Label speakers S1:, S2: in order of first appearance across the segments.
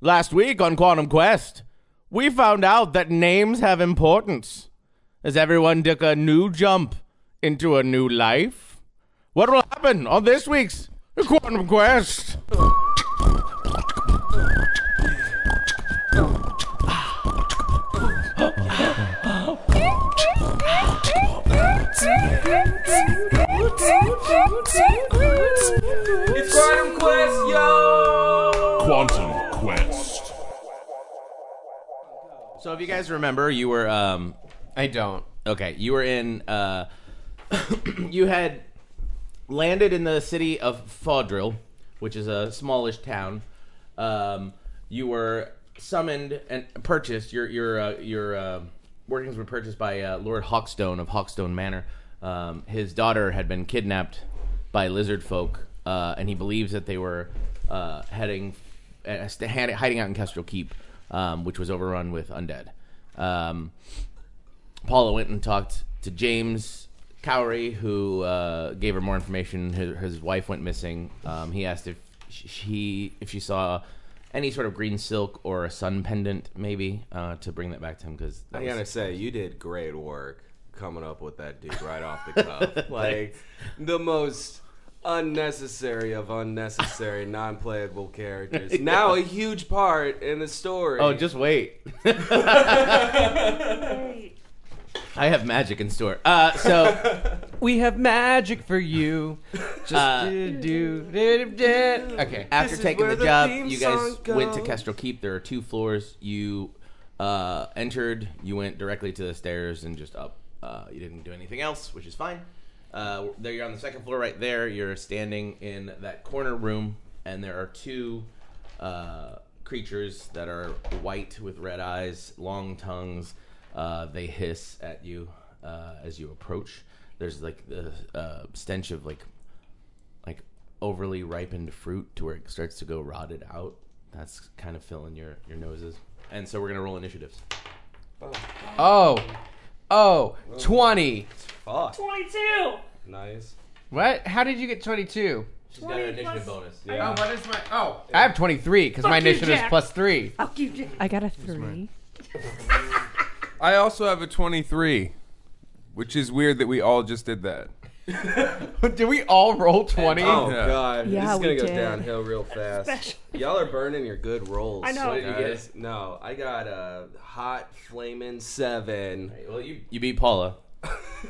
S1: Last week on Quantum Quest, we found out that names have importance. As everyone took a new jump into a new life, what will happen on this week's Quantum Quest?
S2: It's Quantum Quest, yo!
S3: Quantum Quest.
S1: So, if you guys remember, you were um,
S2: I don't.
S1: Okay, you were in. Uh, you had landed in the city of Faudril, which is a smallish town. Um, you were summoned and purchased. Your your uh, your uh, workings were purchased by uh, Lord Hawkstone of Hawkstone Manor. Um, his daughter had been kidnapped by lizard folk, uh, and he believes that they were uh, heading uh, st- hiding out in Kestrel Keep, um, which was overrun with undead. Um, Paula went and talked to James Cowrie, who uh, gave her more information. His, his wife went missing. Um, he asked if sh- she if she saw any sort of green silk or a sun pendant, maybe uh, to bring that back to him because
S4: I gotta say, you did great work coming up with that dude right off the cuff. like the most unnecessary of unnecessary non-playable characters. Now a huge part in the story.
S1: oh, just wait. I have magic in store. Uh, so
S2: We have magic for you. Just do, do, do, do. Okay.
S1: after
S4: is
S1: taking
S4: where
S1: the
S4: the
S1: job,
S4: theme
S1: you guys
S4: song
S1: went to
S4: goes.
S1: Kestrel Keep. There are two floors. You uh, entered. You went directly to the stairs and just up. Uh, you didn't do anything else, which is fine. Uh, there you're on the second floor, right there. You're standing in that corner room, and there are two uh, creatures that are white with red eyes, long tongues. Uh, they hiss at you uh, as you approach. There's like the uh, stench of like like overly ripened fruit to where it starts to go rotted out. That's kind of filling your your noses. And so we're gonna roll initiatives.
S2: Oh. Oh. 20.
S4: Fuck.
S5: 22.
S4: Nice.
S2: What? How did you get 22?
S1: She's got her
S5: 20
S1: initiative
S5: plus-
S1: bonus.
S4: Yeah.
S2: what is my. Oh. I have 23 because my
S5: Fuck you,
S2: initiative is
S5: Jack.
S2: plus 3.
S5: Fuck you, Jack.
S6: I got a three.
S7: I also have a 23, which is weird that we all just did that.
S2: Did we all roll 20?
S4: Oh
S7: Yeah.
S4: god,
S6: Yeah,
S4: this is gonna
S6: we
S4: go
S6: did.
S4: downhill real fast.
S5: Special.
S4: Y'all are burning your good rolls.
S5: I know. What
S4: you
S5: did you
S1: get?
S4: guys. No, I got a hot flaming seven.
S1: Well, you you beat Paula.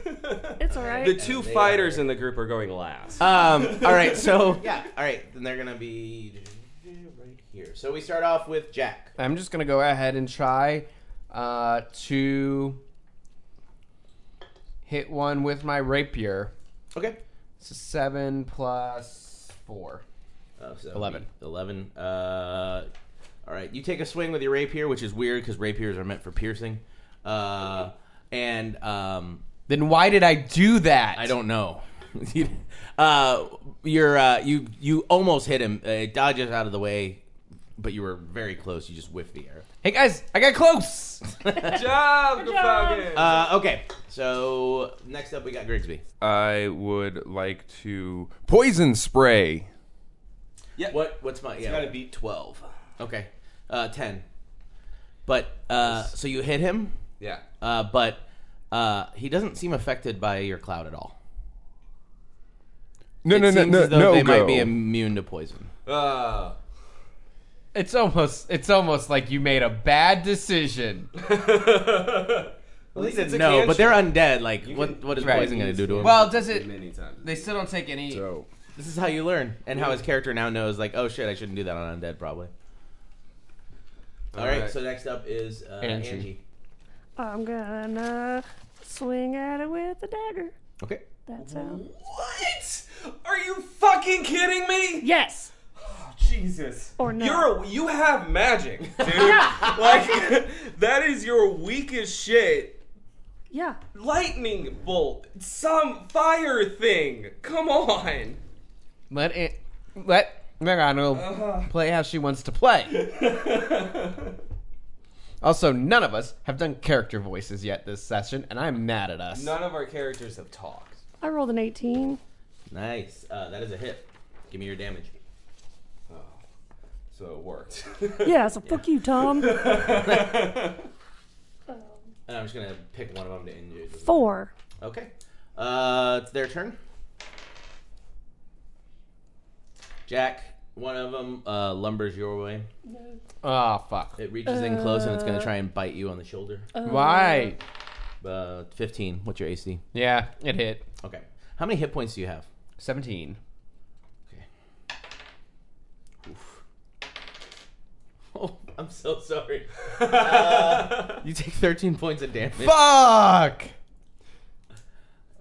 S5: It's all right.
S4: The two fighters in the group are going last.
S1: Um. all right. So yeah. All right. Then they're gonna be right here. So we start off with Jack.
S2: I'm just gonna go ahead and try uh, to hit one with my rapier.
S1: Okay.
S2: It's a seven plus four.
S1: Oh, so
S2: Eleven.
S1: we- Eleven. Uh. All right. You take a swing with your rapier, which is weird because rapiers are meant for piercing. Uh. And um.
S2: Then why did I do that?
S1: I don't know. uh, you're uh, you you almost hit him. Uh, it dodges out of the way, but you were very close. You just whiffed the arrow.
S2: Hey guys, I got close.
S4: Good job, good
S5: job.
S4: Falcons.
S1: Uh, okay, so next up we got Grigsby.
S7: I would like to poison spray.
S1: What what's my yeah?
S4: gotta beat twelve.
S1: Okay, uh, ten. But uh, so you hit him,
S4: Yeah.
S1: uh, but uh, he doesn't seem affected by your cloud at all.
S7: No,
S1: It
S7: no, no,
S1: seems
S7: no,
S1: as though
S7: no.
S1: They
S7: go.
S1: might be immune to poison.
S4: Uh,
S2: It's almost it's almost like you made a bad decision.
S4: at least it's a
S1: No,
S4: cantrip.
S1: but they're undead. Like,
S4: You
S1: what
S4: can-
S1: what is
S2: Right.
S1: poison gonna do to him?
S2: Well, does it
S4: many times.
S2: they still don't take any
S7: So,
S1: This is how you learn, and how his character now knows, like, oh shit, I shouldn't do that on undead, probably. All right,
S4: Alright.
S1: So next up is uh, Angie.
S2: Angie.
S5: I'm gonna swing at it with a dagger.
S1: Okay.
S5: That's how.
S4: What? Are you fucking kidding me?
S5: Yes.
S4: Jesus.
S5: Or no.
S4: You're a, you have magic, dude.
S5: Yeah.
S4: like that is your weakest shit.
S5: Yeah.
S4: Lightning bolt, some fire thing. Come on.
S2: let it let Merano
S1: Uh-huh.
S2: play how she wants to play. also, none of us have done character voices yet this session, and I'm mad at us.
S4: None of our characters have talked.
S5: I rolled an 18.
S1: Nice. Uh, that is a hit. Give me your damage.
S4: so it worked.
S5: Yeah, so fuck you, Tom.
S1: And Uh, I'm just gonna pick one of them to end you.
S5: Four.
S1: Okay. Uh, it's their turn. Jack, one of them uh, lumbers your way.
S2: Oh, fuck.
S1: It reaches in close and it's gonna try and bite you on the shoulder.
S2: Why?
S1: Uh, 15. What's your AC?
S2: Yeah, it hit.
S1: Okay. How many hit points do you have?
S2: 17.
S1: Oh, I'm so sorry. Uh, you take 13 points of damage.
S2: Fuck!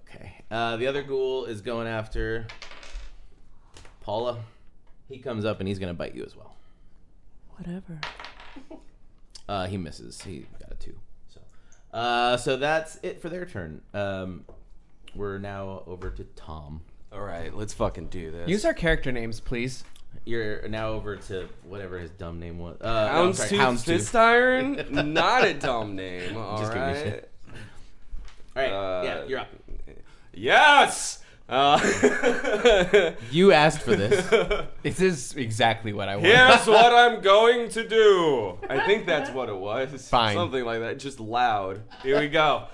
S1: Okay. Uh, the other ghoul is going after Paula. He comes up and he's gonna bite you as well.
S5: Whatever.
S1: Uh, he misses. He got a two. So, uh, so that's it for their turn. Um, we're now over to Tom.
S4: All right, let's fucking do this.
S2: Use our character names, please.
S1: You're now over to whatever his dumb name was. Uh, no, I'm
S4: Houndstooth
S1: sorry, Houndstooth.
S4: Fist Iron? Not a dumb name. All right.
S1: Just give me shit. All right, yeah,
S4: Uh,
S1: you're up.
S4: Yes! Uh,
S1: You asked for this.
S2: This is exactly what I want.
S4: Here's what I'm going to do. I think that's what it was.
S2: Fine.
S4: Something like that. Just loud. Here we go.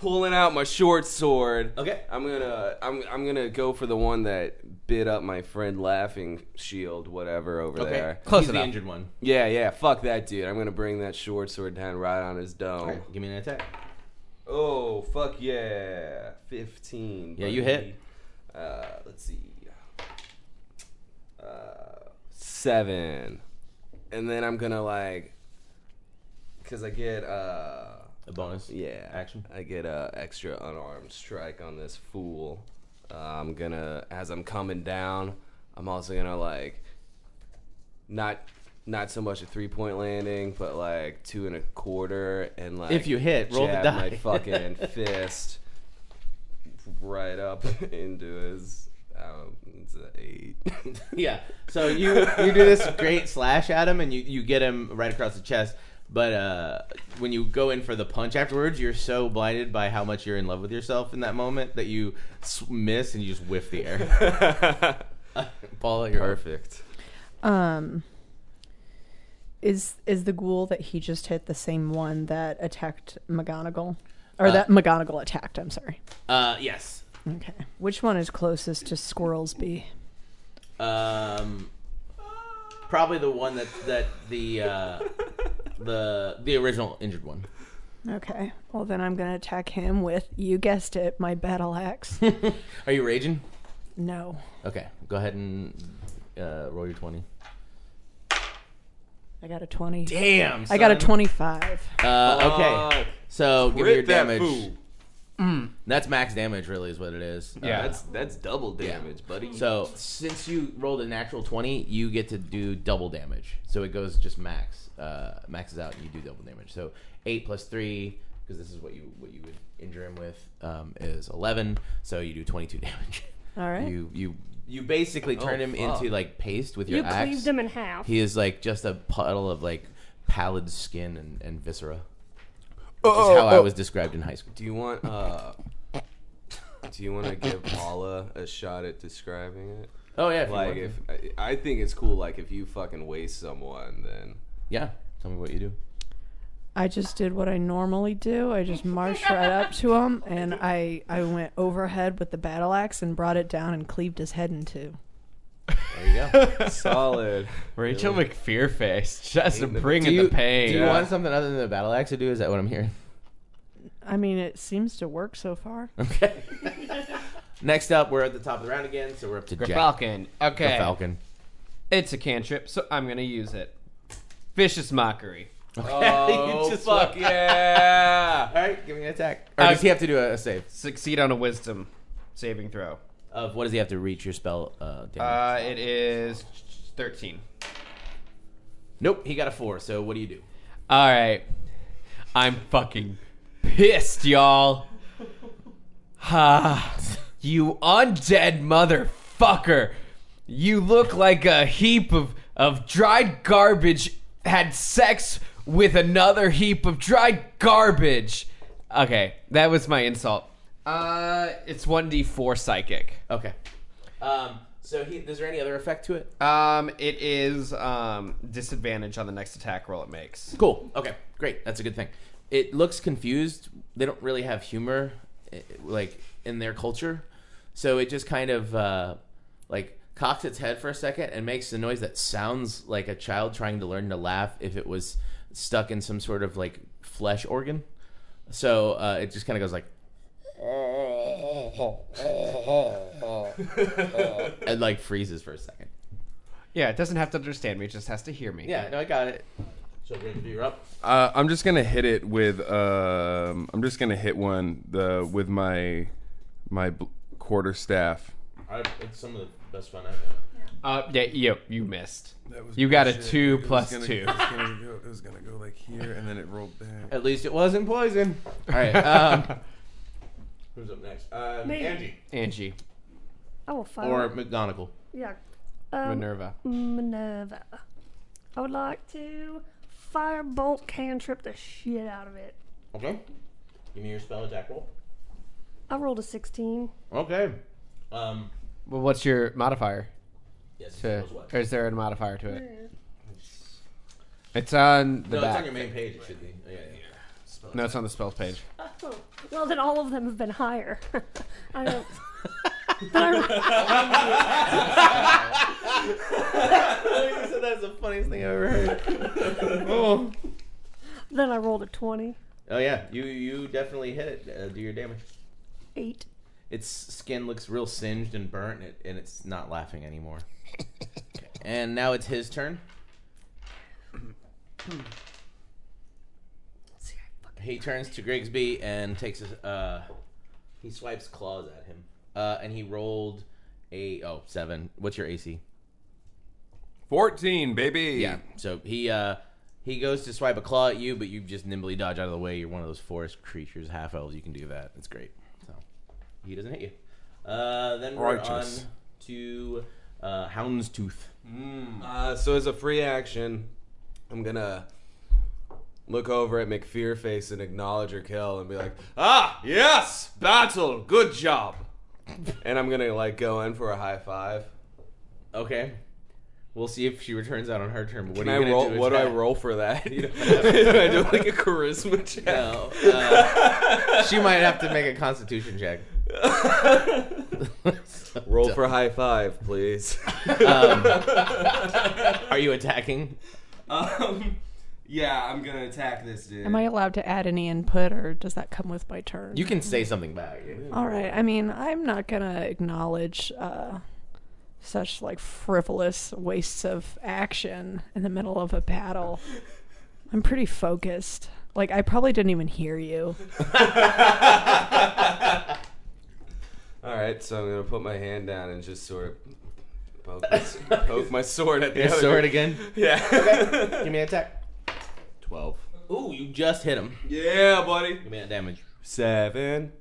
S4: Pulling out my short sword.
S1: Okay.
S4: I'm gonna I'm I'm gonna go for the one that bit up my friend laughing shield, whatever over
S1: Okay,
S4: there.
S2: Close
S1: He's the
S2: enough.
S1: injured one.
S4: Yeah, yeah, fuck that dude. I'm gonna bring that short sword down right on his dome.
S1: All right, give me an attack.
S4: Oh fuck yeah, fifteen.
S1: Yeah, you hit.
S4: buddy. Uh, let's see. Uh, seven, and then I'm gonna like, cause I get uh,
S1: A bonus.
S4: yeah,
S1: Action.
S4: I get a extra unarmed strike on this fool. Uh, I'm gonna as I'm coming down. I'm also gonna like, not. Not so much a three point landing, but like two and a quarter, and like
S1: If you hit, roll the
S4: jab
S1: die.
S4: My fucking fist right up into his. Um, it's an eight.
S1: Yeah. So you you do this great slash at him, and you you get him right across the chest. But uh, when you go in for the punch afterwards, you're so blinded by how much you're in love with yourself in that moment that you s- miss and you just whiff the air. Paula, you're
S4: Perfect.
S6: Um, is is the ghoul that he just hit the same one that attacked McGonagall, or that McGonagall attacked? I'm sorry.
S1: Uh, yes.
S6: Okay, which one is closest to Squirrelsby?
S1: Um, probably the one that that the uh, the the original injured one.
S6: Okay, well then I'm gonna attack him with you guessed it, my battle axe.
S1: Are you raging?
S6: no,
S1: Okay, go ahead and uh, roll your twenty.
S6: I got a twenty.
S1: Damn.
S6: I got a
S1: son.
S6: twenty-five.
S1: Uh, okay.
S4: Fuck.
S1: So give me
S4: Rip
S1: your
S4: Oh. that
S1: damage.
S4: fool.
S1: That's max damage, really, is what it is. Uh,
S2: Yeah.
S4: That's that's double damage, buddy.
S1: so since you rolled a natural twenty, you get to do double damage. So it goes just max, uh, maxes out, and you do double damage. So eight plus three, because this is what you what you would injure him with, um, is eleven. So you do twenty two damage.
S6: All right.
S1: You you you basically turn him into like paste with your
S5: You
S1: axe.
S5: cleaved him in half.
S1: He is like just a puddle of like pallid skin and, and viscera. Which is how I was described in high school.
S4: do you want uh? Do you want to give Paula a shot at describing it?
S1: Oh yeah, if you
S4: Like,
S1: want to.
S4: if I- I think it's cool. Like, if you fucking waste someone, then
S1: yeah, tell me what you do.
S6: I just did what I normally do. I just marched right up to him and I I went overhead with the battle axe and brought it down and cleaved his head in two.
S1: There you go.
S4: solid.
S2: Rachel McFearface, just
S4: Ain't the-
S2: bringing
S1: do you,
S2: the pain.
S1: do you
S4: Yeah.
S1: want something other than the battle axe to do? Is that what I'm hearing?
S6: I mean, it seems to work so far.
S1: Okay. Next up, we're at the top of the round again, so we're up to Jack.
S2: Falcon. Okay.
S1: Falcon.
S2: It's a cantrip, so I'm gonna use it. Vicious mockery.
S4: Oh
S1: You just
S4: fuck
S1: won.
S4: yeah!
S1: All right, give me an attack. Or does
S2: Uh,
S1: he have to do a, a save?
S2: Succeed on a wisdom saving throw.
S1: Of what does he have to reach your spell? Uh, damage?
S2: Uh, it is thirteen.
S1: nope, he got a four. So what do you do?
S2: All right. I'm fucking pissed, y'all. Ha. you undead motherfucker. You look like a heap of, of dried garbage had sex with another heap of dried garbage. Okay, that was my insult. Uh, it's 1d4 psychic.
S1: Okay. Um, So he, is there any other effect to it?
S8: Um, it is um, disadvantage on the next attack roll it makes.
S1: Cool. Okay. Great. That's a good thing. It looks confused. They don't really have humor, eh, like in their culture, so it just kind of uh, like cocks its head for a second and makes the noise that sounds like a child trying to learn to laugh if it was stuck in some sort of like flesh organ. So uh, it just kind of goes like. and like freezes for a second.
S8: Yeah, it doesn't have to understand me; it just has to hear me.
S1: Yeah, no, I got it. So Brandon, you're up.
S7: Uh, I'm just gonna hit it with. Um, I'm just gonna hit one the with my my bl- quarter staff.
S1: I, it's some of the best fun I've had.
S8: Uh, yeah, yep, you missed. You got a bullshit. two It was plus gonna- two. it was
S7: it was gonna go like here, and then it rolled back.
S1: At least it wasn't poison. All right. Um, who's up next? Um,
S5: Me.
S1: Angie
S8: Angie,
S5: I will fire.
S1: or McGonagall.
S5: yeah. Um,
S8: Minerva.
S5: Minerva. I would like to firebolt cantrip the shit out of it.
S1: Okay. Give me your spell attack roll.
S5: I rolled a 16.
S1: Okay. Um.
S8: Well, what's your modifier?
S1: Yes.
S8: To,
S1: spells what?
S8: or is there a modifier to it? It's on the
S1: No, it's
S8: back.
S1: on your main page. It should be. Oh, yeah, yeah.
S8: no, it's on the spells page.
S5: Oh, well, then all of them have been higher. I don't. but I,
S1: you said that's the funniest thing I've ever heard.
S7: Oh,
S5: then I rolled a 20.
S1: oh yeah, you you definitely hit it. Uh, do your damage.
S5: Eight.
S1: Its skin looks real singed and burnt, and, it, and it's not laughing anymore. Okay. And now it's his turn.
S5: See, I fucking-
S1: He turns to Grigsby and takes his. Uh, he swipes claws at him, uh, and he rolled a oh seven. What's your AC?
S7: fourteen, baby.
S1: Yeah. So he uh, he goes to swipe a claw at you, but you just nimbly dodge out of the way. You're one of those forest creatures, half elves. You can do that. It's great. So he doesn't hit you. Uh, then we're
S7: Righteous.
S1: on to uh, Houndstooth.
S4: Uh, so as a free action, I'm gonna look over at McFearface and acknowledge her kill and be like, "Ah, yes, battle, good job." and I'm gonna like go in for a high five.
S1: Okay. We'll see if she returns out on her turn. But what
S4: Can
S1: are
S4: I
S1: you gonna
S4: roll?
S1: do with
S4: what do I
S1: that?
S4: roll for that? You know, do I do like a charisma check?
S1: No, uh, she might have to make a Constitution check. So
S4: Roll
S1: dumb.
S4: for high five, please.
S1: Um, Are you attacking?
S4: um, yeah, I'm gonna attack this dude.
S6: Am I allowed to add any input, or does that come with my turn?
S1: You can say something back.
S6: All right. I mean, I'm not gonna acknowledge uh, such like frivolous wastes of action in the middle of a battle. I'm pretty focused. Like I probably didn't even hear you.
S4: All right, so I'm gonna put my hand down and just sort of poke, this, poke my sword at the
S1: Your
S4: other
S1: sword again.
S4: Yeah.
S1: Give me an attack.
S4: Twelve.
S1: Ooh, you just hit him.
S4: Yeah, buddy.
S1: Give me that damage.
S4: Seven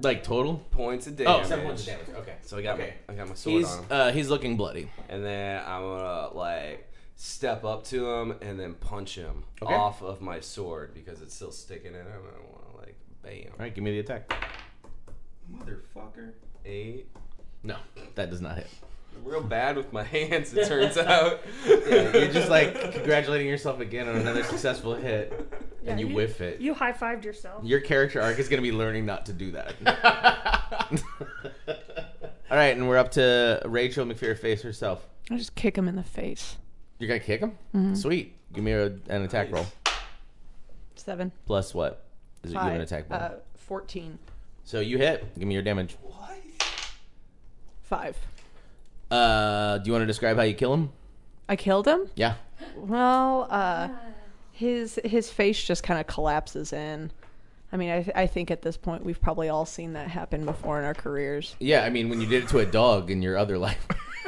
S1: Like total?
S4: points of
S1: Oh,
S4: damage.
S1: seven points of damage. Okay.
S4: So I got
S1: Okay.
S4: my, I got my sword
S1: He's
S4: on him,
S1: uh, he's looking bloody.
S4: and then I'm gonna like step up to him and then punch him
S1: Okay.
S4: off of my sword because it's still sticking in him. and I want to like bam.
S1: All right, give me the attack.
S4: Motherfucker. Eight.
S1: No, that does not hit.
S4: I'm real bad with my hands. It turns out.
S1: You're just like congratulating yourself again on another successful hit, and you,
S5: you-
S1: whiff it.
S5: You high fived yourself.
S1: Your character arc is going to be learning not to do that. All right, and we're up to Rachel McFearface herself.
S6: I just kick him in the face.
S1: You're going to kick him?
S6: Mm-hmm.
S1: Sweet. Give me a, an attack roll.
S6: Seven.
S1: Plus what? Is it you have an
S6: Five,
S1: attack roll?
S6: uh, Fourteen.
S1: so you hit. Give me your damage.
S6: Five.
S1: Uh, do you want to describe how you kill him?
S6: I killed him.
S1: Yeah.
S6: Well, uh, his his face just kind of collapses in. I mean, I, th- I think at this point we've probably all seen that happen before in our careers.
S1: Yeah, I mean, when you did it to a dog in your other life.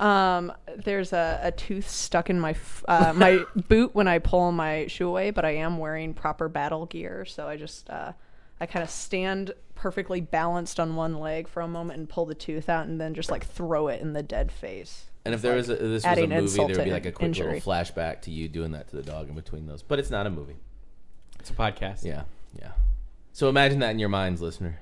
S6: Um, there's a, a tooth stuck in my f- uh, my boot when I pull my shoe away, but I am wearing proper battle gear, so I just uh, I kind of stand perfectly balanced on one leg for a moment and pull the tooth out, and then just like throw it in the dead face.
S1: And if there was a, this was a
S6: adding
S1: movie, there
S6: insult
S1: would be
S6: to
S1: like a quick
S6: injury.
S1: little flashback to you doing that to the dog in between those. But it's not a movie.
S8: It's a podcast.
S1: Yeah, yeah. So imagine that in your minds, listener.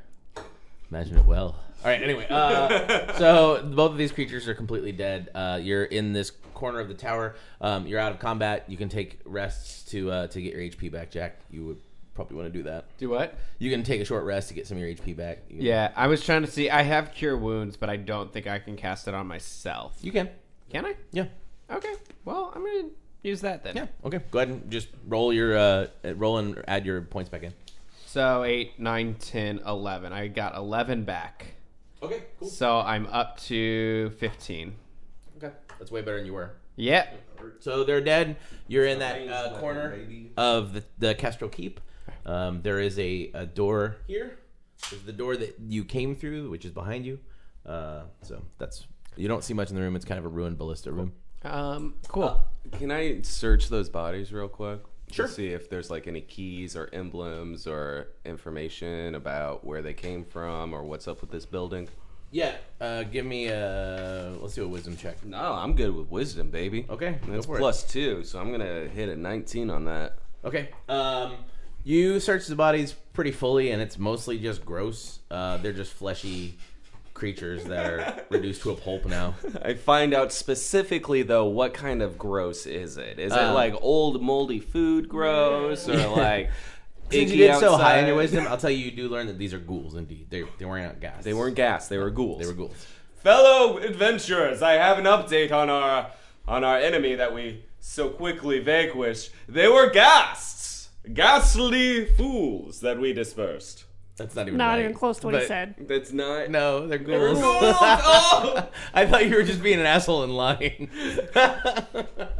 S1: Imagine it well. All right. Anyway, uh, so both of these creatures are completely dead. Uh, you're in this corner of the tower. Um, you're out of combat. You can take rests to uh, to get your HP back, Jack. You would probably want to do that.
S2: Do what?
S1: You can take a short rest to get some of your HP back. You can-
S8: Yeah, I was trying to see. I have cure wounds, but I don't think I can cast it on myself.
S1: you can.
S8: Can I?
S1: Yeah.
S8: Okay. Well, I'm gonna use that then.
S1: Yeah. Okay. Go ahead and just roll your uh, roll and add your points back in.
S8: So eight, nine, ten, eleven. I got eleven back.
S1: Okay. Cool.
S8: So I'm up to fifteen.
S1: Okay. That's way better than you were.
S8: Yep.
S1: So they're dead. You're in that uh, corner of the, the Kestrel Keep. Um, there is a, a door here. There's the door that you came through, which is behind you. Uh, so that's you don't see much in the room. It's kind of a ruined ballista room.
S8: Um. Cool.
S4: Can I search those bodies real quick?
S1: Sure.
S4: To see if there's like any keys or emblems or information about where they came from or what's up with this building.
S1: Yeah. Uh, give me a let's do a wisdom check.
S4: No, I'm good with wisdom, baby.
S1: Okay, go
S4: That's
S1: for it.
S4: plus two, so I'm gonna hit a 19 on that.
S1: Okay. Um, you search the bodies pretty fully, and it's mostly just gross. Uh, they're just fleshy creatures that are reduced to a pulp now.
S4: I find out specifically though what kind of gross is it? Is it
S1: Um,
S4: like old moldy food gross or like
S1: Since
S4: icky
S1: you did so high in your
S4: outside?
S1: wisdom, I'll tell you, you do learn that these are ghouls indeed. They, they weren't out guys.
S4: They weren't gas, they were ghouls.
S1: They were ghouls.
S4: Fellow adventurers, I have an update on our on our enemy that we so quickly vanquished. They were ghasts, ghastly fools that we dispersed.
S1: That's not even
S5: Not
S1: right.
S5: even close to what he
S1: But-
S5: said.
S4: That's not.
S1: No, they're
S4: They were
S1: ghouls.
S4: ghouls. Oh!
S1: I thought you were just being an asshole and lying. okay.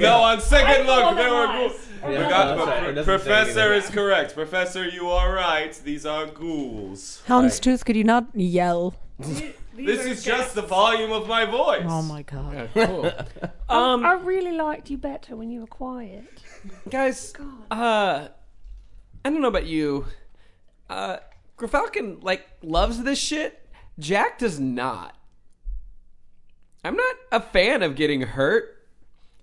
S4: No, on second
S5: I
S4: look,
S5: told
S4: they
S5: them
S4: were
S5: lies.
S4: ghouls.
S5: I
S1: Yeah,
S4: We
S5: told
S4: got-
S1: that's
S5: them lies.
S1: right. It doesn't say
S4: Professor
S1: anything.
S4: is correct. Professor, you are right. These are ghouls.
S6: Houndstooth, could you not yell?
S5: These
S4: This
S5: are
S4: is
S5: guys.
S4: just the volume of my voice.
S6: Oh my god.
S2: Cool.
S5: Um, I really liked you better when you were quiet.
S2: Guys, uh, I don't know about you. Uh, Grafalcon, like, loves this shit. Jack does not. I'm not a fan of getting hurt,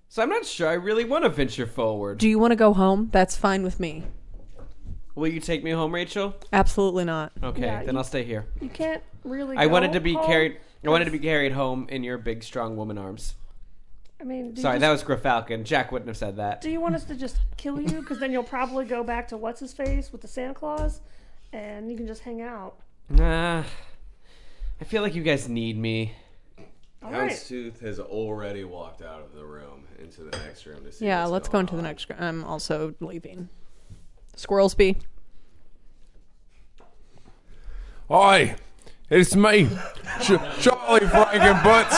S2: so I'm not sure I really want to venture forward.
S6: Do you want to go home? That's fine with me.
S2: Will you take me home, Rachel?
S6: Absolutely not.
S2: Okay,
S5: Yeah,
S2: then
S5: you-
S2: I'll stay here.
S5: You can't really.
S2: I
S5: go
S2: wanted to be
S5: home.
S2: carried. I wanted to be carried home in your big, strong woman arms.
S5: I mean, do
S2: Sorry,
S5: you
S2: that was Grafalcon. Jack wouldn't have said that.
S5: Do you want us to just kill you? Because then you'll probably go back to what's his face with the Santa Claus, and you can just hang out.
S2: Nah, I feel like you guys need me.
S5: All right.
S4: Houndstooth has already walked out of the room into the next room to see.
S6: Yeah,
S4: what's
S6: let's go
S4: going
S6: into the
S4: on.
S6: next. gr- I'm also leaving. Squirrelsby.
S7: Hi, it's me, Ch- Charlie Frankenbutts.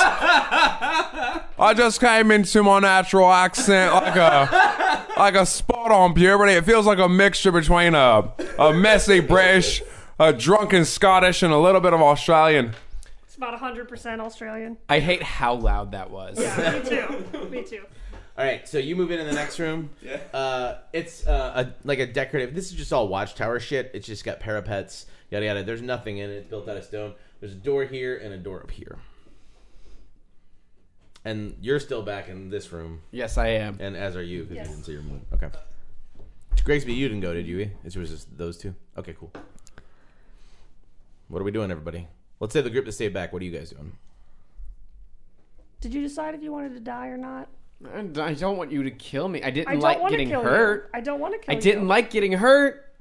S7: I just came into my natural accent like a like a spot on puberty. It feels like a mixture between a a messy British, a drunken Scottish, and a little bit of Australian.
S5: It's about 100% Australian.
S2: I hate how loud that was.
S5: Yeah, me too. Me too.
S1: All right, so you move into the next room. yeah. Uh, it's uh, a, like a decorative. This is just all watchtower shit. It's just got parapets, yada yada. There's nothing in it. It's built out of stone. There's a door here and a door up here. And you're still back in this room,
S2: Yes, I am.
S1: and as are you because
S5: Yes.
S1: you didn't see your move. Okay. Grigsby, you didn't go, did you? E? It was just those two. Okay, cool. What are we doing, everybody? Let's say the group that stayed back. What are you guys doing?
S5: Did you decide if you wanted to die or not?
S2: I I don't want you to kill me. I didn't
S5: I don't
S2: like
S5: want to
S2: getting
S5: kill
S2: hurt.
S5: you. I don't want to kill
S2: I
S5: you.
S2: didn't like getting hurt.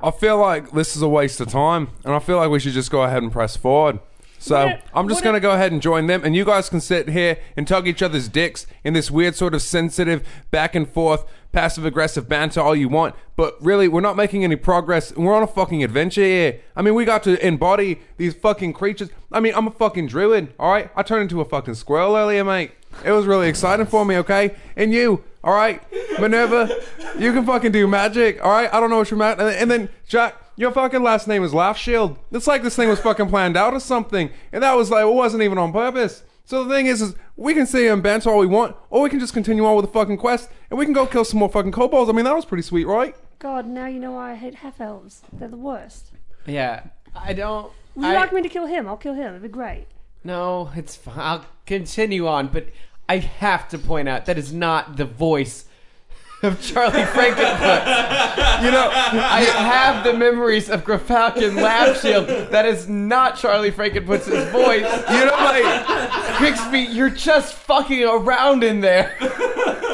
S7: I feel like this is a waste of time, and I feel like we should just go ahead and press forward. So
S5: Would it-
S7: I'm just
S5: would
S7: going to
S5: it-
S7: go ahead and join them, and you guys can sit here and tug each other's dicks in this weird sort of sensitive back and forth, passive aggressive banter all you want. But really, we're not making any progress, and we're on a fucking adventure here. I mean, we got to embody these fucking creatures. I mean, I'm a fucking druid, all right? I turned into a fucking squirrel earlier, mate. It was really exciting for me, okay? And you, all right, Minerva, you can fucking do magic, all right? I don't know what you're mad. And then Jack, your fucking last name is Laugh Shield. It's like this thing was fucking planned out or something, and that was like it wasn't even on purpose. So the thing is, is we can sit here and banter all we want, or we can just continue on with the fucking quest, and we can go kill some more fucking kobolds. I mean, that was pretty sweet, right?
S5: God, now you know why I hate half elves. They're the worst.
S2: Yeah, I don't.
S5: Would you
S2: I,
S5: like me to kill him? I'll kill him. It'd be great.
S2: No, it's fine. I'll continue on, but I have to point out that is not the voice of Charlie Frankenfoot.
S7: You know,
S2: I have the memories of Grafalkin Lab Shield. That is not Charlie Frankenfoot's voice.
S7: you know, like,
S2: Bixby, you're just fucking around in there.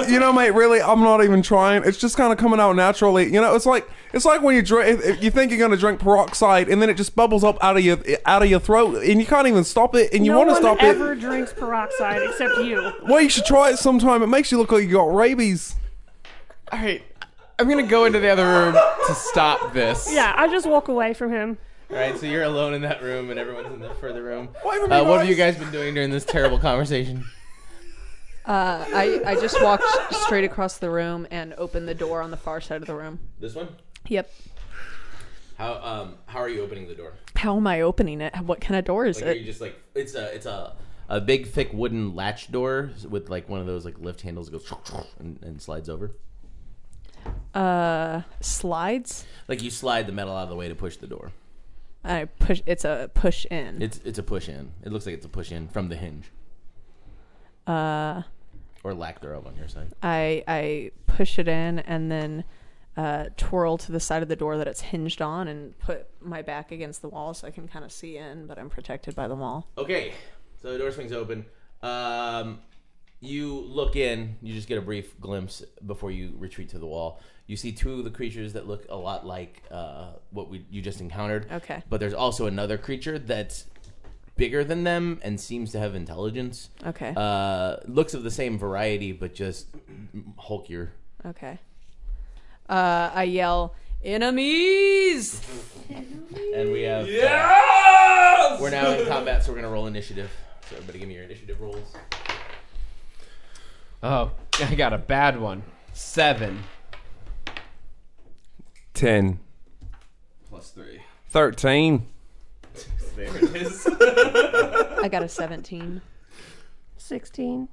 S7: you know, mate. Really, I'm not even trying. It's just kind of coming out naturally. You know, it's like it's like when you drink, if- if you think you're going to drink peroxide, and then it just bubbles up out of your out of your throat, and you can't even stop it, and you
S5: no
S7: want to
S5: one
S7: stop
S5: ever
S7: it.
S5: drinks peroxide except you.
S7: Well, you should try it sometime. It makes you look like you got rabies.
S2: All right, I'm gonna go into the other room to stop this.
S5: Yeah, I just walk away from him.
S1: All right, so you're alone in that room, and everyone's in the further room.
S7: everybody
S1: Uh, what have
S7: knows.
S1: you guys been doing during this terrible conversation?
S6: Uh, I, I just walked straight across the room and opened the door on the far side of the room.
S1: This one.
S6: Yep.
S1: How um how are you opening the door?
S6: How am I opening it? What kind of door is
S1: Like, are you
S6: it?
S1: just like it's a it's a a big thick wooden latch door with like one of those like lift handles that goes and, and slides over.
S6: Uh, slides.
S1: Like you slide the metal out of the way to push the door.
S6: I push. It's a push in.
S1: It's it's a push in. It looks like it's a push in from the hinge
S6: Uh,
S1: or lack thereof on your side.
S6: I I push it in and then uh, twirl to the side of the door that it's hinged on and put my back against the wall so I can kind of see in, but I'm protected by the wall.
S1: Okay, so the door swings open. Um, you look in. You just get a brief glimpse before you retreat to the wall. You see two of the creatures that look a lot like uh, what we you just encountered.
S6: Okay.
S1: But there's also another creature that's bigger than them and seems to have intelligence.
S6: Okay.
S1: Uh, looks of the same variety, but just hulkier.
S6: okay. Uh, I yell enemies.
S1: And we have uh, we're now in combat, so we're gonna roll initiative. So everybody, give me your initiative rolls.
S2: Oh, I got a bad one. Seven.
S7: Ten.
S4: Plus three.
S7: 13.
S4: There it is.
S6: I got a 17.
S5: 16.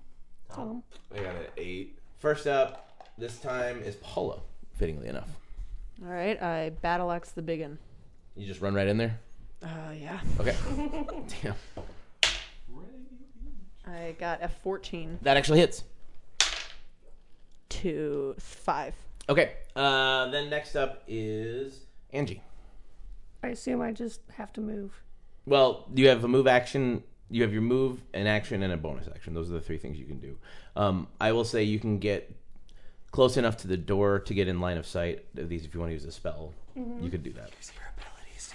S5: Tom.
S4: I got an eight.
S1: First up, this time is Paula. Fittingly enough,
S6: All right, I battle axe the biggin.
S1: you just run right in there.
S6: Oh yeah.
S1: Okay. Damn.
S6: I got a 14
S1: That actually hits.
S6: to 5.
S1: Okay. Uh, then next up is Angie.
S5: I assume I just have to move.
S1: Well, you have a move action. You have your move, an action, and a bonus action. Those are the three things you can do. Um, I will say you can get close enough to the door to get in line of sight of these if you want to use a spell. You could do that.
S5: I was,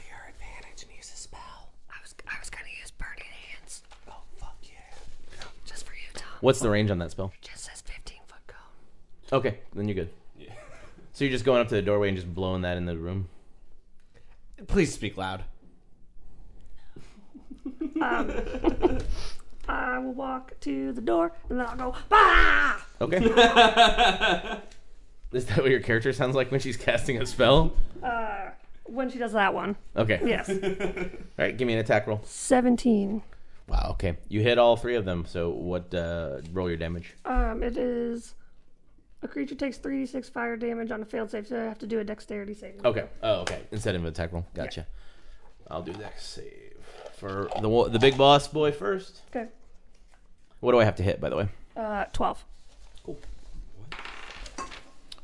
S5: I was gonna use burning hands. Oh, fuck yeah. Just for you, Tom.
S1: What's the range on that spell?
S5: Just says 15 foot cone.
S1: Okay, then you're good. So you're just going up to the doorway and just blowing that in the room.
S2: Please speak loud.
S5: I will walk to the door and then I'll go, bah!
S1: Okay. Is that what your character sounds like when she's casting a spell?
S5: Uh, when she does that one.
S1: Okay.
S5: Yes.
S1: All right, give me an attack roll.
S5: 17.
S1: Wow, okay. You hit all three of them, so what uh roll your damage.
S5: Um, it is. A creature takes 3d6 fire damage on a failed save, so I have to do a dexterity save.
S1: Okay. Oh, okay. Instead of an attack roll. Gotcha. I'll do that save for the wa- the big boss boy first.
S5: Okay.
S1: What do I have to hit by the way?
S5: Uh, 12.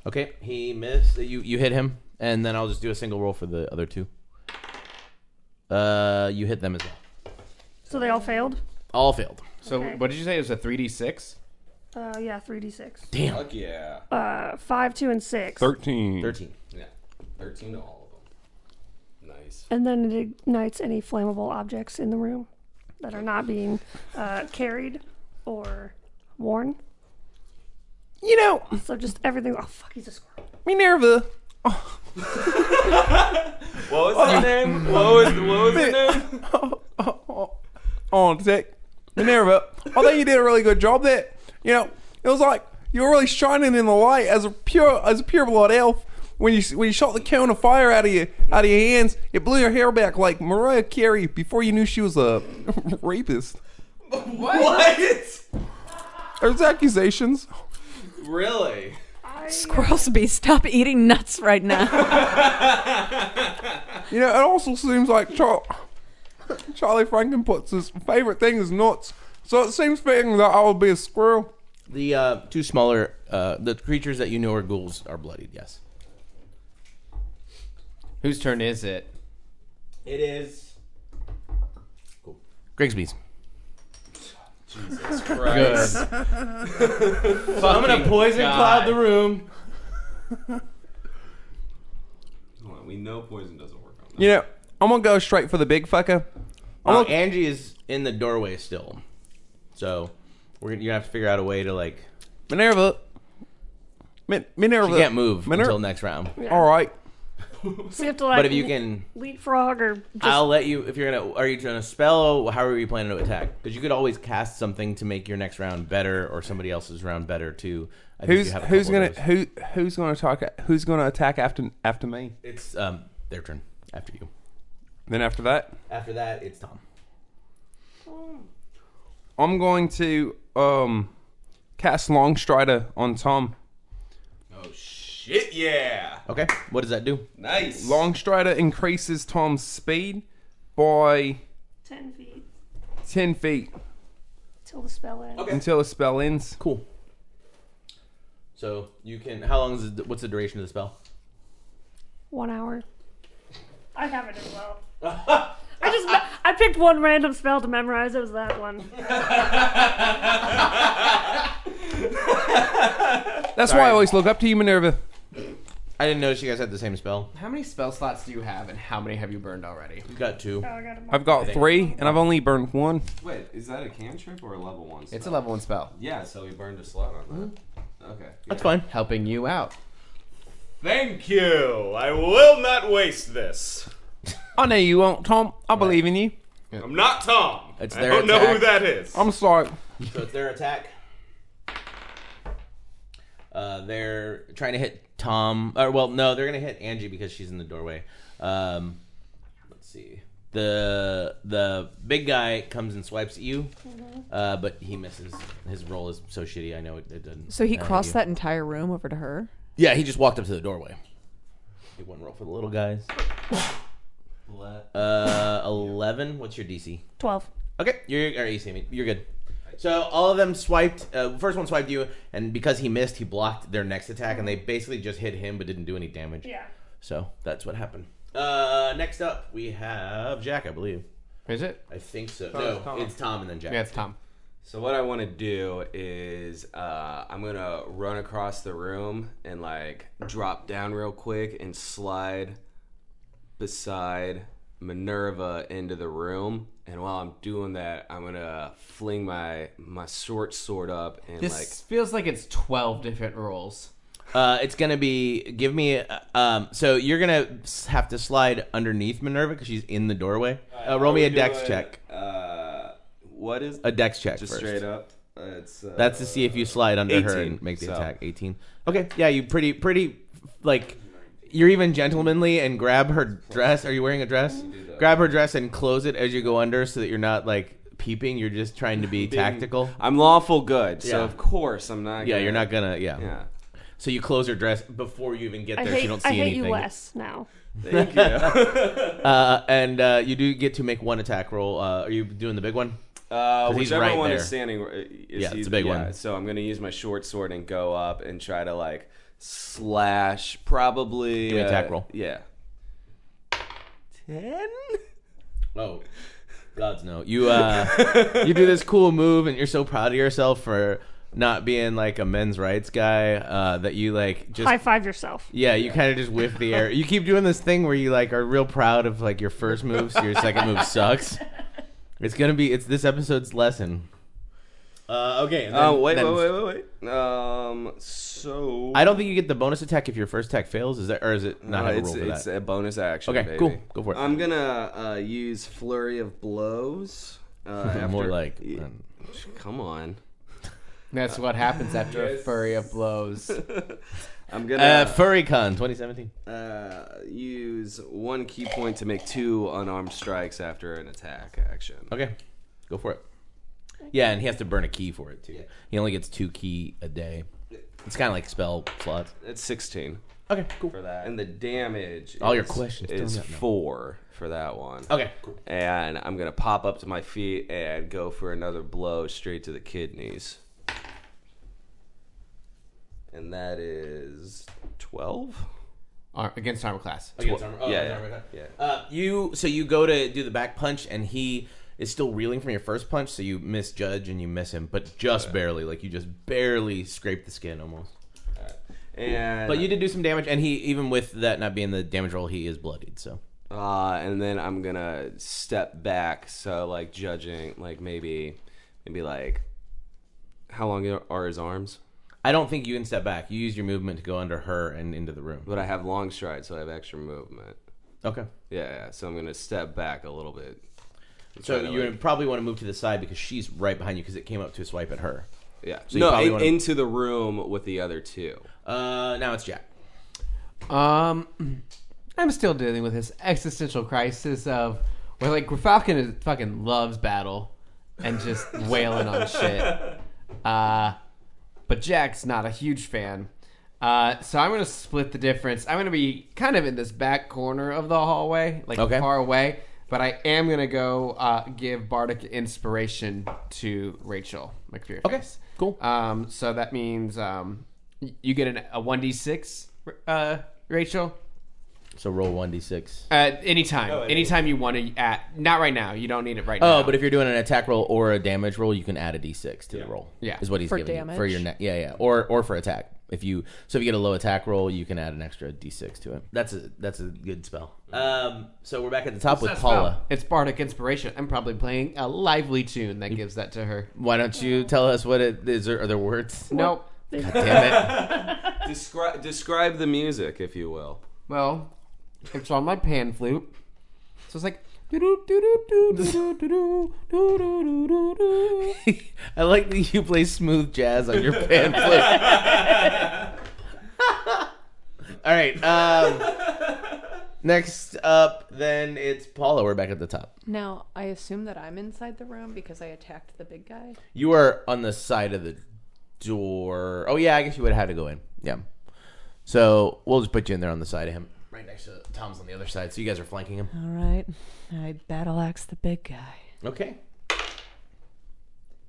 S1: Okay, he missed. You you hit him and then I'll just do a single roll for the other two. Uh you hit them as well.
S5: So they all failed?
S1: All failed.
S2: So,
S5: Okay.
S2: what did you say? It was a 3d6?
S5: Uh, yeah, 3d6.
S1: Damn.
S4: Fuck yeah.
S5: Uh, 5, 2, and 6.
S7: 13.
S1: 13.
S4: Yeah. 13 to all of them. Nice.
S5: And then it ignites any flammable objects in the room that are not being uh, carried or worn.
S7: You know,
S5: So just everything. Oh, fuck, he's a squirrel.
S7: Minerva.
S4: What was the name? What was, what was the name?
S7: on tech. Minerva, I think you did a really good job there. You know, it was like you were really shining in the light as a pure as a pure blood elf. When you when you shot the cone of fire out of your out of your hands, it blew your hair back like Mariah Carey before you knew she was a rapist.
S4: What?
S7: There's accusations.
S4: Really?
S6: Squirrels be stop eating nuts right now.
S7: You know, it also seems like Char- Charlie Frankenputz's favorite thing is nuts. So it seems fitting that I would be a squirrel.
S1: The uh, two smaller uh, the creatures that you know are ghouls are bloodied. Yes.
S2: Whose turn is it?
S1: It is. Cool. Grigsby's.
S2: Good.
S1: I'm gonna poison
S2: God.
S1: cloud the room.
S4: Come on, we know poison doesn't work on that.
S7: You know, I'm gonna go straight for the big fucker. I'm
S1: Uh,
S7: gonna-
S1: Angie is in the doorway still, so we're gonna, you have to figure out a way to like.
S7: Minerva. Min- Minerva.
S1: You can't move
S7: Miner-
S1: until next round.
S7: All right.
S5: So you have to like.
S1: But if you can,
S5: leapfrog or just
S1: I'll let you. If you're gonna, are you gonna spell? Or how are you planning to attack? Because you could always cast something to make your next round better, or somebody else's round better too. I think
S7: Who's
S1: you have a
S7: who's
S1: couple
S7: gonna
S1: of
S7: who who's gonna attack who's gonna attack after after me?
S1: those. It's um their turn after you.
S7: Then after that,
S1: After that, it's Tom.
S7: I'm going to um cast Longstrider on Tom.
S4: Oh shit! Yeah,
S1: Okay, what does that do?
S4: nice.
S7: Longstrider increases Tom's speed by
S5: 10 feet
S7: ten feet
S5: till the spell ends.
S4: Okay.
S7: until the spell ends.
S1: Cool. So you can. How long is? The, what's the duration of the spell?
S5: One hour. I have it as well. I just I picked one random spell to memorize. It was that one.
S7: That's why I always look up to you, Minerva.
S1: I didn't notice you guys had the same spell.
S2: How many spell slots do you have, and how many have you burned already?
S1: You got two.
S5: Oh, I got
S7: I've got three, and I've only burned one.
S4: Wait, is that a cantrip or a level one?
S2: It's Mm-hmm. a
S4: spell?
S2: level one spell.
S4: Yeah, so we burned a slot on that. Okay.
S1: That's fine.
S2: Helping you out.
S3: Thank you. I will not waste this.
S7: I know you won't, Tom. I believe in you.
S3: I'm not Tom.
S1: It's
S3: I
S1: their
S3: don't know who
S1: attack.
S3: that is.
S7: I'm sorry.
S1: So it's their attack. Uh, they're trying to hit Tom. Or well, no, they're gonna hit Angie because she's in the doorway. Um, let's see. The the big guy comes and swipes at you,
S6: Mm-hmm.
S1: uh, but he misses. His roll is so shitty. I know it, it doesn't.
S6: So he
S1: uh,
S6: crossed
S1: you-
S6: that entire room over to her.
S1: Yeah, he just walked up to the doorway. He one roll for the little guys. Uh, eleven. What's your DC?
S5: 12.
S1: Okay, you're or you see me. You're good. So all of them swiped. Uh, first one swiped you, and because he missed, he blocked their next attack, and they basically just hit him but didn't do any damage.
S5: Yeah.
S1: So that's what happened. Uh, next up we have Jack, I believe.
S2: Is it?
S1: I think so. No, it's Tom and then Jack.
S2: Yeah, it's Tom.
S4: So what I want to do is uh, I'm gonna run across the room and like drop down real quick and slide beside Minerva uh, into the room. And while I'm doing that, I'm gonna fling my my short sword up and
S2: This
S4: like
S2: feels like it's twelve different rolls.
S1: Uh, it's gonna be give me. uh, Um, so you're gonna s- have to slide underneath Minerva because she's in the doorway. Uh, roll me a dex check.
S4: Uh, what is
S1: A dex check
S4: just
S1: first.
S4: straight up? Uh, it's uh,
S1: That's to see if you slide under her
S4: 18,
S1: and make the
S4: so.
S1: attack. 18. Okay, yeah, you pretty, pretty, like, you're even gentlemanly and grab her dress. Are you wearing a dress? Grab her dress and close it as you go under so that you're not, like, peeping. You're just trying to be tactical.
S4: I'm lawful good, so
S1: Yeah.
S4: of course I'm not.
S1: Yeah,
S4: gonna,
S1: you're not gonna, yeah.
S4: Yeah.
S1: So you close her dress before you even get
S5: I
S1: there so you don't
S5: hate,
S1: see
S5: I hate
S1: anything.
S5: you less now.
S4: Thank you.
S1: Uh, and uh, you do get to make one attack roll. Uh, are you doing the big one?
S4: Uh,
S1: 'Cause he's
S4: whichever
S1: right
S4: one
S1: there.
S4: is standing, uh, is
S1: Yeah, it's
S4: he-
S1: a big
S4: yeah,
S1: one.
S4: So I'm gonna use my short sword and go up and try to like slash probably
S1: me an
S4: uh,
S1: attack roll.
S4: Yeah, ten.
S1: Oh, gods no! You uh, you do this cool move, and you're so proud of yourself for not being like a men's rights guy uh, that you like just
S5: High five yourself.
S1: yeah, you kind of just whiff the air. You keep doing this thing where you like are real proud of like your first move, so your second move sucks. It's gonna be it's this episode's lesson. Uh, okay. And then,
S4: Oh wait,
S1: then-
S4: wait, wait, wait, wait. Um, so
S1: I don't think you get the bonus attack if your first attack fails. Is that or is it not
S4: Uh,
S1: have a
S4: it's
S1: rule for
S4: it's
S1: that?
S4: a bonus action.
S1: Okay,
S4: baby.
S1: cool. Go for it.
S4: I'm gonna uh, use flurry of blows. Uh, after,
S1: More like
S4: Y- come on.
S2: That's what
S1: Ah,
S2: happens after a flurry of blows.
S4: I'm gonna
S1: uh, FurryCon 2017.
S4: uh, use one key point to make two unarmed strikes after an attack action.
S1: Okay, go for it. Yeah, and he has to burn a key for it too. He only gets two key a day. It's kind of like spell slots.
S4: It's 16
S1: Okay, cool.
S4: for that, and the damage.
S1: All
S4: is,
S1: your questions
S4: is
S1: don't know.
S4: four for that one.
S1: Okay, cool.
S4: And I'm gonna pop up to my feet and go for another blow straight to the kidneys. and that is twelve.
S8: Ar- against armor class.
S1: Against armor- oh,
S4: yeah,
S1: against
S4: yeah,
S1: armor.
S4: yeah.
S1: Uh, you so you go to do the back punch, and he is still reeling from your first punch, so you misjudge and you miss him, but just barely. Like you just barely scrape the skin almost.
S4: And
S1: But you did do some damage, and he even with that not being the damage roll, he is bloodied. So
S4: Uh, and then I'm gonna step back, so like judging, like maybe, maybe like, how long are his arms?
S1: I don't think you can step back. You use your movement to go under her and into the room.
S4: But I have long stride, so I have extra movement.
S1: Okay.
S4: Yeah, yeah. So I'm gonna step back a little bit.
S1: So
S4: Kinda
S1: you
S4: like-
S1: would probably want to move to the side because she's right behind you because it came up to swipe at her.
S4: yeah.
S1: So you
S4: no,
S1: probably
S4: in-
S1: wanna-
S4: into the room with the other two.
S1: Uh, now it's Jack.
S2: Um, I'm still dealing with this existential crisis of where like Falcon is, fucking loves battle and just wailing on shit. Uh, but Jack's not a huge fan. Uh, so I'm gonna split the difference. I'm gonna be kind of in this back corner of the hallway, like
S1: Okay.
S2: far away. But I am gonna go uh, give bardic inspiration to Rachel McFear.
S1: Okay, cool.
S2: Um, so that means um, y- you get an, a one d six, uh, Rachel.
S1: So roll one d six.
S2: At anytime, anytime you want to. At not right now. You don't need it right now.
S1: Oh, but if you're doing an attack roll or a damage roll, you can add a d6 to the roll.
S2: Yeah.
S1: is what he's
S6: For
S1: giving you
S6: damage?
S1: for your ne- yeah yeah or or for attack. If you so if you get a low attack roll, you can add an extra d6 to it. That's a that's a good spell. Um, so we're back at the top with
S2: That's
S1: Paula.
S2: fine. Oh, it's bardic inspiration. I'm probably playing a lively tune that gives that to her.
S1: Why don't you tell us what it is? There, are there words?
S2: Nope.
S1: Damn it!
S4: Describe describe the music, if you will.
S2: Well, it's on my pan flute, so it's like. doo-doo-doo-doo-doo-doo-doo-doo-doo-doo-doo-doo.
S1: I like that you play smooth jazz on your pan flute. All right. Um, next up, then it's Paula. We're back at the top.
S6: Now, I assume that I'm inside the room because I attacked the big guy.
S1: You are on the side of the door. Oh yeah, I guess you would have had to go in. Yeah. So we'll just put you in there on the side of him, right next to Tom's on the other side. So you guys are flanking him.
S6: All right. I battle axe the big guy.
S1: Okay.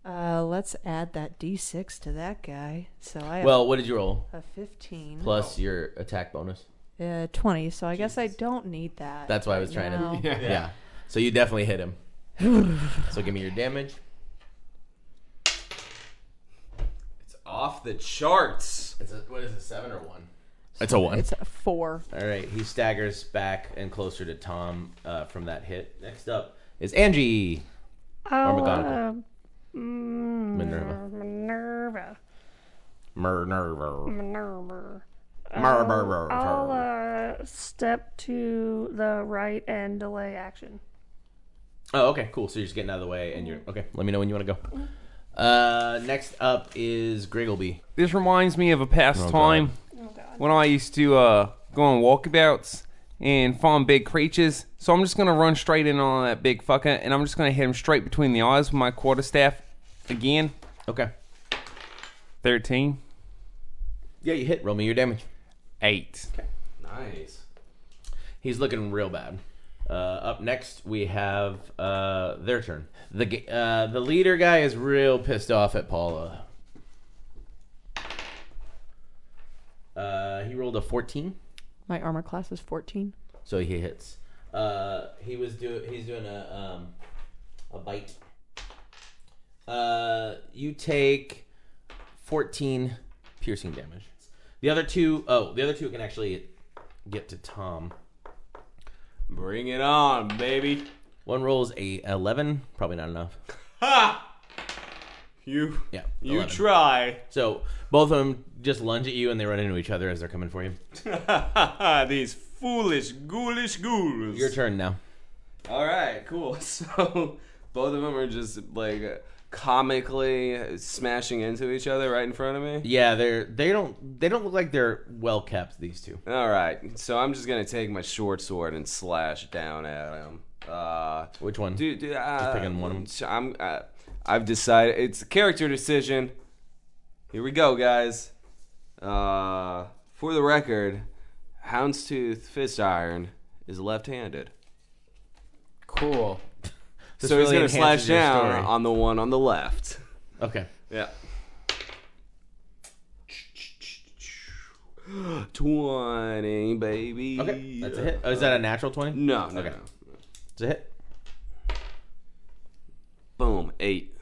S6: Uh, let's add that d6 to that guy. So I have
S1: Well, what did you roll?
S6: a 15.
S1: Plus your attack bonus.
S6: Uh, 20, so I guess I don't need that.
S1: That's why I was trying to. Yeah. So you definitely hit him. so give me your damage.
S4: It's off the charts.
S1: It's a, what is it? Seven or one? It's a one.
S6: It's a 4.
S1: All right. He staggers back and closer to Tom uh, from that hit. Next up is Angie
S5: I'll, uh, mm,
S1: McGonagall. Minerva.
S5: Minerva.
S1: Minerva.
S5: Minerva. I'll
S1: Minerva.
S5: uh, step to the right and delay action.
S1: Oh, okay, cool. So you're just getting out of the way, and you're okay. Let me know when you want to go. Uh, next up is Griggleby.
S7: This reminds me of a past
S1: God.
S7: time
S5: Oh god.
S7: when I used to uh, go on walkabouts and farm big creatures. So I'm just gonna run straight in on that big fucker, and I'm just gonna hit him straight between the eyes with my quarterstaff again.
S1: Okay.
S7: Thirteen.
S1: Yeah, you hit. Roll me your damage.
S7: Eight.
S4: Nice.
S1: He's looking real bad. Uh, up next, we have uh, their turn. The g- uh, the leader guy is real pissed off at Paula. Uh, he rolled a 14,
S6: My armor class is 14.
S1: so he hits. Uh, he was do he's doing a um, a bite. Uh, you take 14 piercing damage. The other two oh the other two can actually get to Tom.
S4: Bring it on, baby.
S1: One rolls a 11, probably not enough.
S3: You
S1: Yeah.
S3: you
S1: 11.
S3: try.
S1: So both of them just lunge at you and they run into each other as they're coming for you.
S3: These foolish, ghoulish ghouls.
S1: Your turn now.
S4: All right, cool. So both of them are just like comically smashing into each other right in front of me.
S1: Yeah, they're they don't they don't look like they're well kept these two.
S4: All right, so I'm just gonna take my short sword and slash down at him. Uh,
S1: Which one?
S4: dude, dude, uh,
S1: picking one of
S4: I'm, uh, I've decided it's a character decision. Here we go, guys. Uh, for the record, Houndstooth Fist Iron is left-handed,
S2: Cool.
S1: This
S4: so he's
S1: really
S4: gonna
S1: enhances
S4: slash
S1: your
S4: down
S1: story.
S4: on the one on the left.
S1: Okay.
S4: Yeah. Twenty, baby.
S1: Okay, that's a hit. Oh, is that a natural twenty?
S4: No, no,
S1: Okay.
S4: no.
S1: It's a hit.
S4: Boom, eight.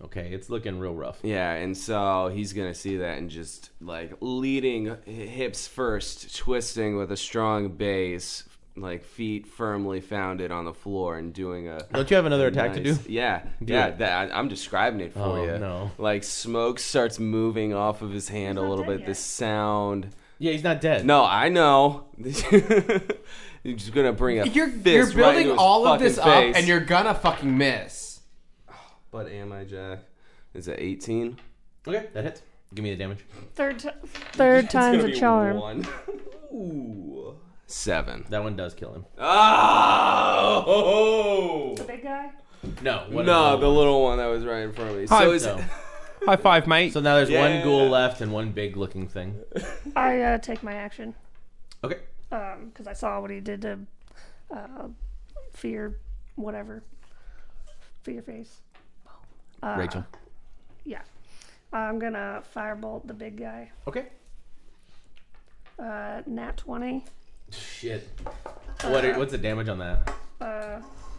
S1: Okay, it's looking real rough.
S4: Yeah, and so he's gonna see that and just like leading h- hips first, twisting with a strong base, like feet firmly founded on the floor, and doing a.
S1: Don't you have another attack to
S4: nice-
S1: do?
S4: Yeah, yeah.
S1: it.
S4: That, I, I'm describing it for
S1: Oh,
S4: you.
S1: no.
S4: Like smoke starts moving off of his hand a
S5: not
S4: little
S5: dead
S4: bit.
S5: yet.
S4: This sound.
S1: Yeah, he's not dead.
S4: No, I know. You're just gonna bring a
S2: You're
S4: fist
S2: you're
S4: right
S2: building
S4: into his
S2: all of
S4: fucking
S2: this
S4: face.
S2: up, and you're gonna fucking miss.
S4: But am I Jack? Is it 18?
S1: Okay, that hits. Give me the damage.
S5: Third, t- third time's a charm.
S4: One. Ooh. Seven.
S1: That one does kill him.
S4: Oh!
S5: Big guy.
S1: No, one of
S4: No,
S1: the
S4: the
S1: little
S4: little one that was right in front of me.
S7: Hi.
S4: So is
S1: ones. No.
S7: High five, mate.
S1: So now there's
S4: Yeah.
S1: one ghoul left and one big looking thing.
S5: I uh, take my action
S1: Okay.
S5: because I saw what he did to uh, fear, whatever, fear face.
S1: Rachel.
S5: Yeah, I'm gonna firebolt the big guy.
S1: Okay.
S5: Uh, nat twenty,
S1: Shit. What are, what's the damage on that?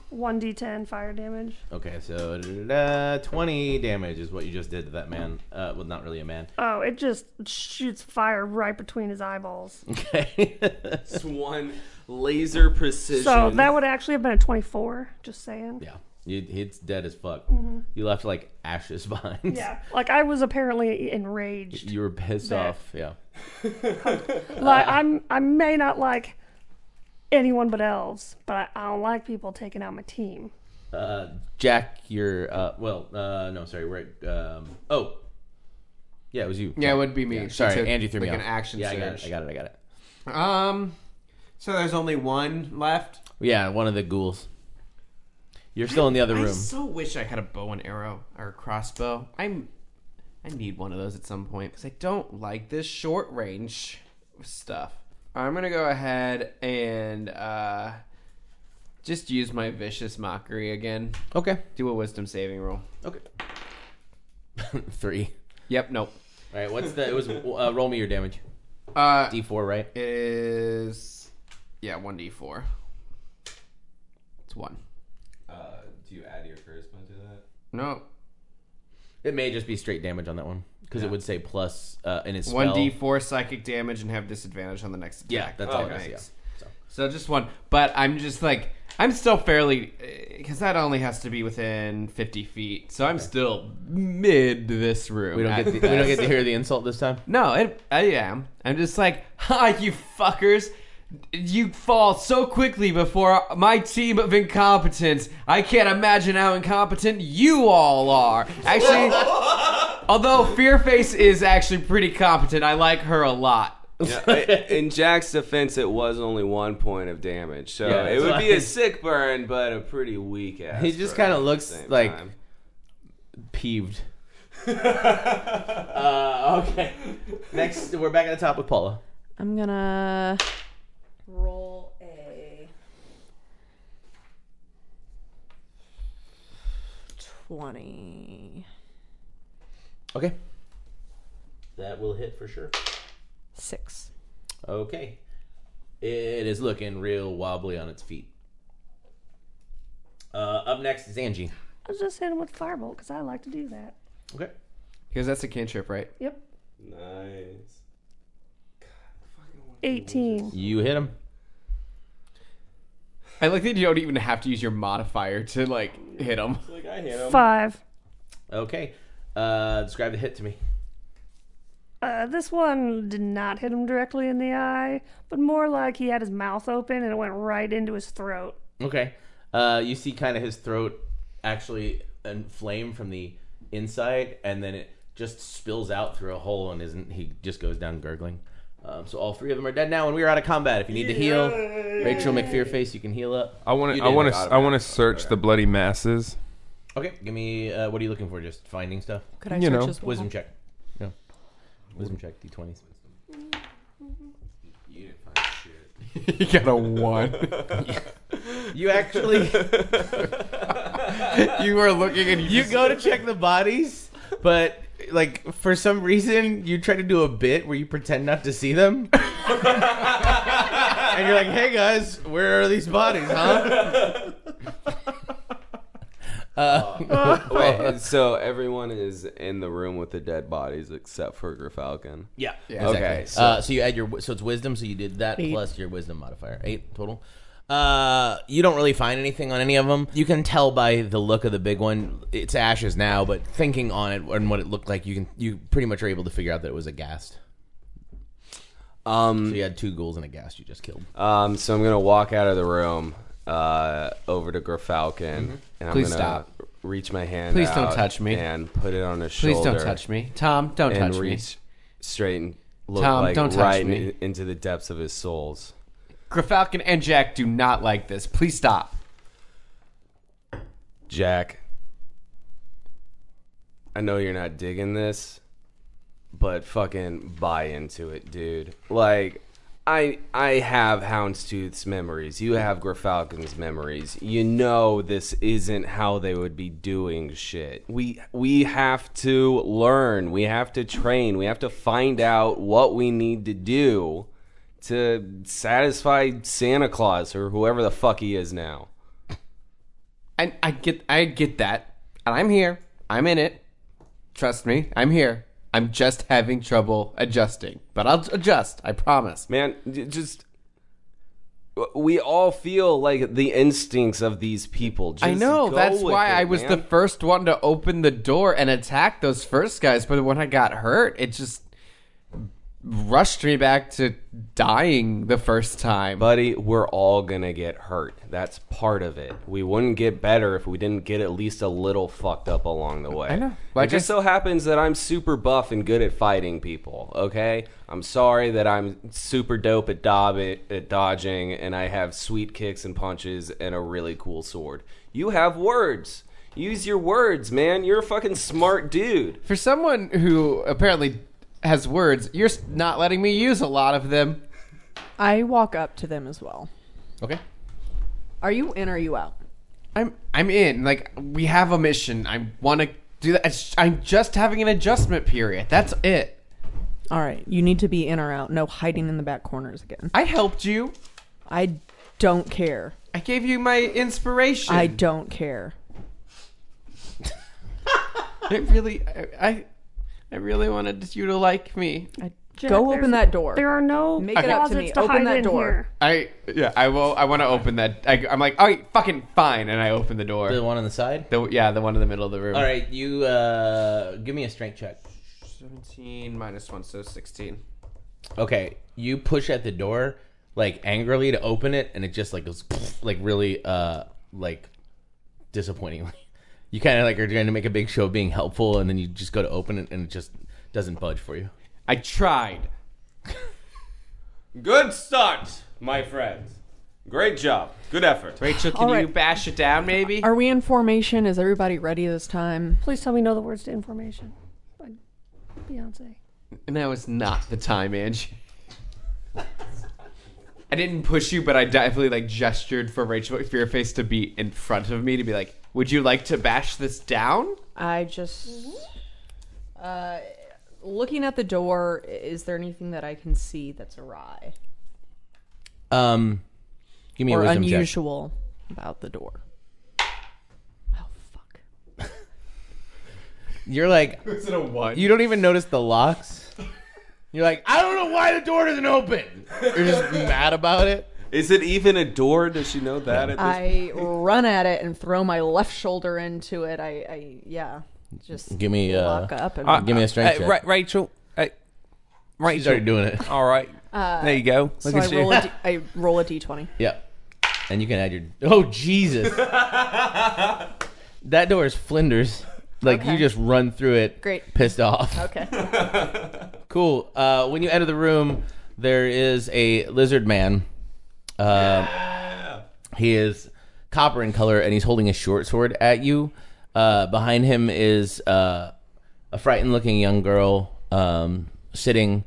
S5: one d10 fire damage.
S1: Okay, so da-da-da-da, 20 damage is what you just did to that man. Uh, well, not really a man.
S5: Oh, it just shoots fire right between his eyeballs.
S1: Okay.
S4: it's one laser precision.
S5: So that would actually have been a 24. Just saying.
S1: yeah. You, he's dead as fuck. You left like ashes behind.
S5: Yeah, like I was apparently enraged.
S1: You were pissed
S5: That-
S1: off. Yeah.
S5: Like I'm, I may not like anyone but elves, but I, I don't like people taking out my team.
S1: Uh, Jack, you're uh, well. Uh, no, sorry. We're at, um, oh, yeah, it was you.
S2: Yeah, it would be me. She
S1: sorry,
S2: took,
S1: Angie threw
S2: like
S1: me
S2: an
S1: off.
S2: action
S1: Yeah, I got,
S2: surge.
S1: it, I got it. I got it.
S2: Um, so there's only one left.
S1: Yeah, one of the ghouls. You're still in the other
S2: I
S1: room.
S2: so wish I had a bow and arrow or a crossbow. I'm, I need one of those at some point because I don't like this short range stuff. I'm gonna go ahead and uh, just use my vicious mockery again.
S1: Okay.
S2: Do a wisdom saving roll.
S1: Okay. Three.
S2: Yep. Nope.
S1: All right. What's the? It was uh, roll me your damage.
S2: Uh,
S1: D4, right?
S2: it is yeah one d four. It's one.
S4: Uh, do you add your charisma to that?
S2: No.
S1: It may just be straight damage on that one because it would say plus uh, in his spell.
S2: One d four psychic damage and have disadvantage on the next attack. Oh,
S1: Yeah, that's all
S2: that
S1: it is,
S2: makes.
S1: yeah.
S2: So. just one, but I'm just like I'm still fairly because that only has to be within 50 feet, so I'm still mid this room.
S1: We don't
S2: at
S1: get to, we
S2: best.
S1: don't get to hear the insult this time.
S2: No, it, I am. I'm just like, ha, you fuckers. You fall so quickly before my team of incompetence. I can't imagine how incompetent you all are. Actually, although Fearface is actually pretty competent, I like her a lot.
S4: Yeah, in Jack's defense, it was only one point of damage, so
S1: Yeah,
S4: it would be a
S1: it's
S4: sick burn, but a pretty weak ass.
S1: He just
S4: burn
S1: kinda
S4: at the
S1: looks
S4: same
S1: like-
S4: time.
S1: Peeved. uh, okay. Next, we're back at the top with Paula.
S6: I'm gonna roll a twenty
S1: Okay. That will hit for sure.
S6: six.
S1: Okay. It is looking real wobbly on its feet. Uh, up next is Angie.
S5: I was just hitting with firebolt because I like to do that.
S1: Okay.
S2: Because that's a cantrip, right?
S5: Yep,
S4: Nice.
S5: 18.
S1: You hit him.
S2: I like that you don't even have to use your modifier to, like, hit them.
S4: Like I hit him.
S5: Five.
S1: Okay. Uh, describe the hit to me.
S5: Uh, this one did not hit him directly in the eye, but more like he had his mouth open and it went right into his throat.
S1: Okay. Uh, you see kind of his throat actually inflame from the inside, and then it just spills out through a hole, and isn't he just goes down gurgling. Um, so all three of them are dead now, and we are out of combat. If you need to heal, Rachel McFearface, you can heal up.
S7: I want
S1: You
S7: to. I
S1: did
S7: want
S1: it.
S7: to. I want to search the bloody masses.
S1: Okay, give me. Uh, what are you looking for? Just finding stuff.
S6: Could I
S7: You
S6: search
S7: know,
S6: his wall?
S1: Wisdom check. Yeah. Wisdom check. D twenties.
S4: You didn't find shit.
S2: you got a one.
S1: You actually
S2: you were looking and
S1: you
S2: you,
S1: go to check the bodies, but like for some reason you try to do a bit where you pretend not to see them, and you're like, "Hey guys, where are these bodies, huh?"
S4: Wait, so everyone is in the room with the dead bodies except for Grifalcon.
S1: Yeah.
S4: Okay. So,
S1: Uh, so you add your wi- so it's wisdom. So you did that
S6: Eight.
S1: plus your wisdom modifier, eight total. Uh, you don't really find anything on any of them. You can tell by the look of the big one. It's ashes now, but thinking on it and what it looked like, you can you pretty much are able to figure out that it was a ghast.
S4: um,
S1: So you had two ghouls and a ghast you just killed.
S4: um, so I'm gonna walk out of the room, uh, over to Grifalcon, and I'm
S2: Mm-hmm. Please
S4: gonna
S2: stop.
S4: reach my hand.
S2: Please don't
S4: out
S2: touch me.
S4: And put it on his
S2: Please
S4: shoulder.
S2: don't touch me, Tom. Don't
S4: And
S2: touch
S4: reach straight and look
S2: Tom,
S4: like
S2: don't touch
S4: right
S2: me.
S4: in- into the depths of his souls.
S2: me. Grafalcon and Jack do not like this. Please stop.
S4: Jack, I know you're not digging this, but fucking buy into it, dude. Like, I I have Houndstooth's memories. You have Grafalcon's memories. You know this isn't how they would be doing shit. We we have to learn. We have to train. We have to find out what we need to do to satisfy Santa Claus or whoever the fuck he is now.
S2: I, I get I get that. And I'm here. I'm in it. Trust me, I'm here. I'm just having trouble adjusting. But I'll adjust, I promise.
S4: man j- just we all feel like the instincts of these people just
S2: I know,
S4: go
S2: that's
S4: with
S2: why
S4: it,
S2: I was the
S4: man.
S2: first one to open the door and attack those first guys, but when I got hurt, it just rushed me back to dying the first time.
S4: buddy we're all gonna get hurt that's part of it we wouldn't get better if we didn't get at least a little fucked up along the way i
S2: know. Like
S4: it just
S2: I-
S4: so happens that i'm super buff and good at fighting people okay i'm sorry that i'm super dope at, dob- at dodging and i have sweet kicks and punches and a really cool sword you have words use your words man you're a fucking smart dude
S2: For someone who apparently has words, you're s- not letting me use a lot of them.
S6: I walk up to them as well.
S2: Okay.
S6: Are you in or are you out?
S2: I'm I'm in. Like we have a mission. I want to do that. It's- I'm just having an adjustment period. That's it.
S6: All right, you need to be in or out. No hiding in the back corners again.
S2: I helped you.
S6: I don't care.
S2: I gave you my inspiration.
S6: I don't care.
S2: I really I I, I really wanted you to like me.
S6: I
S5: Jack,
S6: go
S5: there's-
S6: open that door.
S5: There are no
S6: Make it up to
S5: closets
S6: me.
S5: to
S6: Open
S5: hide
S6: that
S5: in
S6: door.
S5: here.
S2: I yeah. I will. I want to open that. I, I'm like, all right, fucking fine. And I open the door.
S1: The one on the side.
S2: The- yeah, the one in the middle of the room.
S1: All right, you uh, give me a strength check.
S2: Seventeen minus one, so sixteen.
S1: Okay, you push at the door like angrily to open it, and it just like goes like really uh like disappointingly. You kind of like are trying to make a big show of being helpful, and then you just go to open it, and it just doesn't budge for you.
S2: I tried.
S3: Good start, my friends. Great job. Good effort.
S2: Rachel, can
S6: All right.
S2: you bash it down, maybe?
S6: Are we in formation? Is everybody ready this time?
S5: Please tell me you know the words to information. By Beyonce.
S2: Now is not the time, Angie. I didn't push you, but I definitely like gestured for Rachel Fearface to be in front of me to be like, "Would you like to bash this down?"
S6: I just uh, looking at the door. Is there anything that I can see that's awry
S1: Um, give me a
S6: or
S1: wisdom check.
S6: unusual about the door? Oh fuck!
S1: You're like
S2: Is it a one?
S1: you don't even notice the locks. You're like I don't know why the door doesn't open. You're just mad about it.
S4: Is it even a door? Does she know that? At this
S6: I run at it and throw my left shoulder into it. I, I yeah, just
S1: Give me uh,
S6: lock up and
S1: give me a
S2: Uh,
S1: strength
S7: Hey,
S1: check.
S7: Uh, Ra- Rachel. Hey,
S1: You
S7: Rachel.
S1: started doing it.
S7: All right. there you go. Look
S6: Uh, so I
S7: at you.
S6: roll, a d- I roll a d20.
S1: Yep. And you can add your. Oh Jesus! that door is Flinders. Like you
S6: Okay.
S1: just run through it.
S6: Great.
S1: Pissed off.
S6: Okay.
S1: Cool. Uh, when you enter the room, there is a lizard man. Uh, He is copper in color, and he's holding a short sword at you. Uh, behind him is uh, a frightened-looking young girl um, sitting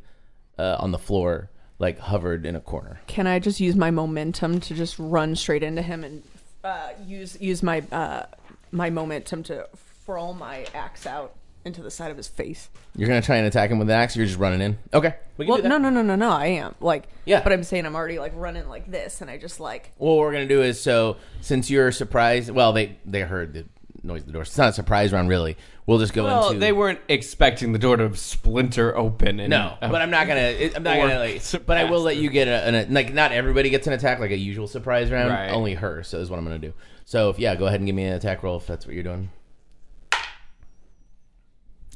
S1: uh, on the floor, like hovered in a corner.
S6: Can I just use my momentum to just run straight into him and uh, use use my uh, my momentum to throw my axe out into the side of his face.
S1: You're gonna try and attack him with an axe. You're just running in. Okay. We can
S6: Well,
S1: do that.
S6: no, no, no, no, no. I am like,
S1: Yeah.
S6: But I'm saying I'm already like running like this, and I just like
S1: What we're gonna do is so since you're surprised, well they they heard the noise of the door. It's not a surprise round really. We'll just go
S2: Well,
S1: into
S2: they weren't expecting the door to splinter open. And,
S1: no,
S2: uh,
S1: but I'm not gonna. it- I'm not
S2: Or
S1: gonna. Like, but I will let you get a, an, a like. Not everybody gets an attack like a usual surprise round.
S2: Right.
S1: Only her. So is what I'm gonna do. So if, yeah, go ahead and give me an attack roll if that's what you're doing.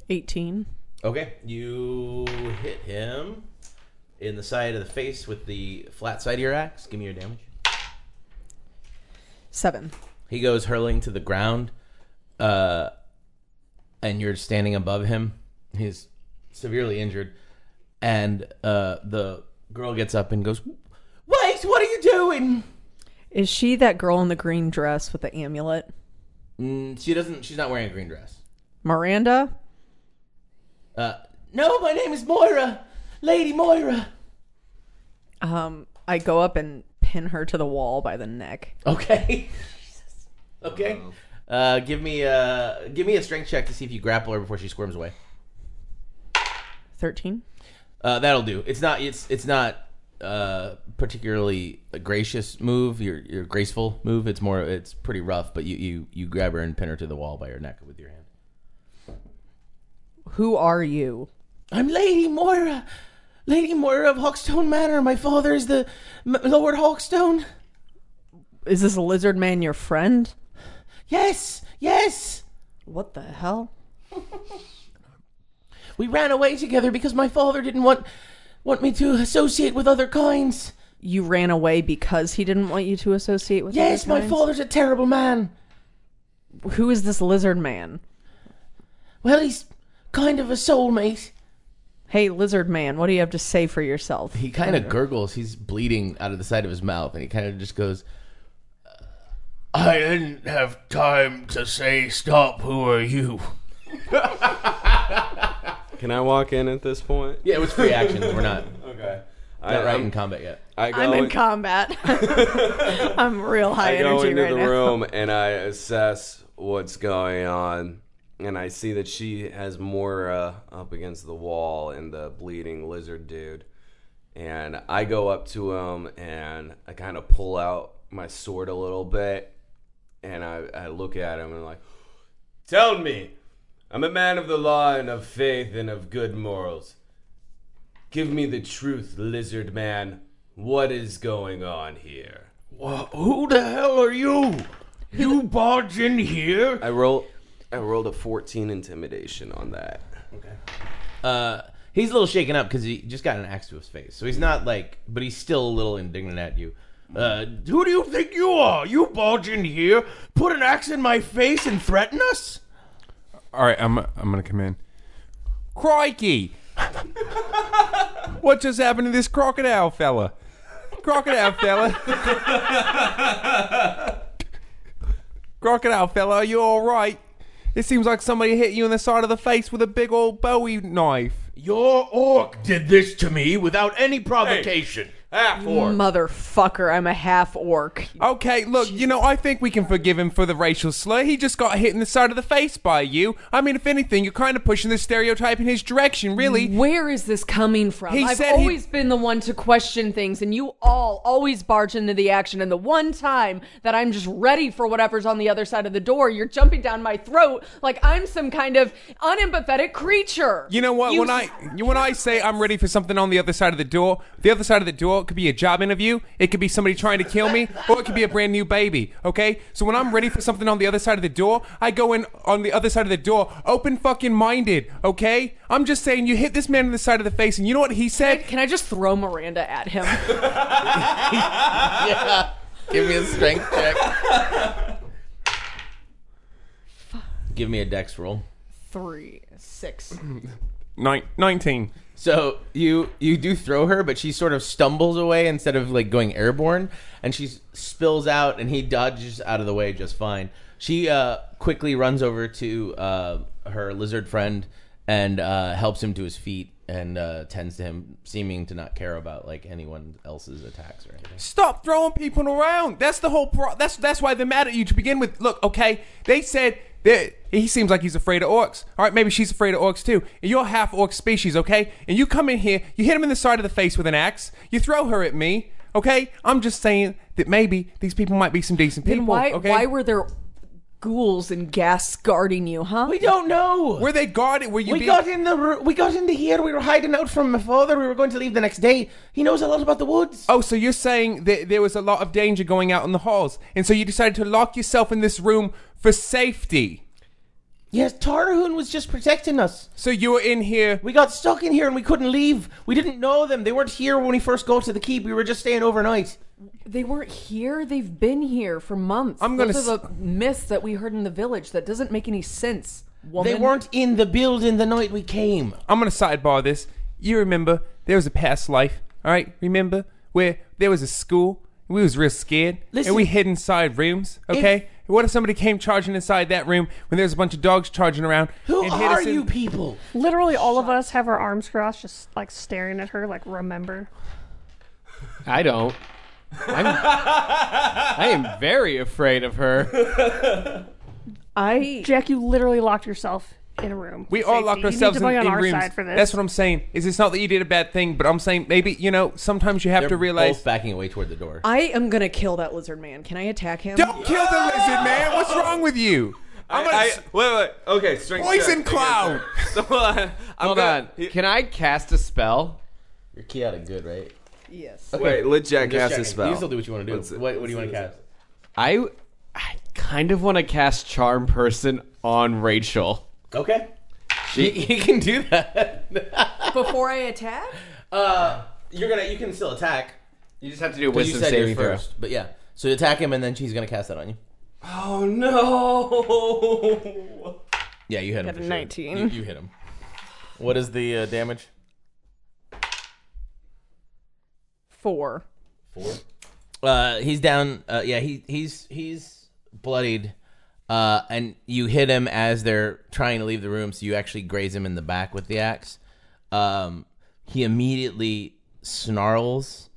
S6: 18.
S1: Okay, you hit him in the side of the face with the flat side of your axe. Give me your damage.
S6: Seven.
S1: He goes hurling to the ground, uh, and you're standing above him. He's severely injured, and uh, the girl gets up and goes, "Wait, what are you doing?"
S6: Is she that girl in the green dress with the amulet?
S1: Mm, she doesn't. She's not wearing a green dress.
S6: Miranda?
S1: Uh, no, my name is Moira, Lady Moira.
S6: Um, I go up and pin her to the wall by the neck.
S1: Okay. okay. Uh, give me uh, give me a strength check to see if you grapple her before she squirms away.
S6: 13.
S1: Uh, that'll do. It's not. It's it's not uh particularly a gracious move your your graceful move it's more it's pretty rough but you you you grab her and pin her to the wall by her neck with your hand
S6: Who are you?
S1: i'm lady moira lady moira of hawkstone manor my father is the M- lord hawkstone
S6: Is this lizard man your friend?
S1: yes yes
S6: What the hell?
S1: we ran away together because my father didn't want want me to associate with other kinds
S6: You ran away because he didn't want you to associate with
S1: yes
S6: other
S1: my
S6: kinds?
S1: father's a terrible man
S6: Who is this lizard man?
S1: well he's kind of a soulmate
S6: Hey, lizard man, what do you have to say for yourself?
S1: he kind of gurgles. He's bleeding out of the side of his mouth, and he kind of just goes, "Uh, "I didn't have time to say stop. Who are you?"
S4: Can I walk in at this point?
S1: Yeah, it was free actions. We're not
S4: Okay. I,
S1: not right
S4: I'm-
S1: in combat yet.
S4: I go
S6: I'm in
S4: in-
S6: combat. I'm real high
S4: I go
S6: energy
S4: into
S6: right
S4: the
S6: now.
S4: room and I assess what's going on, and I see that she has Moira up against the wall and the bleeding lizard dude. And I go up to him and I kind of pull out my sword a little bit, and I, I look at him and I'm like, "Tell me, I'm a man of the law and of faith and of good morals. Give me the truth, lizard man. What is going on here?"
S1: who the hell are you? You barge in here.
S4: I roll. I rolled a 14 intimidation on that.
S1: Uh, he's a little shaken up because he just got an axe to his face, so he's not like, but he's still a little indignant at you. Uh, who do you think you are? You barge in here, put an axe in my face, and threaten us?
S7: All right, I'm I'm gonna come in. Crikey! what just happened to this crocodile fella? Crocodile fella. crocodile fella, are you all right? It seems like somebody hit you in the side of the face with a big old Bowie knife.
S1: Your orc did this to me without any provocation.
S6: Ah,
S4: Half
S6: Motherfucker, I'm a half orc.
S7: Okay, look, you know, I think we can forgive him for the racial slur. He just got hit in the side of the face by you. I mean, if anything, you're kind of pushing the stereotype in his direction, really.
S6: Where is this coming from?
S7: He
S6: I've
S7: said he-
S6: always been the one to question things, and you all always barge into the action. And the one time that I'm just ready for whatever's on the other side of the door, you're jumping down my throat like I'm some kind of unempathetic creature.
S7: You know what? when I you- when I say I'm ready for something on the other side of the door, the other side of the door could be a job interview, it could be somebody trying to kill me, or it could be a brand new baby. Okay, so when I'm ready for something on the other side of the door, I go in on the other side of the door, open fucking minded. Okay, I'm just saying you hit this man in the side of the face, and you know what he said?
S6: Can I just throw Miranda at him?
S1: yeah. Give me a strength check. Give me a dex roll.
S6: Three, six.
S7: Nine, Nineteen.
S1: So you you do throw her, but she sort of stumbles away instead of like going airborne, and she spills out, and he dodges out of the way just fine. She uh, quickly runs over to uh, her lizard friend and uh, helps him to his feet and uh, tends to him, seeming to not care about like anyone else's attacks or anything.
S7: Stop throwing people around. That's the whole pro. That's that's why they're mad at you to begin with. Look, okay, they said There, he seems like he's afraid of orcs. All right, maybe she's afraid of orcs too. And you're half orc species, okay? And you come in here, you hit him in the side of the face with an axe. You throw her at me, okay? I'm just saying that maybe these people might be some decent people.
S6: Then why
S7: okay?
S6: why were there ghouls and gas guarding you, huh?
S1: We don't know.
S7: Were they guarded? Were you?
S1: we
S7: being-
S1: got in the ru- we got into here. We were hiding out from my father. We were going to leave the next day. He knows a lot about the woods.
S7: Oh, so you're saying that there was a lot of danger going out in the halls, and so you decided to lock yourself in this room for safety.
S1: Yes, Tarhun was just protecting us.
S7: So you were in here.
S1: We got stuck in here and we couldn't leave. We didn't know them. They weren't here when we first got to the keep. We were just staying overnight.
S6: They weren't here. They've been here for months.
S7: I'm gonna
S6: Those are the myths that we heard in the village that doesn't make any sense. Woman.
S1: They weren't in the building the night we came.
S7: I'm gonna sidebar this. You remember there was a past life, all right? Remember where there was a school. We was real scared,
S1: Listen-
S7: and we hid inside rooms. Okay, what if somebody came charging inside that room when there was a bunch of dogs charging around?
S1: Who
S7: and hit
S1: are
S7: us in-
S1: you people?
S5: Literally, all of us have our arms crossed, just like staring at her, like remember.
S2: I don't. I'm, I am very afraid of her.
S6: I
S5: Jack, you literally locked yourself in a room.
S7: We
S5: for
S7: all
S5: safety.
S7: locked ourselves
S5: you need
S7: in,
S5: to be on
S7: in
S5: our
S7: rooms.
S5: side for this.
S7: That's what I'm saying. Is it's not that you did a bad thing, but I'm saying maybe you know sometimes you have to realize.
S1: backing away toward the door.
S6: I am gonna kill that lizard man. Can I attack him?
S7: Don't kill the lizard, man. What's wrong with you? I'm gonna.
S4: I,
S7: s-
S4: wait, wait. Okay, strength
S7: Poison
S4: check.
S7: cloud.
S4: So, uh, I'm
S2: Hold
S4: gonna-
S2: on. Can I cast a spell?
S1: You're chaotic good, right?
S6: Yes.
S4: Wait, let Jack
S1: Just
S4: cast a
S1: checking.
S4: spell.
S1: You still do what you want to do.
S4: Let's-
S1: what, what do you want to cast?
S2: I, I kind of want to cast Charm Person on Rachel.
S1: Okay. She, you can do that.
S6: Before I attack?
S1: uh, you're gonna. You can still attack.
S2: You just have to do a
S1: 'cause You
S2: wisdom
S1: said yours
S2: saving throw.
S1: first, but yeah. So you attack him, and then she's gonna cast that on you.
S4: Oh no!
S1: Yeah, you hit him.
S6: Got a
S1: for sure.
S6: 19.
S1: You, you hit him. What is the uh, damage?
S6: Four.
S1: Uh, he's down. Uh, yeah, he he's he's bloodied. Uh, and you hit him as they're trying to leave the room, so you actually graze him in the back with the axe. Um, he immediately snarls,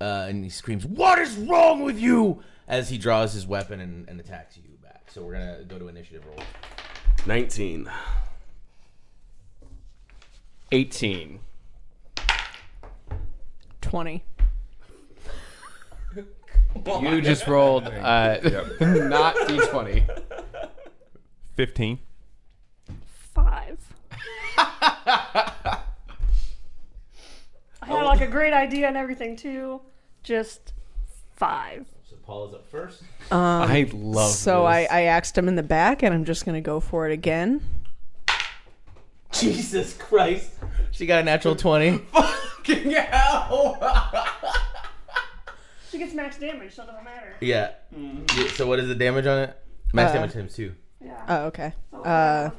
S1: uh, and he screams, "What is wrong with you?" As he draws his weapon and, and attacks you back. So we're gonna go to initiative roll.
S4: 19.
S2: 18.
S6: Twenty.
S2: You just rolled uh, not d20.
S7: Fifteen.
S5: Five. I had like a great idea and everything too. Just five.
S1: So Paul is up first.
S2: I love
S6: So
S2: this.
S6: I, I axed him in the back and I'm just gonna go for it again.
S1: Jesus Christ! She got a natural twenty.
S5: She gets max damage, so it doesn't matter.
S7: Uh,
S1: Yeah. Yeah, So what is the damage on it? Max
S6: Uh,
S1: damage times two.
S5: Yeah.
S6: Oh, okay. Uh, I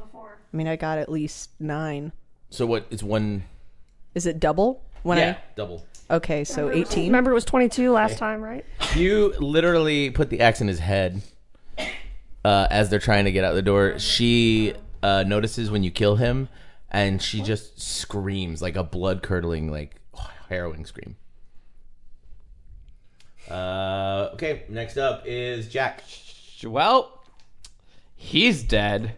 S6: mean, I got at least nine.
S1: So what? It's one.
S6: Is it double? When
S1: Yeah, double.
S6: I okay, so eighteen.
S5: Remember, it was 22 last time, right?
S1: You literally put the axe in his head uh, as they're trying to get out the door. She uh, notices when you kill him, and she just screams like a blood curdling, like harrowing scream. Uh, okay, next up is Jack.
S2: Well, he's dead.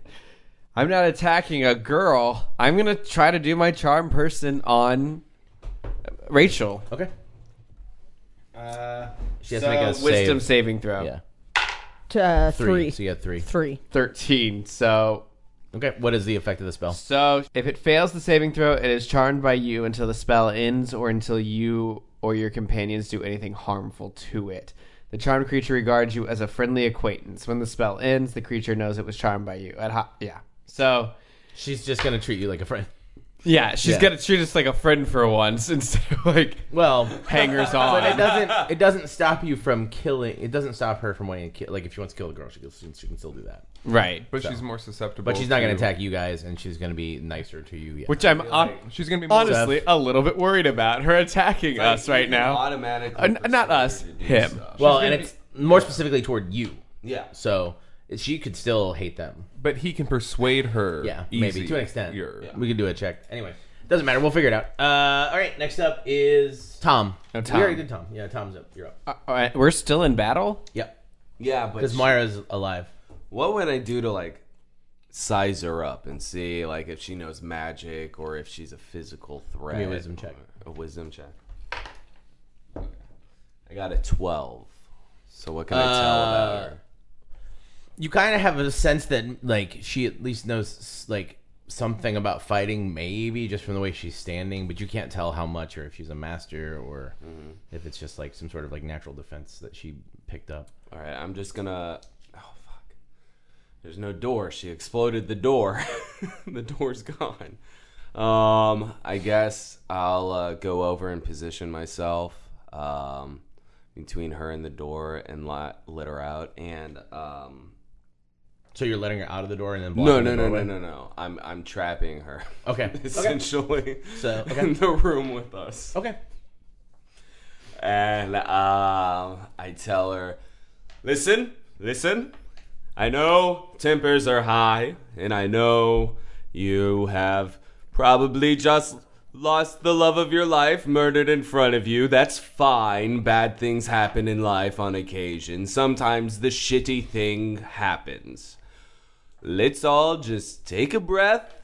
S2: I'm not attacking a girl. I'm gonna try to do my charm person on Rachel.
S1: Okay.
S8: Uh,
S1: She has
S8: so
S1: to make a
S2: Wisdom
S1: save.
S2: saving throw.
S1: Yeah,
S6: Uh,
S1: three.
S6: three.
S1: So you got three.
S6: Three.
S2: Thirteen. So
S1: Okay, what is the effect of the spell?
S2: so if it fails the saving throw, it is charmed by you until the spell ends or until you or your companions do anything harmful to it. The charmed creature regards you as a friendly acquaintance. When the spell ends, the creature knows it was charmed by you. At ha- yeah. So
S1: She's just gonna treat you like a friend.
S2: yeah, she's
S1: Yeah.
S2: gonna treat us like a friend for once instead of like
S1: Well,
S2: hangers on.
S1: But it doesn't. It doesn't stop you from killing. It doesn't stop her from wanting to kill. Like if she wants to kill a girl, she can, she can still do that.
S2: Right.
S7: But she's more susceptible.
S1: But she's not going
S7: to-
S1: to attack you guys, and she's going to be nicer to you. Yeah.
S2: Which I'm hon-
S7: She's gonna be more
S2: honestly a little bit worried about her attacking us
S4: Like,
S2: right
S4: you
S2: now.
S4: Automatically.
S2: Uh, n- not us,
S4: persuaded to do
S2: him.
S4: stuff.
S1: well, and it's more specifically toward you.
S4: Yeah.
S1: So she could still hate them.
S7: But he can persuade her.
S1: Yeah, maybe to an extent.
S7: easier.
S1: We could do a check. Anyway, doesn't matter. We'll figure it out. Uh, all right. Next up is Tom.
S2: No, Oh, Tom.
S1: We already did Tom. Yeah, Tom's up. You're up.
S2: Uh, all right, we're still in battle.
S1: yep.
S4: Yeah, but
S1: Because Myra's alive.
S4: what would I do to like size her up and see like if she knows magic or if she's a physical threat.
S1: me a wisdom check.
S4: A wisdom check. I got a twelve. So what can
S2: Uh,
S4: I tell about her?
S1: you kind of have a sense that like she at least knows like something about fighting maybe just from the way she's standing but you can't tell how much or if she's a master or if it's just like some sort of like natural defense that she picked up
S4: All right, I'm just gonna. Oh fuck! There's no door. She exploded the door. the door's gone. Um, I guess I'll uh, go over and position myself um, between her and the door and let, let her out. And um,
S1: so you're letting her out of the door and then
S4: no,
S1: blocking
S4: no,
S1: the
S4: no, no,
S1: doorway?
S4: no, no. I'm I'm trapping her
S1: okay okay
S4: essentially
S1: so
S4: in
S1: okay
S4: the room with us.
S1: okay
S4: And um, I tell her,
S3: Listen, listen.
S4: I know tempers are high, and I know you have probably just lost the love of your life murdered in front of you. That's fine. Bad things happen in life on occasion. Sometimes the shitty thing happens. Let's all just take a breath,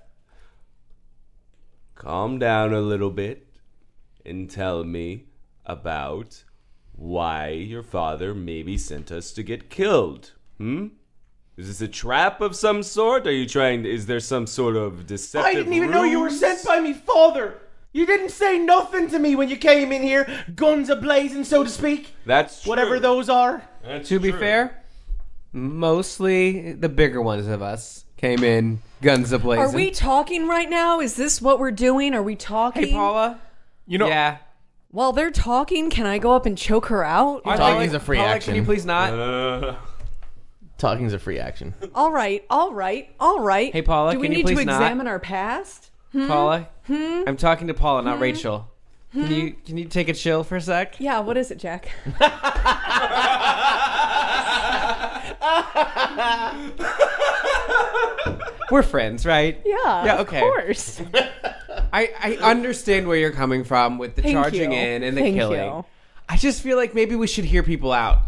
S4: calm down a little bit, and tell me about why your father maybe sent us to get killed. Hmm? Is this a trap of some sort? Are you trying? Is there some sort of deceptive?
S1: i didn't even know you were
S4: ruse?
S1: sent by me father you didn't say nothing to me when you came in here guns ablazing so to speak
S4: That's true.
S1: whatever those are
S2: To be fair, mostly the bigger ones of us came in guns ablazing.
S6: Are we talking right now? Is this what we're doing? Are we talking?
S2: Hey, Paula.
S7: You know,
S2: yeah.
S6: While they're talking, can I go up and choke her out?
S1: Talking's a free
S2: Paula,
S1: action.
S2: Can you please not?
S3: Uh,
S1: talking's a free action
S6: all right, all right, all right.
S2: Hey, Paula,
S6: do we
S2: can you
S6: need to
S2: please not?
S6: examine our past?
S2: Paula.
S6: Hmm?
S2: I'm talking to Paula, not Rachel. Can you can you take a chill for a sec?
S6: Yeah. What is it, Jack?
S2: We're friends, right?
S6: Yeah.
S2: Yeah,
S6: Of
S2: okay.
S6: course.
S2: I, I understand where you're coming from with the
S6: Thank
S2: charging
S6: you.
S2: in and the
S6: Thank
S2: killing.
S6: you.
S2: I just feel like maybe we should hear people out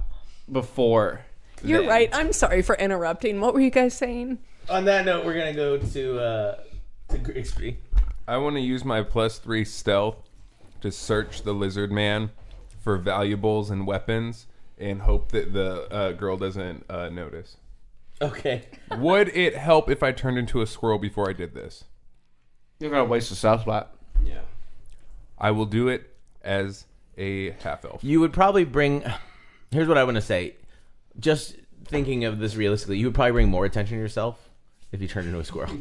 S2: before.
S6: You're
S2: then.
S6: right. I'm sorry for interrupting. What were you guys saying?
S1: on that note we're gonna go to uh to Grixby.
S7: I want to use my plus three stealth to search the lizard man for valuables and weapons, and hope that the uh, girl doesn't uh, notice.
S1: okay
S7: Would it help if I turned into a squirrel before I did this?
S2: You're gonna waste a south spot.
S4: Yeah.
S7: I will do it as a half elf.
S1: you would probably bring here's what i want to say just thinking of this realistically you would probably bring more attention to yourself if you turned into a squirrel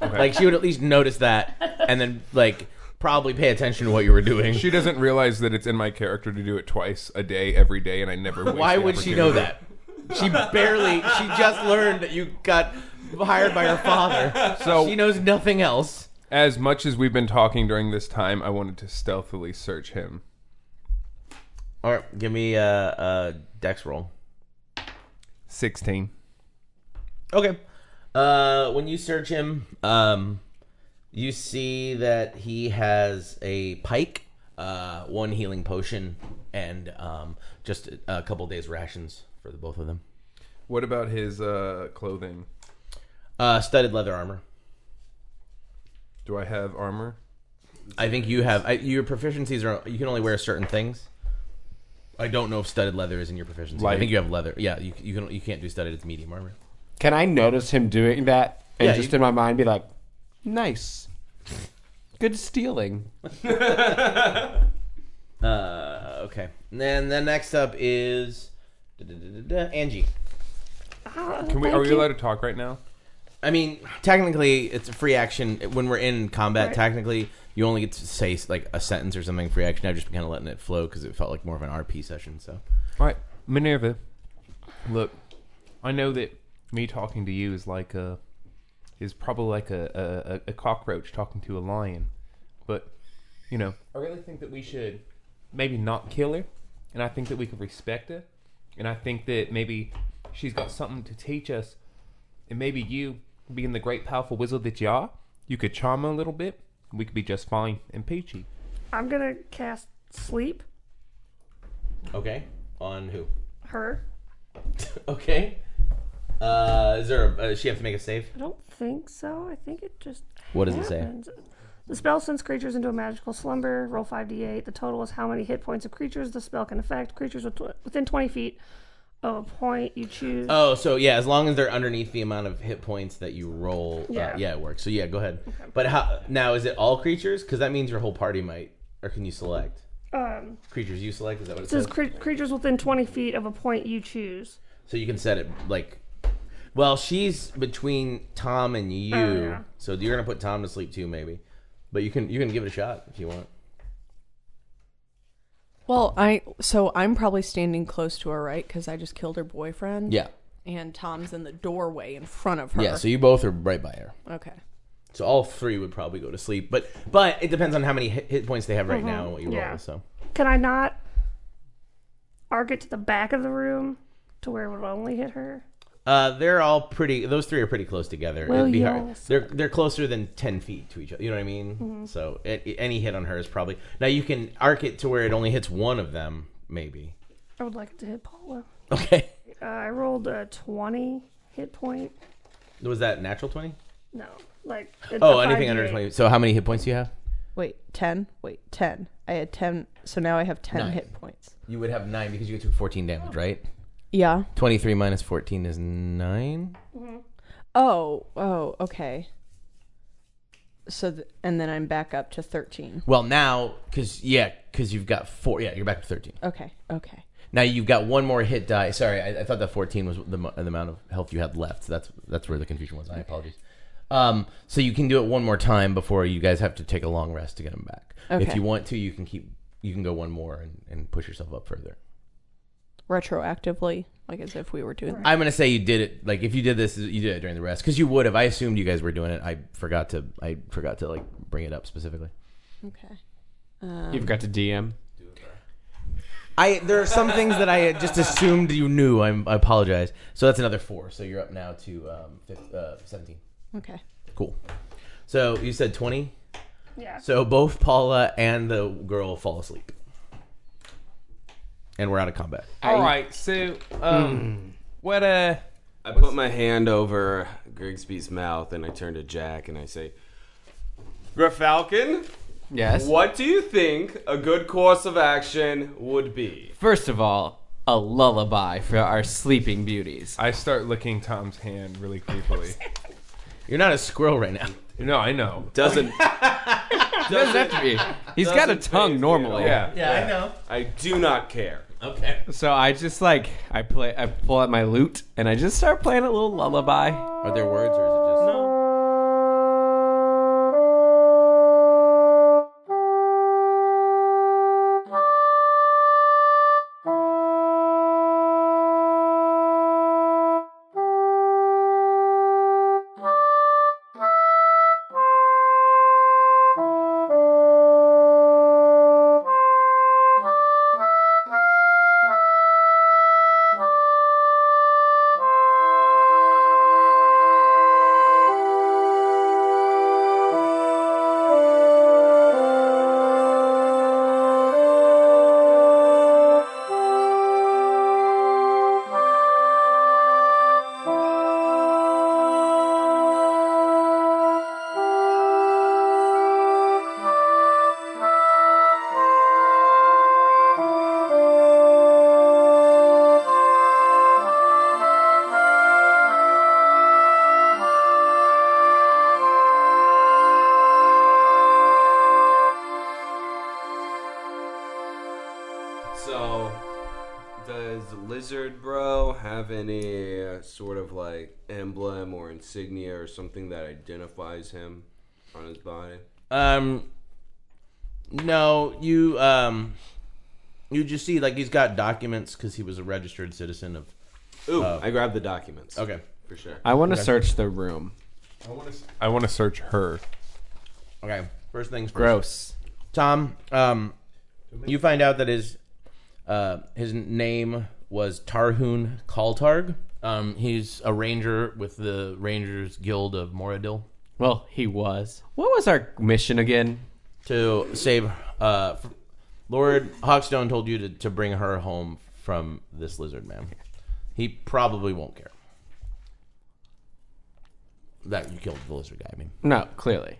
S1: like she would at least notice that and then like probably pay attention to what you were doing
S7: She doesn't realize that it's in my character to do it twice a day, every day, and I never. waste
S1: why
S7: the
S1: would she know
S7: opportunity.
S1: that she barely she just learned that you got hired by her father
S7: So
S1: she knows nothing else
S7: As much as we've been talking during this time, I wanted to stealthily search him.
S1: all right give me a, a dex roll
S7: 16.
S1: Okay. Uh, when you search him, um, you see that he has a pike, uh, one healing potion, and um, just a, a couple days rations for the both of them.
S7: What about his uh, clothing?
S1: Uh, studded leather armor.
S7: Do I have armor?
S1: I think you have I, your proficiencies are you can only wear certain things. I don't know if studded leather is in your proficiency. I
S7: Light.
S1: think you have leather. Yeah, you you can you can't do studded. It's medium armor.
S8: Can I notice him doing that and
S1: Yeah,
S8: just
S1: you-
S8: in my mind be like,
S2: Nice. Good stealing.
S1: Uh, okay. And then the next up is Angie.
S5: Ah,
S7: Can we? Are we allowed to talk right now?
S1: I mean, technically, it's a free action. When we're in combat, technically, you only get to say like a sentence or something free action. I've just been kind of letting it flow because it felt like more of an RP session. So,
S7: All right, Minerva. Look, I know that me talking to you is like a is probably like a a, a cockroach talking to a lion, but you know, I really think that we should maybe not kill her, and I think that we could respect her, and I think that maybe she's got something to teach us, and maybe you, being the great powerful wizard that you are, you could charm her a little bit. and We could be just fine and peachy.
S5: I'm gonna cast sleep.
S1: okay, on who?
S5: Her.
S1: Okay, Uh, is there? A, uh, she have to make a save.
S5: I don't think so. I think it just.
S1: What does it say?
S5: say? The spell sends creatures into a magical slumber. Roll 5d8. The total is how many hit points of creatures the spell can affect. Creatures with tw- within 20 feet of a point you choose.
S1: Oh, so yeah, as long as they're underneath the amount of hit points that you roll, yeah,
S5: Yeah.
S1: uh, yeah it works. So yeah, go ahead. But how now is it all creatures? Because that means your whole party might, or can you select
S5: Um,
S1: creatures you select? Is that what it
S5: it says
S1: says?
S5: cre- creatures within 20 feet of a point you choose.
S1: So you can set it like, well, she's between Tom and you,
S5: Oh, yeah.
S1: so you're gonna put Tom to sleep too, maybe. But you can you can give it a shot if you want.
S6: Well, I so I'm probably standing close to her, right? Because I just killed her boyfriend.
S1: Yeah,
S6: And Tom's in the doorway in front of her.
S1: yeah. So you both are right by her.
S6: okay.
S1: So all three would probably go to sleep, but but it depends on how many hit, hit points they have right now and what you roll.
S5: Mm-hmm. Yeah.
S1: So
S5: Can I not arc it to the back of the room to where it would only hit her?
S1: uh, they're all pretty. Those three are pretty close together.
S5: Well,
S1: It'd be hard.
S5: yes.
S1: They're they're closer than ten feet to each other. You know what I mean?
S5: Mm-hmm.
S1: So a- a- any hit on her is probably now you can arc it to where it only hits one of them, maybe.
S5: I would like it to hit Paula.
S1: Okay.
S5: Uh, I rolled a 20 hit point.
S1: Was that natural twenty?
S5: No, like it's
S1: Oh,
S5: a
S1: anything
S5: 5d8.
S1: under twenty. So how many hit points do you have?
S6: Wait, ten. Wait, ten. I had ten. So now I have ten
S1: Nine.
S6: hit points.
S1: You would have nine because you took fourteen damage, right?
S6: Yeah.
S1: Twenty three minus fourteen is nine.
S6: Oh. Oh. Okay. So th- and then I'm back up to thirteen.
S1: Well, now because yeah, because you've got four. Yeah, you're back to thirteen.
S6: Okay. Okay.
S1: Now you've got one more hit die. Sorry, I, I thought that 14 was the, mo- the amount of health you had left. So that's that's where the confusion was. I apologize. Um, so you can do it one more time before you guys have to take a long rest to get them back. If
S6: Okay.
S1: you want to, you can keep you can go one more and, and push yourself up further.
S6: Retroactively, like as if we were doing.
S1: I'm gonna say you did it. Like if you did this, you did it during the rest because you would have. I assumed you guys were doing it. I forgot to I forgot to like bring it up specifically.
S6: Okay.
S8: You've got to DM.
S1: I there are some things that I just assumed you knew. I'm, I apologize. So that's another four. So you're up now to um, fif- uh, 17.
S6: Okay.
S1: Cool. So you said 20.
S5: Yeah.
S1: So both Paula and the girl fall asleep. And we're out of combat.
S7: All right, so um, what uh,
S4: I put my hand over Grigsby's mouth and I turn to Jack and I say, Grafalcon,
S8: Yes.
S4: what do you think a good course of action would be?
S8: First of all, a lullaby for our sleeping beauties.
S7: I start licking Tom's hand really creepily.
S1: You're not a squirrel right now.
S7: no, I know.
S4: Doesn't
S8: doesn't have to be. He's got a
S4: Doesn't
S8: tongue
S4: faze me
S8: normally.
S4: at
S7: Yeah.
S4: all.
S1: Yeah, I know.
S4: I do not care.
S1: Okay.
S8: So I just like I play I pull out my lute and I just start playing a little lullaby.
S1: Are there words or is it just No.
S4: So, does Lizard Bro have any uh, sort of like emblem or insignia or something that identifies him on his body?
S1: Um No, you um you just see like he's got documents cuz he was a registered citizen of
S4: Ooh, I grabbed the documents.
S1: Oh. Okay.
S4: For sure.
S8: I want to search the room.
S7: I want to. I want to search her.
S1: Okay. First things first.
S8: Gross.
S1: Tom, um, you find out that his uh, his name was Tarhun Kaltarg. Um, he's a ranger with the Rangers Guild of Moradil
S8: Well, he was. What was our mission again?
S1: to save. Uh, f- Lord Hawkstone told you to, to bring her home from this lizard man. He probably won't care. That you killed the lizard guy. I mean,
S8: No, clearly.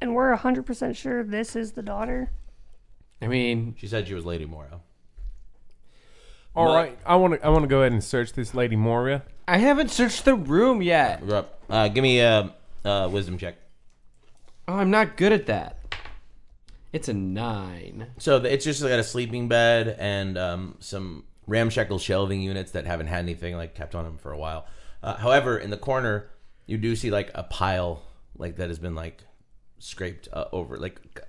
S5: And we're 100% sure this is the daughter.
S8: I mean,
S1: she said she was Lady Morrow.
S7: All right, I want to I want to go ahead and search this Lady Moria.
S8: I haven't searched the room yet.
S1: You're up. Uh, give me a uh, wisdom check.
S8: Oh, I'm not good at that. It's a nine.
S1: So the, it's just got a sleeping bed and um, some ramshackle shelving units that haven't had anything like kept on them for a while. Uh, however, in the corner, you do see like a pile like that has been like scraped uh, over, like c-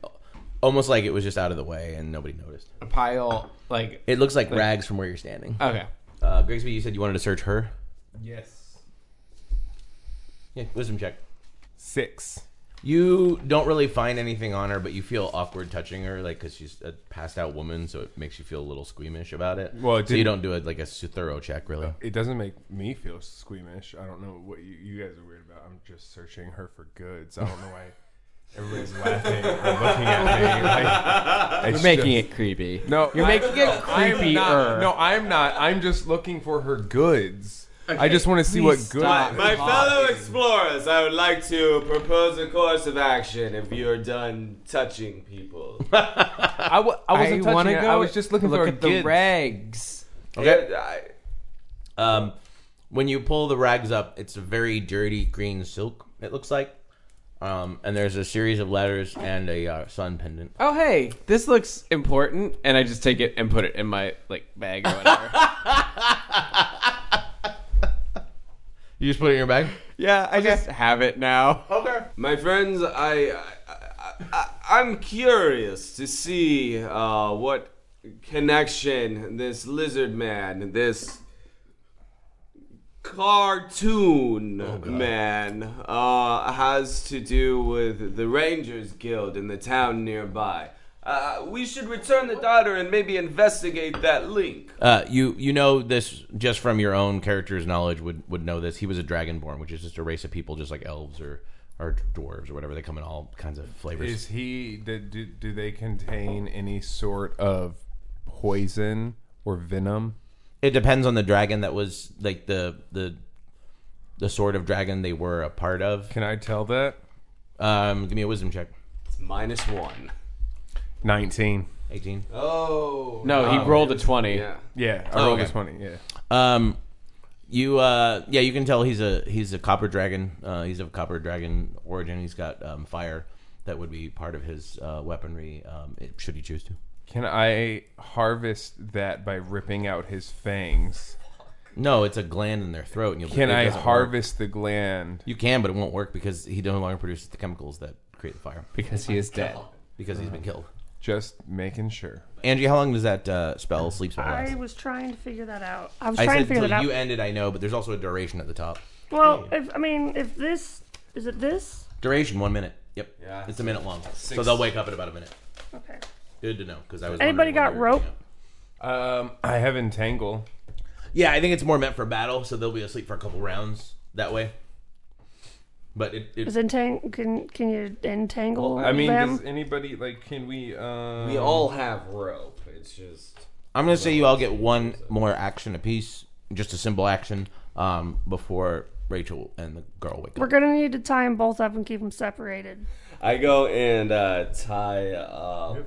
S1: almost like it was just out of the way and nobody noticed.
S8: A pile, like
S1: It looks like rags from where you're standing.
S8: okay.
S1: Uh, Grigsby, you said you wanted to search her.
S7: Yes.
S1: Yeah, wisdom check.
S7: Six.
S1: You don't really find anything on her, but you feel awkward touching her, like because she's a passed out woman, so it makes you feel a little squeamish about it.
S7: Well, it
S1: so you
S7: didn't-
S1: don't do it like a s- thorough check, really.
S7: It doesn't make me feel squeamish. I don't know what you, you guys are weird about. I'm just searching her for goods. I don't know why everybody's laughing or looking at me. Like,
S8: You're making it creepy.
S7: No,
S8: you're
S7: I-
S8: making it
S7: I'm not,
S8: creepier.
S7: no, I'm not. I'm just looking for her goods. I just want to see what
S8: please
S7: goods.
S4: My,
S8: stop.
S4: my fellow explorers, I would like to propose a course of action if you're done touching people.
S7: I, w- I wasn't touching
S8: wanna
S7: it. I was just looking
S8: look
S7: for her
S8: at the
S7: goods.
S8: rags.
S1: Okay.
S4: Yeah, I-
S1: Um, when you pull the rags up, it's a very dirty green silk. It looks like, um, and there's a series of letters and a uh, sun pendant.
S8: Oh hey, this looks important, and I just take it and put it in my like bag or whatever.
S1: You just put it in your bag.
S8: yeah, I just have it now.
S1: Okay.
S4: My friends, I, I, I, I am curious to see uh, what connection this lizard man, this cartoon man, uh, has to do with the Rangers Guild in the town nearby. Uh, we should return the daughter and maybe investigate that link.
S1: Uh, you you know this just from your own character's knowledge would would know this. He was a dragonborn, which is just a race of people, just like elves or or dwarves or whatever. They come in all kinds of flavors.
S7: Is he? Do, do, do they contain any sort of poison or venom?
S1: it depends on the dragon that was like the the the sort of dragon they were a part of.
S7: Can I tell that?
S1: Um, give me a wisdom check.
S4: It's minus one.
S7: Nineteen.
S1: Eighteen.
S4: Oh.
S8: No, he rolled a twenty.
S4: Yeah.
S7: Yeah, I rolled
S1: okay.
S7: a twenty. Yeah.
S1: Um, you, uh, yeah, you can tell he's a he's a copper dragon. Uh, he's of copper dragon origin. He's got um, fire that would be part of his uh, weaponry, um, it, should he choose to.
S7: Can I harvest that by ripping out his fangs?
S1: No, it's a gland in their throat, and you'll.
S7: Can
S1: it
S7: I
S1: doesn't work.
S7: harvest the gland?
S1: You can, but it won't work because he no longer produces the chemicals that create the fire
S8: because he is dead.
S1: because he's been killed.
S7: Just making sure.
S1: Angie, how long does that uh, spell sleep spell last?
S5: I was trying to figure that out. I was
S1: I
S5: trying
S1: said
S5: to figure
S1: until
S5: that out.
S1: you ended, I know, but there's also a duration at the top.
S5: well, if, I mean, if this is it, this
S1: Duration one minute. Yep.
S4: Yeah.
S1: It's a minute long, so they'll wake up in about a minute.
S5: okay.
S1: Good to know because I was.
S5: Anybody
S1: wondering when
S5: got
S1: we were doing
S5: rope?
S1: it.
S7: Um, I have entangle.
S1: Yeah, I think it's more meant for battle, so they'll be asleep for a couple rounds that way. But it, it
S5: Is entang- can can you entangle
S7: I mean,
S5: them?
S7: does anybody like? Can we? Um,
S4: We all have rope. It's just.
S1: I'm gonna say you all get one more action apiece, just a simple action, um, before Rachel and the girl wake
S5: We're
S1: up.
S5: gonna need to tie them both up and keep them separated.
S4: I go and uh, tie up.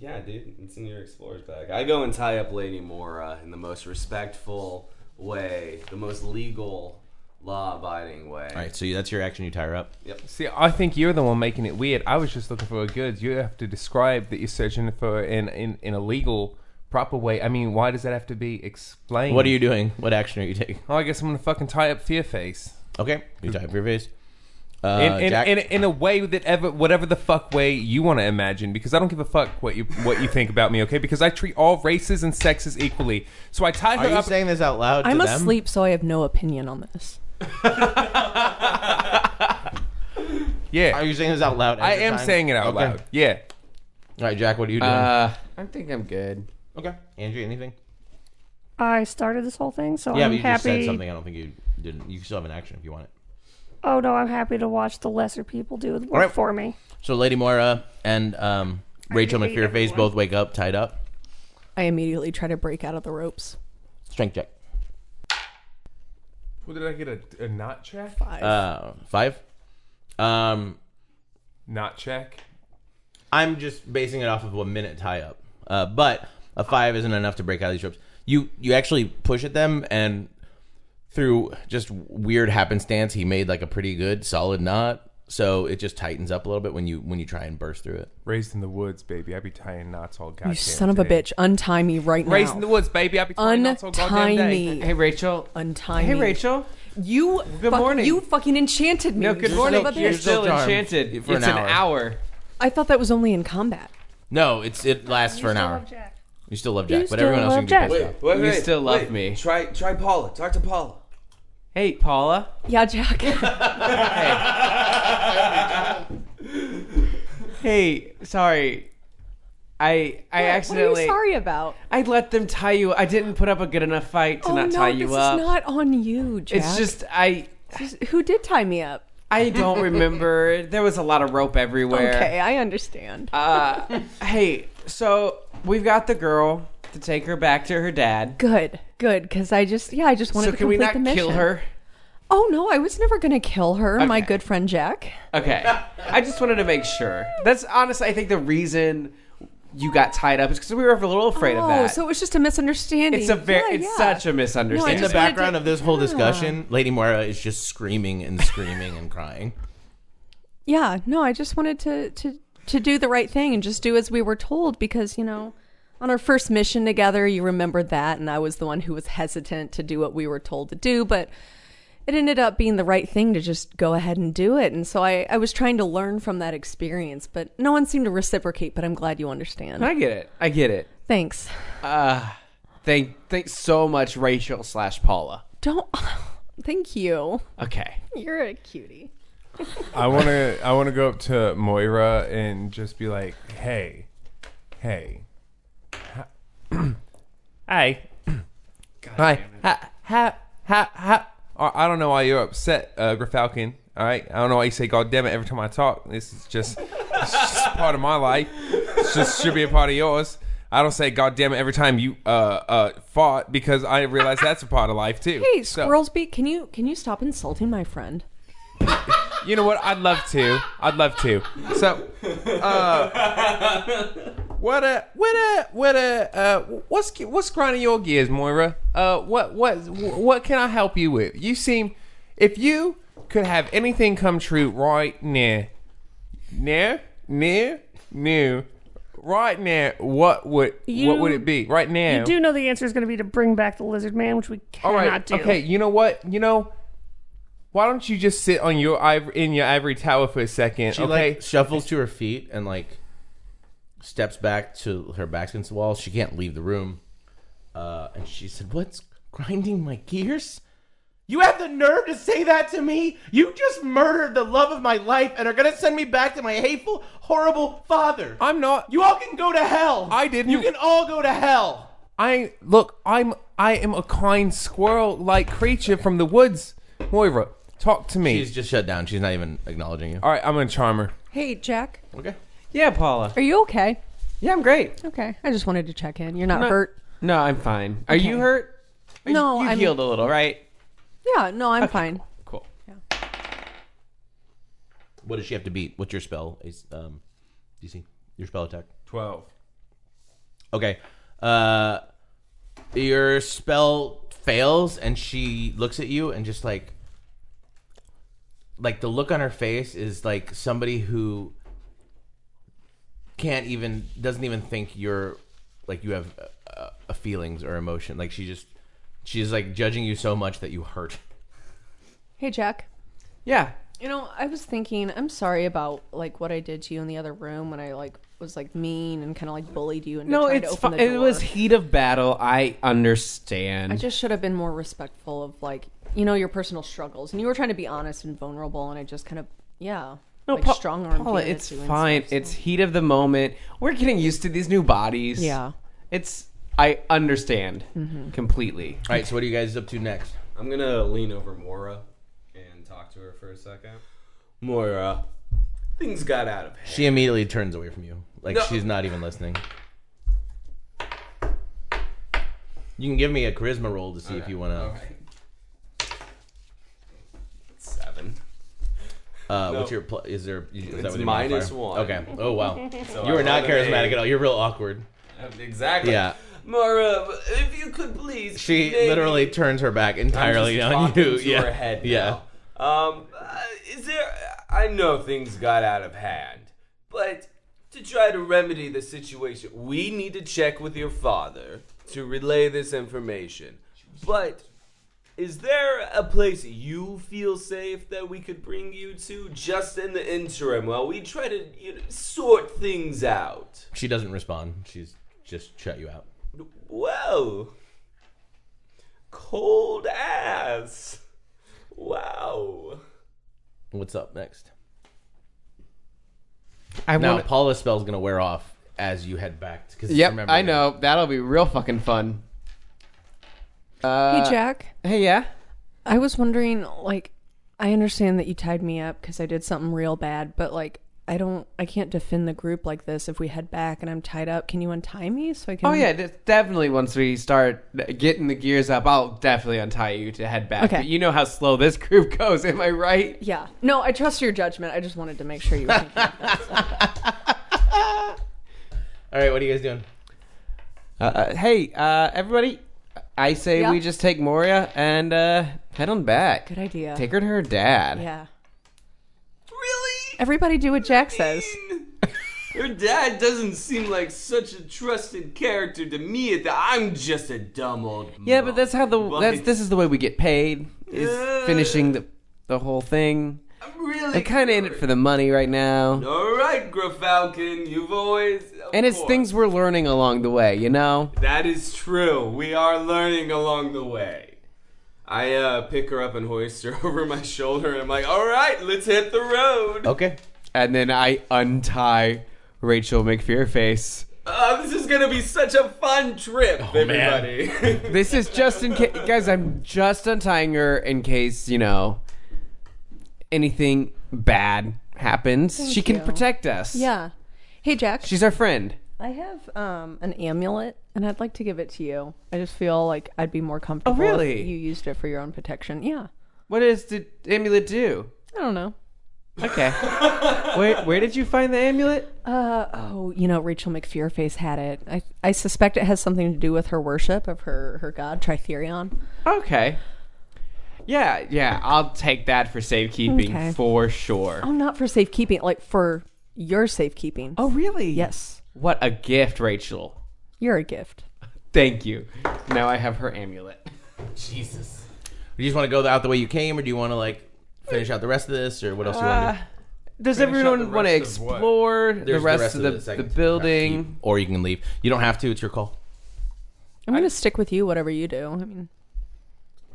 S4: Yeah, dude, it's in your explorer's bag. I go and tie up Lady Mora in the most respectful way, the most legal, law-abiding way.
S1: All right, so that's your action. You tie her up.
S7: See, I think you're the one making it weird. I was just looking for a goods. You have to describe that you're searching for in in, in a legal, proper way. I mean, why does that have to be explained?
S1: What are you doing? What action are you taking?
S7: Oh, I guess I'm gonna fucking tie up Fearface
S1: Okay, you tie up your face. Uh,
S7: in in,
S1: Jack,
S7: in, in a way that ever whatever the fuck way you want to imagine. Because I don't give a fuck what you what you think about me. Okay, because I treat all races and sexes equally. So I tied
S1: are
S7: her
S1: you
S7: up.
S1: saying this out loud?
S6: I'm
S1: to them?
S6: asleep, so I have no opinion on this.
S7: yeah,
S1: Are you saying this out loud? at
S7: I
S1: the
S7: am
S1: time?
S7: saying it out
S1: Okay.
S7: loud. Yeah.
S1: All right, Jack, what are you doing?
S8: Uh, I think I'm good.
S1: okay, Angie, anything?
S5: I started this whole thing, so
S1: Yeah,
S5: I'm
S1: but you
S5: happy.
S1: just said something. I don't think you didn't. You still have an action if you want it.
S5: Oh no, I'm happy to watch the lesser people do the work
S1: right.
S5: for me.
S1: So Lady Moira and um, Rachel
S5: hate
S1: McFearface
S5: everyone.
S1: both wake up tied up.
S6: I immediately try to break out of the ropes.
S1: Strength check.
S7: What did I get? A, a not check?
S6: Five.
S1: Uh, five. Um,
S7: Not check.
S1: I'm just basing it off of a minute tie up. Uh, but a five isn't enough to break out of these ropes. You you actually push at them, and through just weird happenstance, he made like a pretty good solid knot. So it just tightens up a little bit when you when you try and burst through it.
S7: Raised in the woods, baby. I be tying knots all goddamn
S6: you son of a
S7: day.
S6: bitch. Untie me right now.
S7: Raised in the woods, baby. I be tying knots all goddamn
S6: Untie
S7: day.
S6: me.
S2: Hey, Rachel.
S6: Untie
S2: Hey,
S6: me.
S2: Rachel.
S6: You
S2: Good
S6: fuck-
S2: morning.
S6: You fucking enchanted me.
S2: No,
S6: you
S2: good
S6: son
S2: morning.
S6: of a
S2: You're
S6: bitch.
S2: still
S1: Still charmed
S2: enchanted.
S1: for an
S2: it's an hour.
S6: I thought that was only in combat.
S1: No, it's it lasts for an hour.
S5: Love Jack.
S1: You still love Jack,
S5: You
S1: but
S5: still
S1: everyone else you can
S5: love
S1: get
S5: Jack.
S1: pissed
S4: Wait,
S1: off.
S4: wait,
S2: You
S4: wait,
S2: still love
S4: wait.
S2: me.
S4: Try, try Paula. Talk to Paula.
S2: Hey, Paula.
S6: Yeah, Jack.
S2: Hey, sorry. I I
S6: What are
S2: accidentally
S6: you sorry about?
S2: I let them tie you. I didn't put up a good enough fight to
S6: oh
S2: not
S6: no,
S2: tie
S6: this
S2: you
S6: is
S2: up.
S6: not on you, Jack.
S2: it's just I
S6: This is- who did tie me up?
S2: I don't remember. There was a lot of rope everywhere.
S6: Okay, I understand.
S2: Uh, hey, so we've got the girl to take her back to her dad.
S6: good, good, because I just yeah, I just wanted
S2: So
S6: to
S2: can we
S6: complete
S2: not
S6: the mission.
S2: kill her?
S6: Oh no, I was never gonna kill her, my
S2: Okay.
S6: good friend Jack.
S2: Okay. I just wanted to make sure. That's honestly, I think the reason you got tied up is because we were a little afraid
S6: oh,
S2: of that.
S6: so it was just a misunderstanding.
S2: it's a very,
S6: Yeah,
S2: it's
S6: yeah.
S2: such a
S1: In
S2: misunderstanding.
S1: the
S6: just wanted
S1: background
S6: to-
S1: of this whole discussion, Lady Moira is just screaming and screaming and crying.
S6: Yeah, no, I just wanted to to to do the right thing and just do as we were told because you know. On our first mission together, you remember that, and I was the one who was hesitant to do what we were told to do, but it ended up being the right thing to just go ahead and do it. And so I, I was trying to learn from that experience, but no one seemed to reciprocate, but I'm glad you understand.
S2: I get it. I get it.
S6: Thanks.
S2: Uh, Thank, thanks so much, Rachel slash Paula.
S6: Don't. Thank you.
S2: Okay.
S6: You're a cutie.
S7: I want to I want to go up to Moira and just be like, "Hey. Hey. Hi. Hi. Ha, ha, ha, ha. I- I don't know why you're upset, uh, Grafalkin. All right, I don't know why you say "God damn it" every time I talk. This is just, it's just part of my life. It's just should be a part of yours. I don't say "God damn it" every time you uh, uh, fought because I realize that's a part of life too.
S6: Hey,
S7: So-
S6: squirrels beak, can you can you stop insulting my friend?
S7: You know what? I'd love to. I'd love to. So, uh, what uh what uh what uh uh, what's what's grinding your gears, Moira? Uh, what what what can I help you with? You seem, if you could have anything come true right now, now, now, now, right now, what would what would
S5: You-
S7: it be? Right now,
S5: You do know the answer is going to be to bring back the lizard man, which we
S7: all
S5: cannot
S7: right.
S5: do.
S7: Okay. You know what? You know. Why don't you just sit on your ivory, in your ivory tower for a second?
S1: She
S7: okay.
S1: like shuffles to her feet and like steps back to her back against the wall. She can't leave the room. Uh, and she said, "What's grinding my gears? You have the nerve to say that to me? You just murdered the love of my life and are gonna send me back to my hateful, horrible father.
S7: I'm not.
S1: you all can go to hell.
S7: I didn't-
S1: You can all go to hell."
S7: I look. I'm. I am a kind squirrel-like creature from the woods. Moira, talk to me.
S1: She's just shut down. She's not even acknowledging you.
S7: All right. I'm gonna charm her.
S6: Hey, Jack,
S1: Okay.
S2: Yeah, Paula.
S6: are you okay?
S2: Yeah, I'm great.
S6: Okay, I just wanted to check in. You're not
S2: not-
S6: hurt.
S2: No, I'm fine. Are you hurt? Are you-
S6: No,
S2: you
S6: I'm-
S2: healed a little, right?
S6: Yeah, no, I'm fine.
S2: Cool.
S1: What does she have to beat? What's your spell? Is um, DC your spell attack?
S7: Twelve.
S1: Okay. Uh your spell fails and she looks at you and just like like the look on her face is like somebody who can't even doesn't even think you're like you have uh, uh, feelings or emotion. Like she just she's like judging you so much that you hurt.
S6: Hey, Jack.
S2: Yeah.
S6: You know, I was thinking, I'm sorry about like what I did to you in the other room when I like was like mean and kind of like bullied you and
S2: No,
S6: tried
S2: it's
S6: to open
S2: fine.
S6: the
S2: It
S6: door.
S2: was heat of battle. I understand.
S6: I just should have been more respectful of like you know your personal struggles, and you were trying to be honest and vulnerable, and I just kind of yeah,
S2: no,
S6: like
S2: Pa-
S6: strong arm.
S2: Paula, it's fine. It's heat of the moment. We're getting used to these new bodies.
S6: Yeah. Mm-hmm.
S2: It's. I understand completely.
S1: All right, so what are you guys up to next?
S4: I'm gonna lean over Moira and talk to her for a second. Moira, things got out of hand.
S1: She immediately turns away from you. Like
S4: No.
S1: she's not even listening. You can give me a charisma roll to see if you want to. Uh, What's your pl- is there? Is that
S4: It's
S1: what your
S4: minus
S1: modifier-
S4: one.
S1: Okay. Oh wow,
S4: So
S1: you
S4: I
S1: are not
S4: rolled an
S1: charismatic
S4: eight.
S1: at all. You're real awkward.
S4: Exactly.
S1: Yeah.
S4: Mara, if you could please.
S1: She
S4: maybe-
S1: literally turns her back
S4: I'm just
S1: entirely on
S4: talking
S1: you.
S4: To
S1: yeah.
S4: Her head
S1: yeah.
S4: now. Um, uh, is there? I know things got out of hand, but to try to remedy the situation, we need to check with your father to relay this information. But is there a place you feel safe that we could bring you to just in the interim while we try to you know, sort things out?
S1: She doesn't respond. She's just shut you out.
S4: Well, cold ass. Wow.
S1: What's up next?
S8: I
S1: Now
S8: want.
S1: Paula's spell's gonna wear off as you head back. 'cause
S2: Yep,
S1: remember-
S2: I know. That'll be real fucking fun. Uh,
S6: hey, Jack.
S2: Hey, yeah.
S6: I was wondering, like, I understand that you tied me up because I did something real bad, but like, I don't, I can't defend the group like this if we head back and I'm tied up. Can you untie me so I can?
S2: Oh yeah, de- definitely. Once we start getting the gears up, I'll definitely untie you to head back.
S6: Okay.
S2: But you know how slow this group goes. Am I right?
S6: Yeah. No, I trust your judgment. I just wanted to make sure you. Were thinking.
S1: All right, what are you guys doing?
S2: Uh, Uh, hey, uh, everybody! I say
S6: Yeah.
S2: we just take Moria and uh, head on back.
S6: Good idea.
S2: Take her to her dad.
S6: yeah.
S4: Really?
S6: Everybody do what Jack says.
S4: Your dad doesn't seem like such a trusted character to me. At the, I'm just a dumb old.
S2: Yeah, but that's how the
S4: Right.
S2: that's this is the way we get paid. Is
S4: Yeah.
S2: finishing the the whole thing.
S4: I'm really.
S2: I'm kind of in it for the money right now.
S4: All right, Grafalcon, you've always. of
S2: And it's
S4: course.
S2: things we're learning along the way, you know?
S4: That is true. We are learning along the way. I uh, pick her up and hoist her over my shoulder, and I'm like, "All right, let's hit the road."
S1: Okay.
S2: And then I untie Rachel McFearface.
S4: Uh, this is gonna be such a fun trip,
S1: Oh,
S4: everybody.
S2: This is just in case, guys, I'm just untying her in case, you know, anything bad happens. she can
S6: you.
S2: protect us.
S6: Yeah. Hey, Jack.
S2: She's our friend.
S6: I have um, an amulet, and I'd like to give it to you. I just feel like I'd be more comfortable. if
S2: Oh, really?
S6: you used it for your own protection. Yeah.
S2: What does the amulet do?
S6: I don't know.
S2: Okay. where, where did you find the amulet?
S6: Uh, oh, you know, Rachel McFearface had it. I, I suspect it has something to do with her worship of her, her god, Tritherion.
S2: Okay. Yeah, yeah, I'll take that for safekeeping
S6: Okay.
S2: for sure.
S6: Oh, not for safekeeping, like for your safekeeping.
S2: Oh, really?
S6: yes.
S2: What a gift, Rachel.
S6: You're a gift.
S2: Thank you. Now I have her amulet.
S1: Jesus. Do you just want to go out the way you came, or do you want to like finish out the rest of this, or what else you want to do?
S2: Does
S3: Finish out
S2: everyone
S3: the
S2: want to
S3: rest of what?
S2: explore the
S1: There's
S2: Uh, rest, of the, the,
S1: second round.
S2: building?
S1: You- or you can leave. You don't have to. It's your call.
S6: I'm going to stick with you, whatever you do. I mean,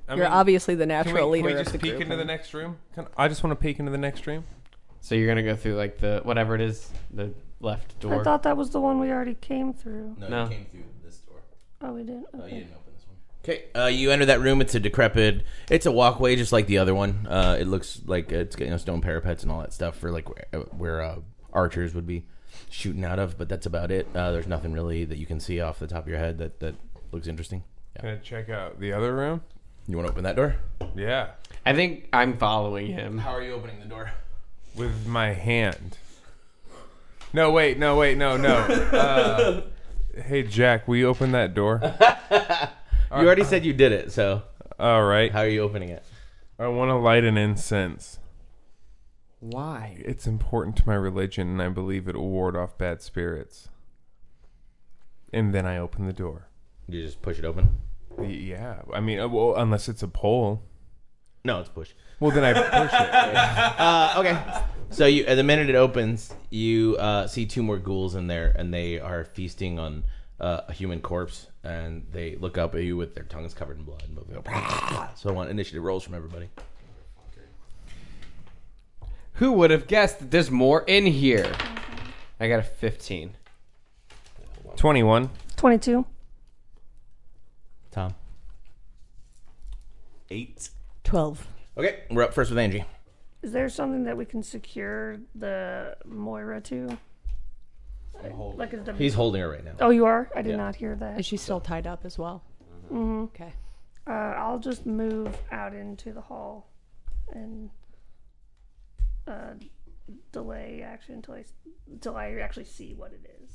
S7: I
S6: you're
S7: mean,
S6: obviously the
S7: Can
S6: natural
S7: we,
S6: leader
S7: can we just
S6: of the
S7: peek
S6: group.
S7: into the next room? Can, I just want to peek into the next room.
S2: So you're gonna go through like the whatever it is, the left door.
S5: I thought that was the one we already came through.
S2: No.
S1: came through this door.
S5: Oh, we didn't. Okay.
S1: didn't open this one. Okay, uh, you enter that room. It's a decrepit. It's a walkway, just like the other one. Uh, it looks like it's got you know, stone parapets and all that stuff for like where, where uh, archers would be shooting out of. But that's about it. Uh, there's nothing really that you can see off the top of your head that that looks interesting. Yeah.
S7: Gonna check out the other room.
S1: You want to open that door?
S7: Yeah,
S2: I think I'm following him.
S1: How are you opening the door?
S7: with my hand. No, wait, no, wait, no, no. Uh, hey, Jack, will you open that door?
S1: You already said you did it, so
S7: All right.
S1: how are you opening it?
S7: I want to light an incense.
S2: Why?
S7: It's important to my religion, and I believe it will ward off bad spirits. And then I open the door.
S1: You just push it open.
S7: Y- Yeah, I mean, uh, well, unless it's a pole.
S1: No, it's push.
S7: Well, then I push it.
S1: Uh, okay. So you, at the minute it opens, you uh, see two more ghouls in there, and they are feasting on uh, a human corpse, and they look up at you with their tongues covered in blood. And they go, "Brah!" so I want initiative rolls from everybody.
S2: Who would have guessed that there's more in here? I got a 15.
S7: 21.
S5: 22.
S1: Tom.
S4: Eight.
S6: 12.
S1: Okay, we're up first with Angie.
S5: Is there something that we can secure the Moira to? Like, is the...
S1: He's holding her right now.
S5: Oh, you are? I did not hear that.
S6: Is she still tied up as well? Mm-hmm. Okay.
S5: Uh, I'll just move out into the hall and uh, uh, delay action until I s- until I actually see what it is.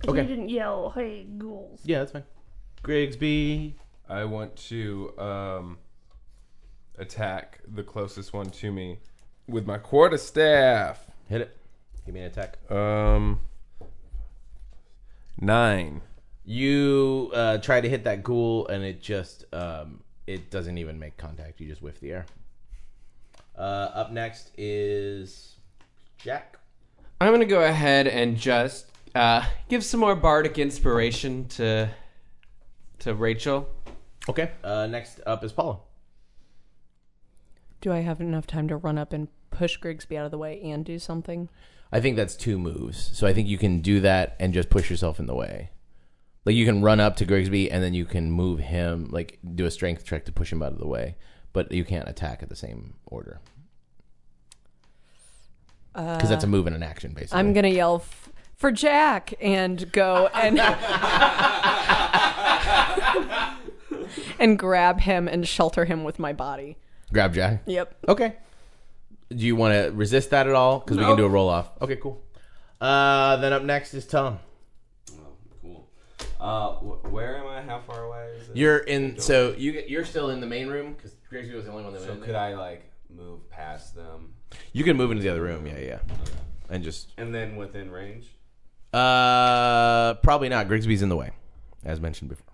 S5: 'Cause
S8: Okay.
S5: You didn't yell, "Hey ghouls!"
S1: Yeah, that's fine. Grigsby.
S7: I want to um, attack the closest one to me with my quarter staff.
S1: Hit it. Give me an attack.
S7: Um, nine.
S1: You uh, try to hit that ghoul, and it just um, it doesn't even make contact. You just whiff the air. Uh, up next is Jack.
S8: I'm gonna go ahead and just uh, give some more bardic inspiration to to Rachel.
S1: Okay. Uh, next up is Paula.
S6: Do I have enough time to run up and push Grigsby out of the way and do something?
S1: I think that's two moves. So I think you can do that and just push yourself in the way. Like you can run up to Grigsby and then you can move him, like do a strength check to push him out of the way, but you can't attack at the same order because that's a move and an action, basically.
S6: Uh, I'm gonna yell f- for Jack and go and and grab him and shelter him with my body.
S1: grab Jack.
S6: Yep.
S1: Okay. Do you want to resist that at all? Because we can do a roll off. Okay, cool. Uh, then up next is Tom.
S4: Oh, Cool. Uh, wh- where am I? How far away is it?
S1: You're in, so you get, you're still in the main room because Grigsby was the only one that was
S4: So
S1: in
S4: could
S1: there.
S4: I like move past them
S1: You can move into the other room. Yeah, yeah. And just
S4: and then within range?
S1: Uh, probably not. Grigsby's in the way, as mentioned before.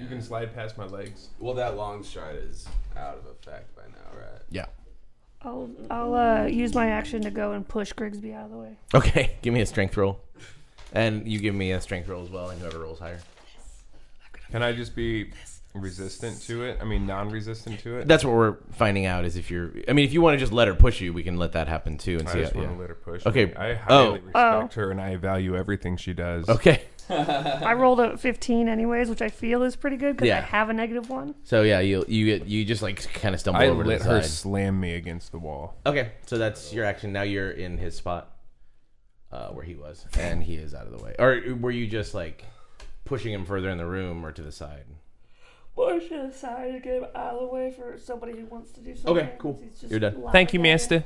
S7: You can slide past my legs.
S4: Well, that long stride is out of effect by now, right?
S1: Yeah.
S5: I'll I'll uh, use my action to go and push Grigsby out of the way.
S1: Okay. Give me a strength roll, and you give me a strength roll as well, and whoever rolls higher.
S7: Can I just be resistant to it? I mean, non-resistant to it.
S1: That's what we're finding out is if you're. I mean, if you want to just let her push you, we can let that happen too, and
S7: I
S1: see.
S7: just
S1: how-
S7: want
S1: yeah.
S7: to let her push.
S1: Okay.
S7: me. I
S1: Oh.
S7: highly
S5: Oh.
S7: respect her and I value everything she does.
S1: Okay.
S5: I rolled a 15 anyways, which I feel is pretty good because
S1: Uh-huh. Yeah.
S5: I have a negative one.
S1: So yeah, you you get you just like kind of stumble
S7: I
S1: over
S7: let
S1: to the
S7: her
S1: side.
S7: slam me against the wall.
S1: okay. So that's your action. Now you're in his spot, uh, where he was, and he is out of the way. Or were you just like pushing him further in the room or to the side?
S5: Push it aside to get out of the way for somebody who wants to do something.
S1: Okay, cool. You're done.
S2: Thank you, Master.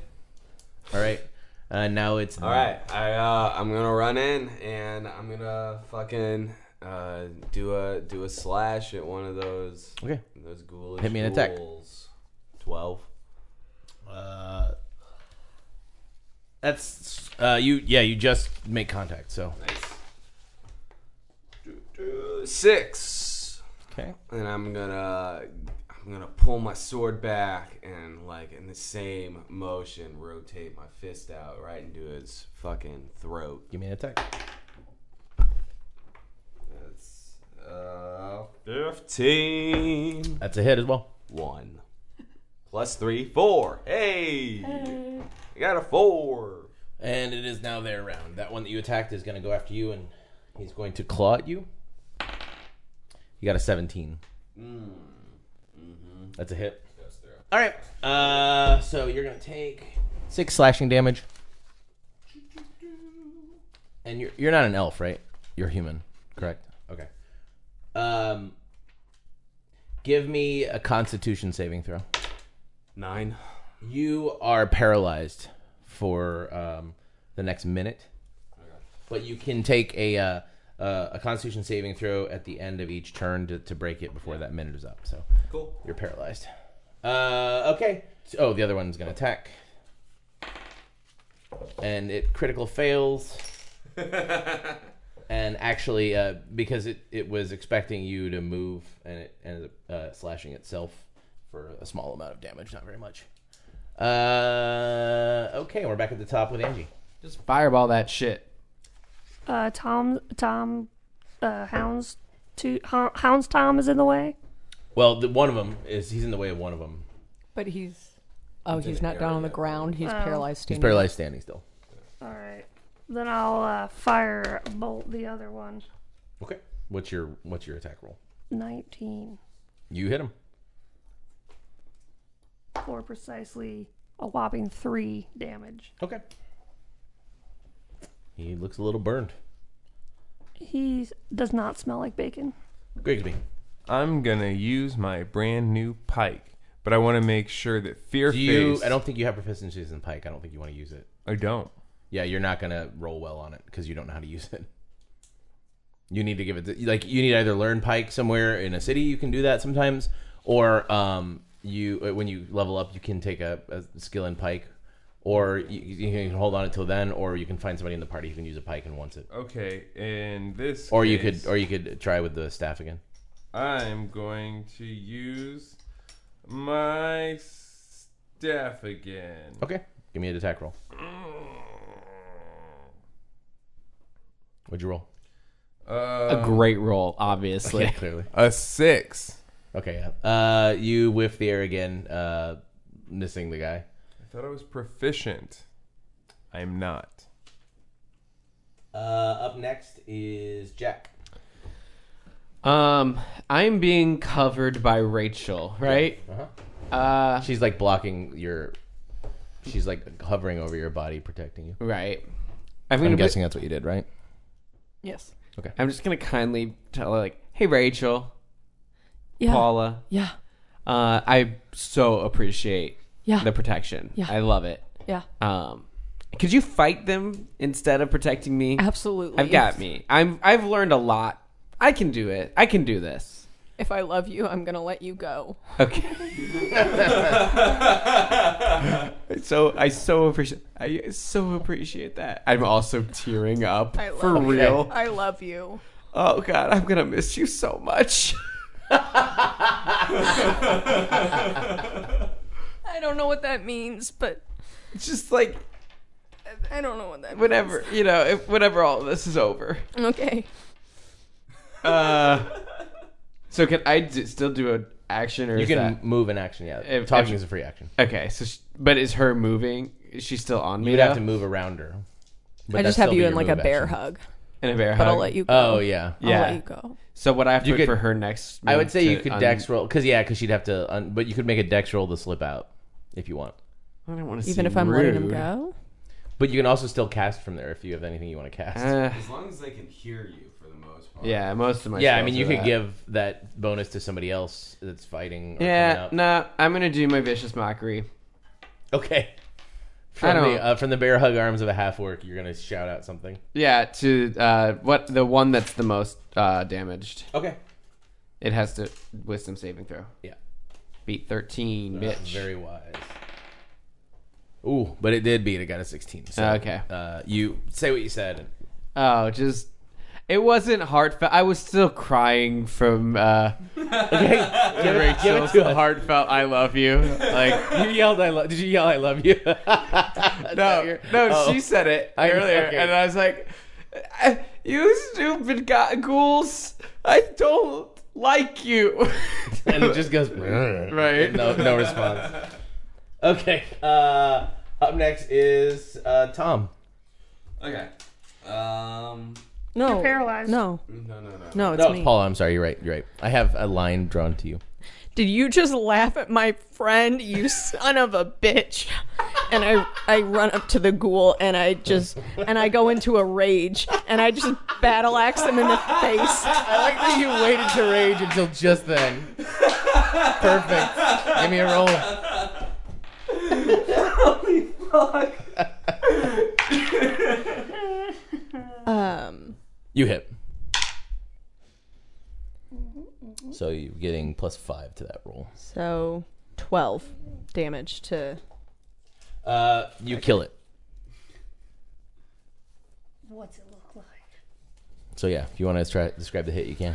S1: All right. Uh, now it's
S4: All right, I uh, I'm gonna run in and I'm gonna fucking uh, do a do a slash at one of those
S1: Okay.
S4: those ghoulish
S1: Hit me an attack.
S4: ghouls. Twelve.
S1: Uh, that's uh, you. Yeah, you just make contact. So
S4: Six.
S1: okay,
S4: And I'm gonna I'm gonna pull my sword back and like in the same motion rotate my fist out right into his fucking throat.
S1: give me an attack.
S4: That's uh, fifteen.
S1: That's a hit as well.
S4: One. Plus three, four. Hey! I got a four.
S1: And it is now their round. That one that you attacked is going to go after you, and he's going to claw at you. You got a seventeen. That's a hit. All right. Uh, so you're going to take six slashing damage. And you're you're not an elf, right? You're human, correct? Okay. Um, give me a Constitution saving throw.
S4: Nine.
S1: You are paralyzed for um, the next minute, but you can take a uh, uh, a Constitution saving throw at the end of each turn to, to break it before that minute is up. So
S4: Cool.
S1: you're paralyzed. Uh, okay. So, oh, the other one's gonna attack, and it critical fails. and actually, uh, because it, it was expecting you to move, and it ended up uh, slashing itself for a small amount of damage, not very much. Uh, okay, we're back at the top with Angie.
S8: Just fireball that shit.
S5: Uh, Tom, Tom, uh, Hounds, to, Hou- Hounds Tom is in the way.
S1: Well, the, one of them is he's in the way of one of them.
S6: But he's oh, he's not down on the ground. He's paralyzed.
S1: He's paralyzed, standing still.
S5: All right. Then I'll uh, fire bolt the other one.
S1: Okay, what's your what's your attack roll?
S5: 19.
S1: You hit him.
S5: For precisely a whopping three damage.
S1: Okay. He looks a little burned.
S5: He does not smell like bacon.
S1: Grigsby.
S7: I'm gonna use my brand new pike, but I want to make sure that fear
S1: Do you?
S7: face.
S1: I don't think you have proficiencies in pike. I don't think you want to use it.
S7: I don't.
S1: Yeah, you're not gonna roll well on it because you don't know how to use it. You need to give it to, like you need to either learn pike somewhere in a city. You can do that sometimes, or um, you when you level up, you can take a, a skill in pike, or you, you can hold on until then, or you can find somebody in the party who can use a pike and wants it,
S7: Okay, and this.
S1: or you
S7: case,
S1: could or you could try with the staff again.
S7: I'm going to use my staff again.
S1: Okay, give me an attack roll. What'd you roll?
S7: Uh,
S2: A great roll, obviously.
S1: Yeah, clearly.
S7: a six.
S1: Okay. Yeah. Uh, you whiff the air again, uh, missing the guy.
S7: I thought I was proficient. I'm not.
S1: Uh, up next is Jack.
S2: Um, I'm being covered by Rachel, right? Uh,
S1: She's like blocking your. She's like hovering over your body, protecting you.
S2: right. I'm
S1: I'm
S2: gonna. be-
S1: guessing that's what you did, right?
S6: Yes.
S2: I'm just gonna kindly tell her, like, "Hey, Rachel,
S6: Yeah.
S2: Paula,
S6: Yeah.
S2: uh, I so appreciate
S6: Yeah.
S2: the protection.
S6: Yeah.
S2: I love it.
S6: yeah.
S2: Um, could you fight them instead of protecting me?
S6: Absolutely.
S2: I've got me. I'm. I've learned a lot. I can do it. I can do this.
S6: If I love you, I'm gonna let you go.
S2: Okay. so I so appreciate. I so appreciate that. I'm also tearing up
S6: I love
S2: for
S6: you.
S2: real.
S6: I love you.
S2: Oh God, I'm gonna miss you so much.
S6: I don't know what that means, but
S2: Just like
S6: I don't know what that
S2: whenever you know, if, whenever all of this is over.
S6: means. Okay.
S2: Uh, so can I d- still do an action or
S1: You
S2: is
S1: can
S2: that-
S1: move an action. Yeah,
S2: If-
S1: talking
S2: if-
S1: is a free action.
S2: Okay, so sh but is her moving? Is she still on me?
S1: You'd
S2: now?
S1: have to move around her. But
S6: I
S1: that'd
S6: just have
S1: still be
S6: you
S1: your
S6: in like a
S1: move
S6: bear
S1: action.
S6: hug,
S2: in a bear
S6: but I'll
S2: hug?
S6: let you go.
S1: Oh yeah.
S6: I'll
S2: Yeah.
S6: let you go.
S2: So what I have to
S1: You
S2: wait
S1: could-
S2: for her next?
S1: I
S2: move
S1: would say you
S2: to
S1: could
S2: un-
S1: dex roll because yeah, because she'd have to. Un- but you could make a dex roll to slip out if you want.
S2: I don't want to
S6: Even if I'm letting him go.
S1: But you can also still cast from there if you have anything you want to cast.
S2: Uh,
S4: As long as they can hear you for the most part.
S2: yeah, most of my.
S1: yeah, I
S2: spells
S1: mean, you
S2: are
S1: could
S2: that.
S1: give that bonus to somebody else that's fighting. Or
S2: Yeah,
S1: coming up.
S2: no, I'm gonna do my vicious mockery.
S1: Okay. From
S2: don't-
S1: the uh, from the bear hug arms of a half orc, you're gonna shout out something.
S2: Yeah, to uh, what the one that's the most uh, damaged.
S1: Okay.
S2: It has to wisdom saving throw.
S1: Yeah.
S2: Beat thirteen, bitch.
S1: Very wise. Ooh, but it did beat. It got a 16. So,
S2: Okay.
S1: Uh, you say what you said.
S2: Oh, just it wasn't heartfelt. I was still crying from uh,
S1: Give it, give it to
S2: the
S1: us.
S2: heartfelt "I love you." Like
S1: You yelled, "I love." Did you yell, "I love you"?
S2: no, no,
S1: Oh.
S2: she said it
S1: I-
S2: earlier,
S1: okay.
S2: and I was like, "I- "You stupid go- ghouls! I don't like you."
S1: and it just goes.
S2: right?
S1: No, no response. Okay. Uh, up next is uh, Tom.
S4: Okay. Um.
S6: No.
S5: You're paralyzed.
S6: No.
S4: No, no, no.
S6: No, it's
S1: No,
S6: me.
S1: it's Paula. Oh, I'm sorry. You're right. You're right. I have a line drawn to you.
S6: Did you just laugh at my friend, you son of a bitch? And I I run up to the ghoul and I just and I go into a rage and I just battle axe him in the face.
S1: I like that you waited to rage until just then. Perfect. Give me a roll.
S6: Um
S1: You hit. So you're getting plus five to that roll.
S6: so 12 damage to
S1: Uh, you kill it.
S5: What's it look like?
S1: So yeah, if you want to try, describe the hit, you can.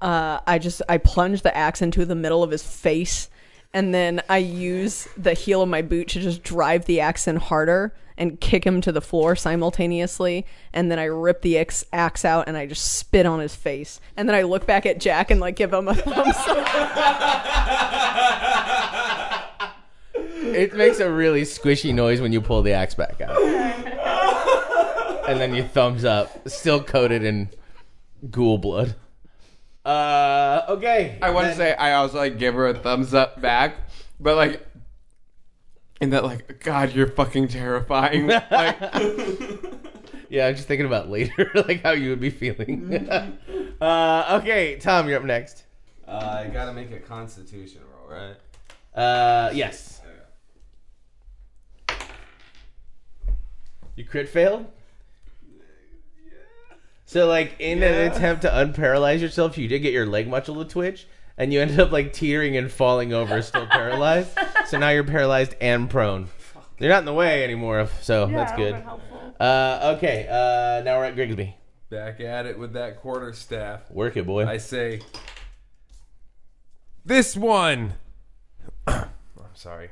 S6: uh, I just I plunge the axe into the middle of his face, and then I use the heel of my boot to just drive the axe in harder and kick him to the floor simultaneously. And then I rip the axe axe out and I just spit on his face. And then I look back at Jack and like give him a thumbs up.
S1: It makes a really squishy noise when you pull the axe back out, and then you thumbs up, still coated in ghoul blood. Uh, okay.
S2: I want to say I also like give her a thumbs up back, but like, in that like, God, you're fucking terrifying. Like,
S1: Yeah, I'm just thinking about later, like how you would be feeling. uh, Mm-hmm. okay, Tom, you're up next.
S4: Uh, I gotta make a Constitution roll, right?
S1: Uh, yes. You crit fail. So like in an attempt to unparalyze yourself, you did get your leg muscle to twitch, and you ended up like teetering and falling over, still paralyzed. So now you're paralyzed and prone. You're not in the way anymore, so that's
S5: would've
S1: good.
S5: been helpful.
S1: Uh, okay, uh, now we're at Grigsby.
S7: Back at it with that quarter staff.
S1: Work it, boy.
S7: I say, this one. I'm sorry.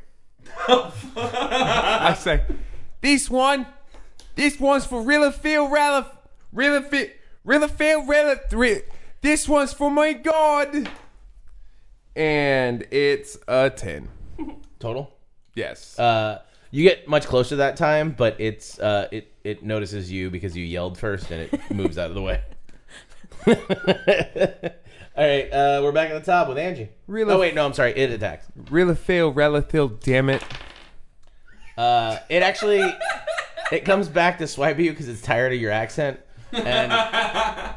S7: I say, this one. This one's for Rillafil, Rallif, Rillafil, Rillafil, Rillafil. This one's for my god. And it's a ten.
S1: Total.
S7: Yes.
S1: Uh, you get much closer that time, but it's uh, it it notices you because you yelled first, and it moves out of the way. All right, uh, we're back at the top with Angie.
S7: Really?
S1: Oh wait, no, I'm sorry. It attacks.
S7: Rillafil, Rallifil. Damn it.
S1: Uh, it actually it comes back to swipe at you because it's tired of your accent, and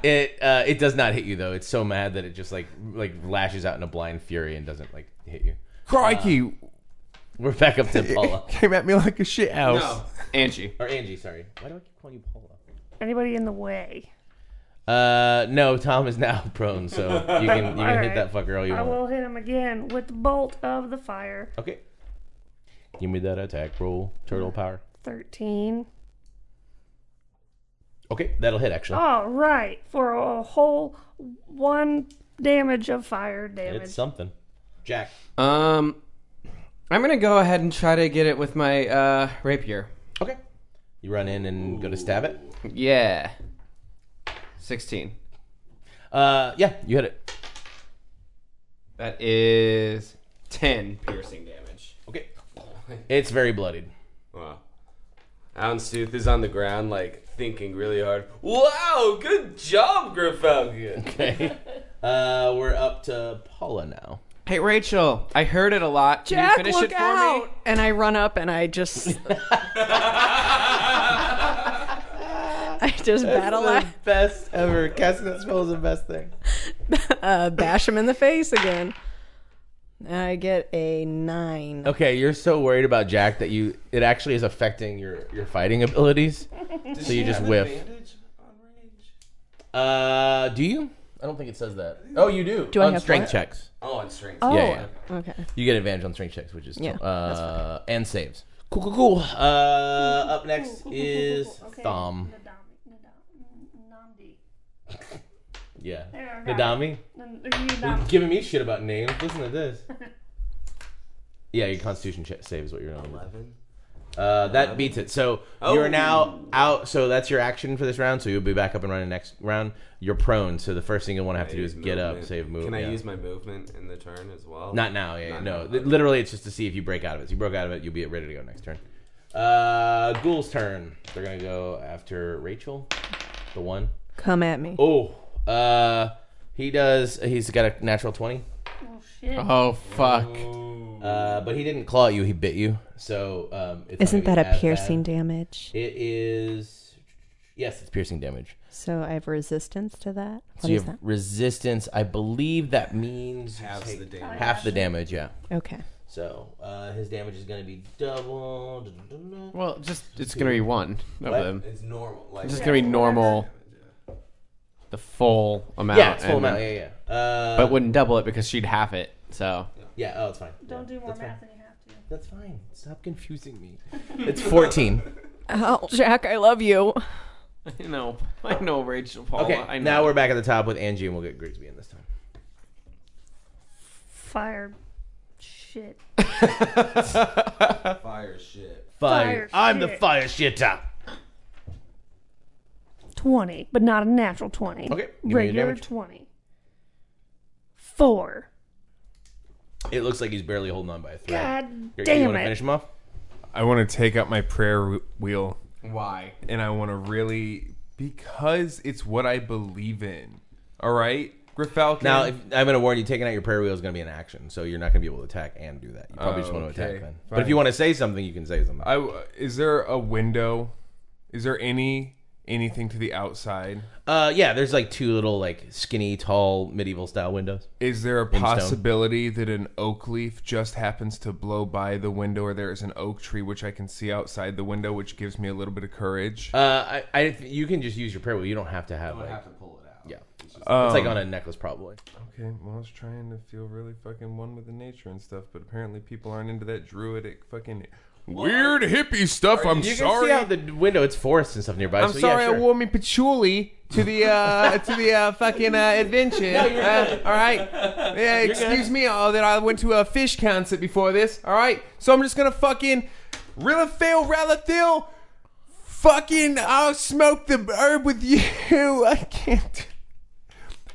S1: it uh, it does not hit you though. It's so mad that it just like like lashes out in a blind fury and doesn't like hit you.
S7: Crikey!
S1: We're back up to Paula
S7: it came at me like a shit house.
S8: Angie.
S1: or Angie. Sorry, why do I keep calling you Paula?
S5: Anybody in the way?
S1: Uh, no, Tom is now prone, so you can you can hit
S5: Alright.
S1: that fucker all you
S5: I
S1: want.
S5: will hit him again with the bolt of the fire.
S1: Okay. Give me that attack roll, turtle power.
S5: 13.
S1: Okay, that'll hit actually.
S5: All right, for a whole one damage of fire damage.
S1: it's something. Jack.
S8: Um, I'm gonna go ahead and try to get it with my uh, rapier.
S1: Okay. You run in and go to stab it.
S8: Yeah. 16.
S1: Uh, yeah, you hit it.
S8: That is 10 piercing damage.
S1: Okay. It's very bloodied.
S4: Wow. Ounce Tooth is on the ground, like thinking really hard. Wow, good job, Griffalga.
S1: Okay. uh, we're up to Paula now.
S8: Hey, Rachel, I heard it a lot. Can
S6: Jack,
S8: you finish it
S6: look
S8: for
S6: out!
S8: me?
S6: And I run up and I just. I just battle
S1: That's
S6: at,
S1: the best ever. Casting that spell is the best thing.
S6: uh, bash him in the face again. And I get a nine.
S1: Okay, you're so worried about Jack that you it actually is affecting your your fighting abilities. so you just whiff. Uh, do you? I don't think it says that. Oh, you do.
S6: Do I
S1: on
S6: have
S1: strength
S6: what?
S1: checks?
S4: Oh, and strength.
S6: Oh,
S1: yeah,
S6: okay.
S1: You get advantage on strength checks, which is
S6: Yeah,
S1: uh and saves. Cool, cool, cool. Uh, up next is Thom. Yeah,
S5: There, I got
S1: Nadami.
S5: Nadami.
S1: Giving me shit about names. Listen to this. Yeah, your Constitution ch- save is what you're on.
S4: Eleven.
S1: Uh, that beats it. So you are now out. So that's your action for this round. So you'll be back up and running next round. You're prone. So the first thing you'll want to have to do is get up,
S4: Movement.
S1: save, move.
S4: Can I
S1: yeah.
S4: use my movement in the turn as well?
S1: Not now. Yeah,
S4: Not
S1: no.
S4: now,
S1: Th-
S4: okay.
S1: Literally, it's just to see if you break out of it. If you broke out of it, you'll be ready to go next turn. Uh, Ghoul's turn. They're gonna go after Rachel, the one.
S6: Come at me.
S1: Oh, uh, he does. He's got a natural twenty.
S5: Oh, shit.
S1: Uh-huh.
S8: Oh, fuck.
S1: Uh, but he didn't claw at you. He bit you. So um, it's not
S6: Isn't
S1: gonna
S6: that
S1: be
S6: a
S1: as
S6: piercing
S1: bad.
S6: damage?
S1: It is. Yes, it's piercing damage.
S6: So I have resistance to that?
S1: So
S6: What
S1: you
S6: is
S1: have
S6: that?
S1: resistance. I believe that means you
S4: Halves
S1: take
S4: the damage.
S1: Half the damage. Yeah.
S6: Okay.
S1: So uh, his damage is gonna be double.
S8: Well, just, it's gonna be one of
S1: What?
S8: them.
S4: It's normal. Like
S8: It's just gonna be normal, the full amount.
S1: Yeah, it's full
S8: and-
S1: amount. Yeah, yeah. Uh,
S8: But wouldn't double it because she'd half it, so.
S1: Yeah, oh, it's fine.
S5: Don't do more
S1: that's
S5: math
S1: Fine.
S5: than you have to.
S1: That's fine. Stop confusing me. It's 14.
S6: Oh, Jack, I love you.
S8: I know. I know, Rachel Paula.
S1: Okay,
S8: Oh, I know.
S1: now we're back at the top with Angie, and we'll get Grigsby in this time.
S5: Fire. Shit.
S4: fire shit.
S1: Fire.
S5: Fire
S1: I'm the
S5: shit.
S1: fire shitter.
S5: 20, but not a natural 20.
S1: Okay, give me your
S5: Regular
S1: damage.
S5: 20. Four.
S1: It looks like he's barely holding on by a thread.
S5: God
S1: Here, you
S5: damn
S1: want to
S5: it.
S1: finish him off?
S7: I want to take out my prayer whe- wheel
S8: Why?
S7: and I want to really because it's what I believe in. All right, Griffalkin.
S1: Now, if, I'm going to warn you, taking out your prayer wheel is going to be an action, so you're not going to be able to attack and do that. You probably just want
S8: Oh,
S1: to
S7: Okay,
S1: attack then. But if
S7: fine.
S1: you want to say something, you can say something.
S7: I w- is there a window? Is there any anything to the outside?
S1: Uh, yeah, there's like two little like skinny, tall, medieval style windows.
S7: Is there a possibility that an oak leaf just happens to blow by the window, or there is an oak tree which I can see outside the window, which gives me a little bit of courage?
S1: Uh, I, I you can just use your prayer wheel. You don't have to have like
S4: to pull it out.
S1: yeah. it's like on a necklace probably.
S7: Okay, well, I was trying to feel really fucking one with the nature and stuff, but apparently people aren't into that druidic fucking weird hippie stuff. I'm
S1: you
S7: sorry.
S1: can see out the window. It's forest and stuff nearby.
S7: I'm
S1: so
S7: sorry,
S1: yeah, sure.
S7: I wore me patchouli to the uh, to the uh, fucking uh, adventure. Uh, all right, yeah. excuse me, oh, that I went to a fish concert before this. All right, so I'm just gonna fucking relathil, relathil, fucking. I'll smoke the herb with you. I can't.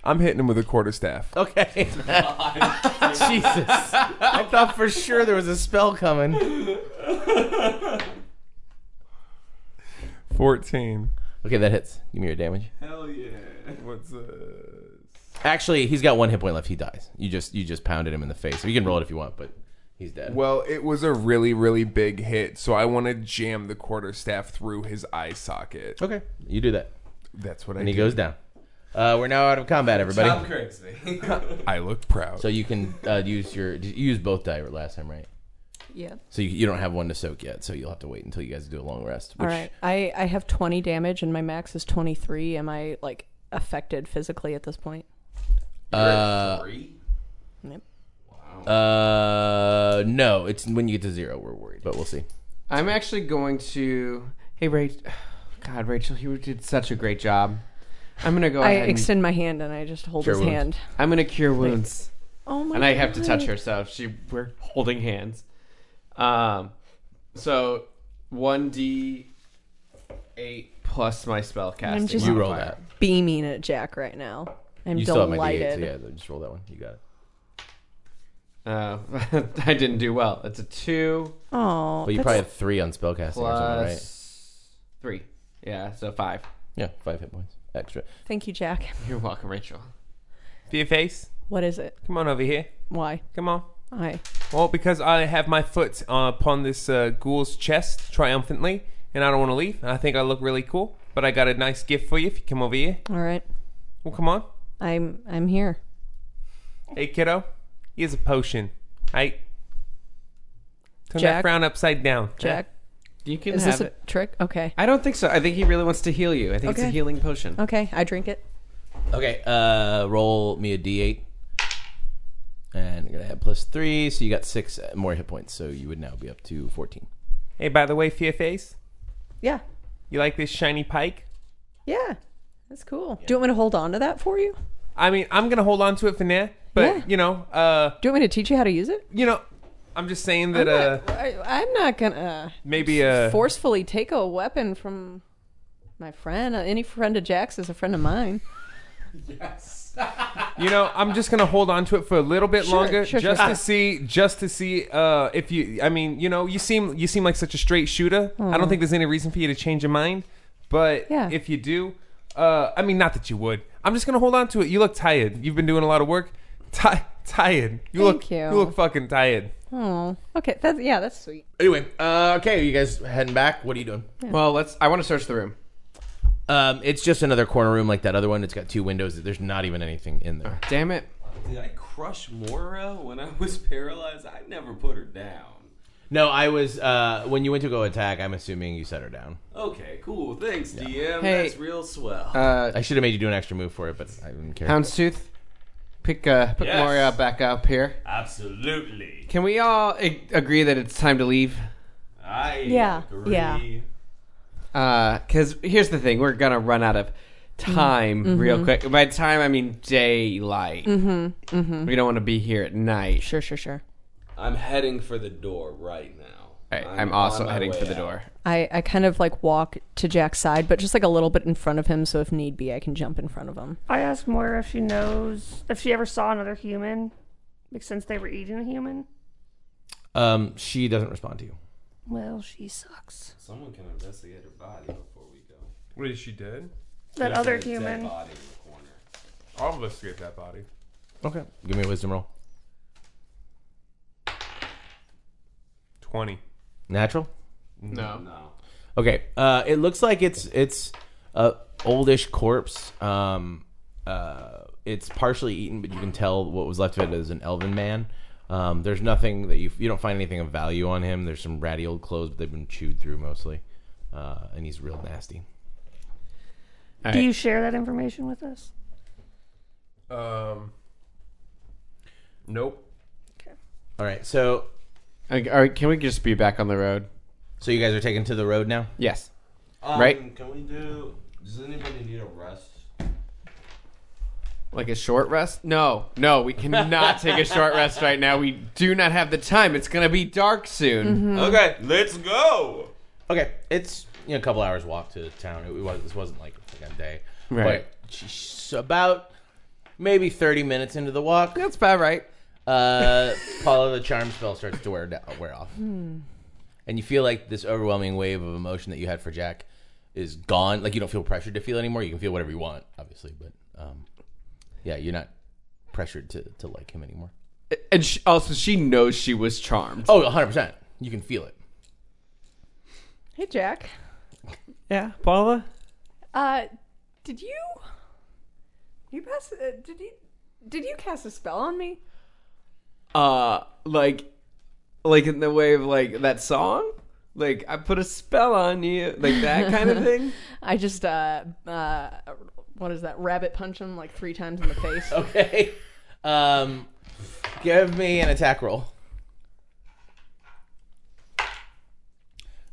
S7: I'm hitting him with a quarter staff.
S1: Okay. Jesus. I thought for sure there was a spell coming.
S7: Fourteen.
S1: Okay, that hits. Give me your damage.
S4: Hell yeah.
S7: What's uh?
S1: Actually, he's got one hit point left. He dies. You just you just pounded him in the face. You can roll it if you want, but he's dead.
S7: Well, it was a really, really big hit, so I want to jam the quarter staff through his eye socket.
S1: okay, you do that,
S7: That's what I
S1: and he
S7: did.
S1: goes down. Uh, we're now out of combat, everybody.
S4: crazy.
S7: I look proud.
S1: So you can uh, use your you use both die last time, right?
S6: Yeah.
S1: So you, you don't have one to soak yet, so you'll have to wait until you guys do a long rest. Which,
S6: All right. I I have 20 damage and my max is 23. Am I like affected physically at this point?
S1: Uh,
S4: Three?
S6: Yep.
S1: uh, no, it's when you get to zero, we're worried, but we'll see.
S2: I'm actually going to. Hey, Rachel. God, Rachel, you did such a great job. I'm gonna go
S6: I
S2: ahead. And,
S6: extend my hand and I just hold
S1: Sure
S6: his
S1: wounds.
S6: hand.
S2: I'm gonna cure wounds,
S6: Oh my.
S2: and I have to touch her. So she, we're holding hands. Um, so one d eight plus my spell casting.
S6: I'm just-
S1: You roll
S2: modifier.
S1: that.
S6: beaming at Jack right now. I'm
S1: You still have my D8,
S6: delighted.
S1: so yeah, just roll that one. You got it.
S2: Uh, I didn't do well. That's a two
S6: Oh,
S1: But you
S6: that's-
S1: probably have three on spellcasting or something, right?
S2: plus three. Yeah, so five.
S1: Yeah, five hit points extra.
S6: thank you, Jack.
S2: You're welcome, Rachel.
S7: to your face,
S6: What is it?
S7: come on over here.
S6: Why?
S7: Come on.
S6: I
S7: Well, because I have my foot uh, upon this uh, ghoul's chest triumphantly, and I don't want to leave. And I think I look really cool, but I got a nice gift for you if you come over here.
S6: all right.
S7: Well, come on.
S6: I'm I'm here.
S7: Hey, kiddo, here's a potion. Hey, turn that
S6: Jack?
S7: frown upside down.
S6: Jack,
S2: You can
S6: is
S2: have
S6: this a
S2: it.
S6: trick? Okay.
S2: I don't think so. I think he really wants to heal you. I think it's a
S6: Okay.
S2: healing potion.
S6: Okay, I drink it.
S1: Okay, uh, roll me a D8. And I'm going to add plus three, so you got six uh, more hit points, so you would now be up to 14.
S7: Hey, by the way, fear face,
S6: Yeah.
S7: you like this shiny pike?
S6: Yeah. That's cool. Do you want me to hold on to that for you?
S7: I mean, I'm gonna hold on to it for now, but
S6: Yeah.
S7: you know, uh,
S6: Do you want me to teach you how to use it?
S7: you know, I'm just saying that uh,
S6: I, I'm not gonna
S7: maybe uh,
S6: forcefully take a weapon from my friend. Uh, Any friend of Jack's is a friend of mine.
S7: you know, I'm just gonna hold on to it for a little bit
S6: Sure,
S7: longer,
S6: sure,
S7: just
S6: sure.
S7: to see, just to see uh, if you. I mean, you know, you seem you seem like such a straight shooter. I don't think there's any reason for you to change your mind, but
S6: Mm. Yeah.
S7: if you do, uh, I mean, not that you would. I'm just gonna hold on to it. You look tired. You've been doing a lot of work. Ti tired. You look.
S6: Thank you.
S7: look fucking tired.
S6: Oh, okay. That's yeah, that's sweet.
S1: Anyway, uh, okay, you guys heading back? What are you doing?
S6: Oh,
S2: Well, let's. I want to search the room.
S1: Um, it's just another corner room like that other one. It's got two windows. There's not even anything in there.
S2: Damn it.
S4: Did I crush Moira when I was paralyzed? I never put her down.
S1: No, I was, uh, when you went to go attack, I'm assuming you set her down.
S4: Okay, cool. Thanks, DM.
S2: Hey.
S4: That's real swell.
S2: Uh,
S1: I should have made you do an extra move for it, but I didn't care.
S2: Houndstooth, pick uh, put
S4: Yes.
S2: Moria back up here.
S4: Absolutely.
S2: Can we all ag- agree that it's time to leave?
S4: I
S6: Yeah,
S4: agree.
S6: yeah.
S2: Because Uh, here's the thing: we're gonna run out of time
S6: Mm-hmm.
S2: real quick. By time, I mean daylight. Mm-hmm. Mm-hmm. We don't want to be here at night.
S6: Sure, sure, sure.
S4: I'm heading for the door right now.
S2: All right, I'm,
S4: on
S2: also
S4: my
S2: heading
S4: way
S2: for the
S4: out.
S2: door.
S6: I, I kind of like walk to Jack's side, but just like a little bit in front of him, so if need be, I can jump in front of him.
S5: I asked Moira if she knows if she ever saw another human, like since they were eating a human.
S1: Um, she doesn't respond to you.
S5: Well, she sucks.
S4: Someone can investigate her body before we go.
S7: What is she dead?
S5: That other
S4: There's a dead
S5: human.
S4: body in the corner.
S7: I'll investigate that body.
S1: Okay. Give me a wisdom roll.
S7: Twenty.
S1: Natural?
S2: No.
S4: No.
S1: Okay. Uh, it looks like it's it's uh, oldish corpse. Um, uh, it's partially eaten, but you can tell what was left of it is an elven man. Um, there's nothing that you you don't find anything of value on him. There's some ratty old clothes, but they've been chewed through mostly, uh, and he's real nasty.
S5: Do you share that information with us?
S9: Um. Nope.
S1: All right, so
S2: Okay, all right, can we just be back on the road?
S1: so you guys are taken to the road now.
S2: Yes.
S10: Um,
S2: Right.
S10: Can we do? Does anybody need a rest?
S2: Like a short rest? No, no, we cannot take a short rest right now. We do not have the time. It's gonna be dark soon.
S6: Mm.
S10: Okay.
S4: Let's go.
S1: Okay, it's you know a couple hours walk to town. It was this wasn't like a fucking day,
S2: Right.
S1: But she's about maybe thirty minutes into the walk,
S2: That's about right.
S1: uh, Paula the charm spell starts to wear down, wear off, and you feel like this overwhelming wave of emotion that you had for Jack is gone. Like you don't feel pressured to feel anymore. You can feel whatever you want, obviously, but um, yeah, you're not pressured to to like him anymore.
S2: And she, also, she knows she was charmed.
S1: Oh, 100 percent. You can feel it.
S6: Hey, Jack.
S2: yeah, Paula.
S6: Uh, did you? You pass? Uh, did you? Did you cast a spell on me?
S2: Uh, like, like in the way of like that song, like I put a spell on you, like that kind of thing.
S6: I just uh uh, what is that? Rabbit punch him like three times in the face.
S1: Okay. Um, give me an attack roll.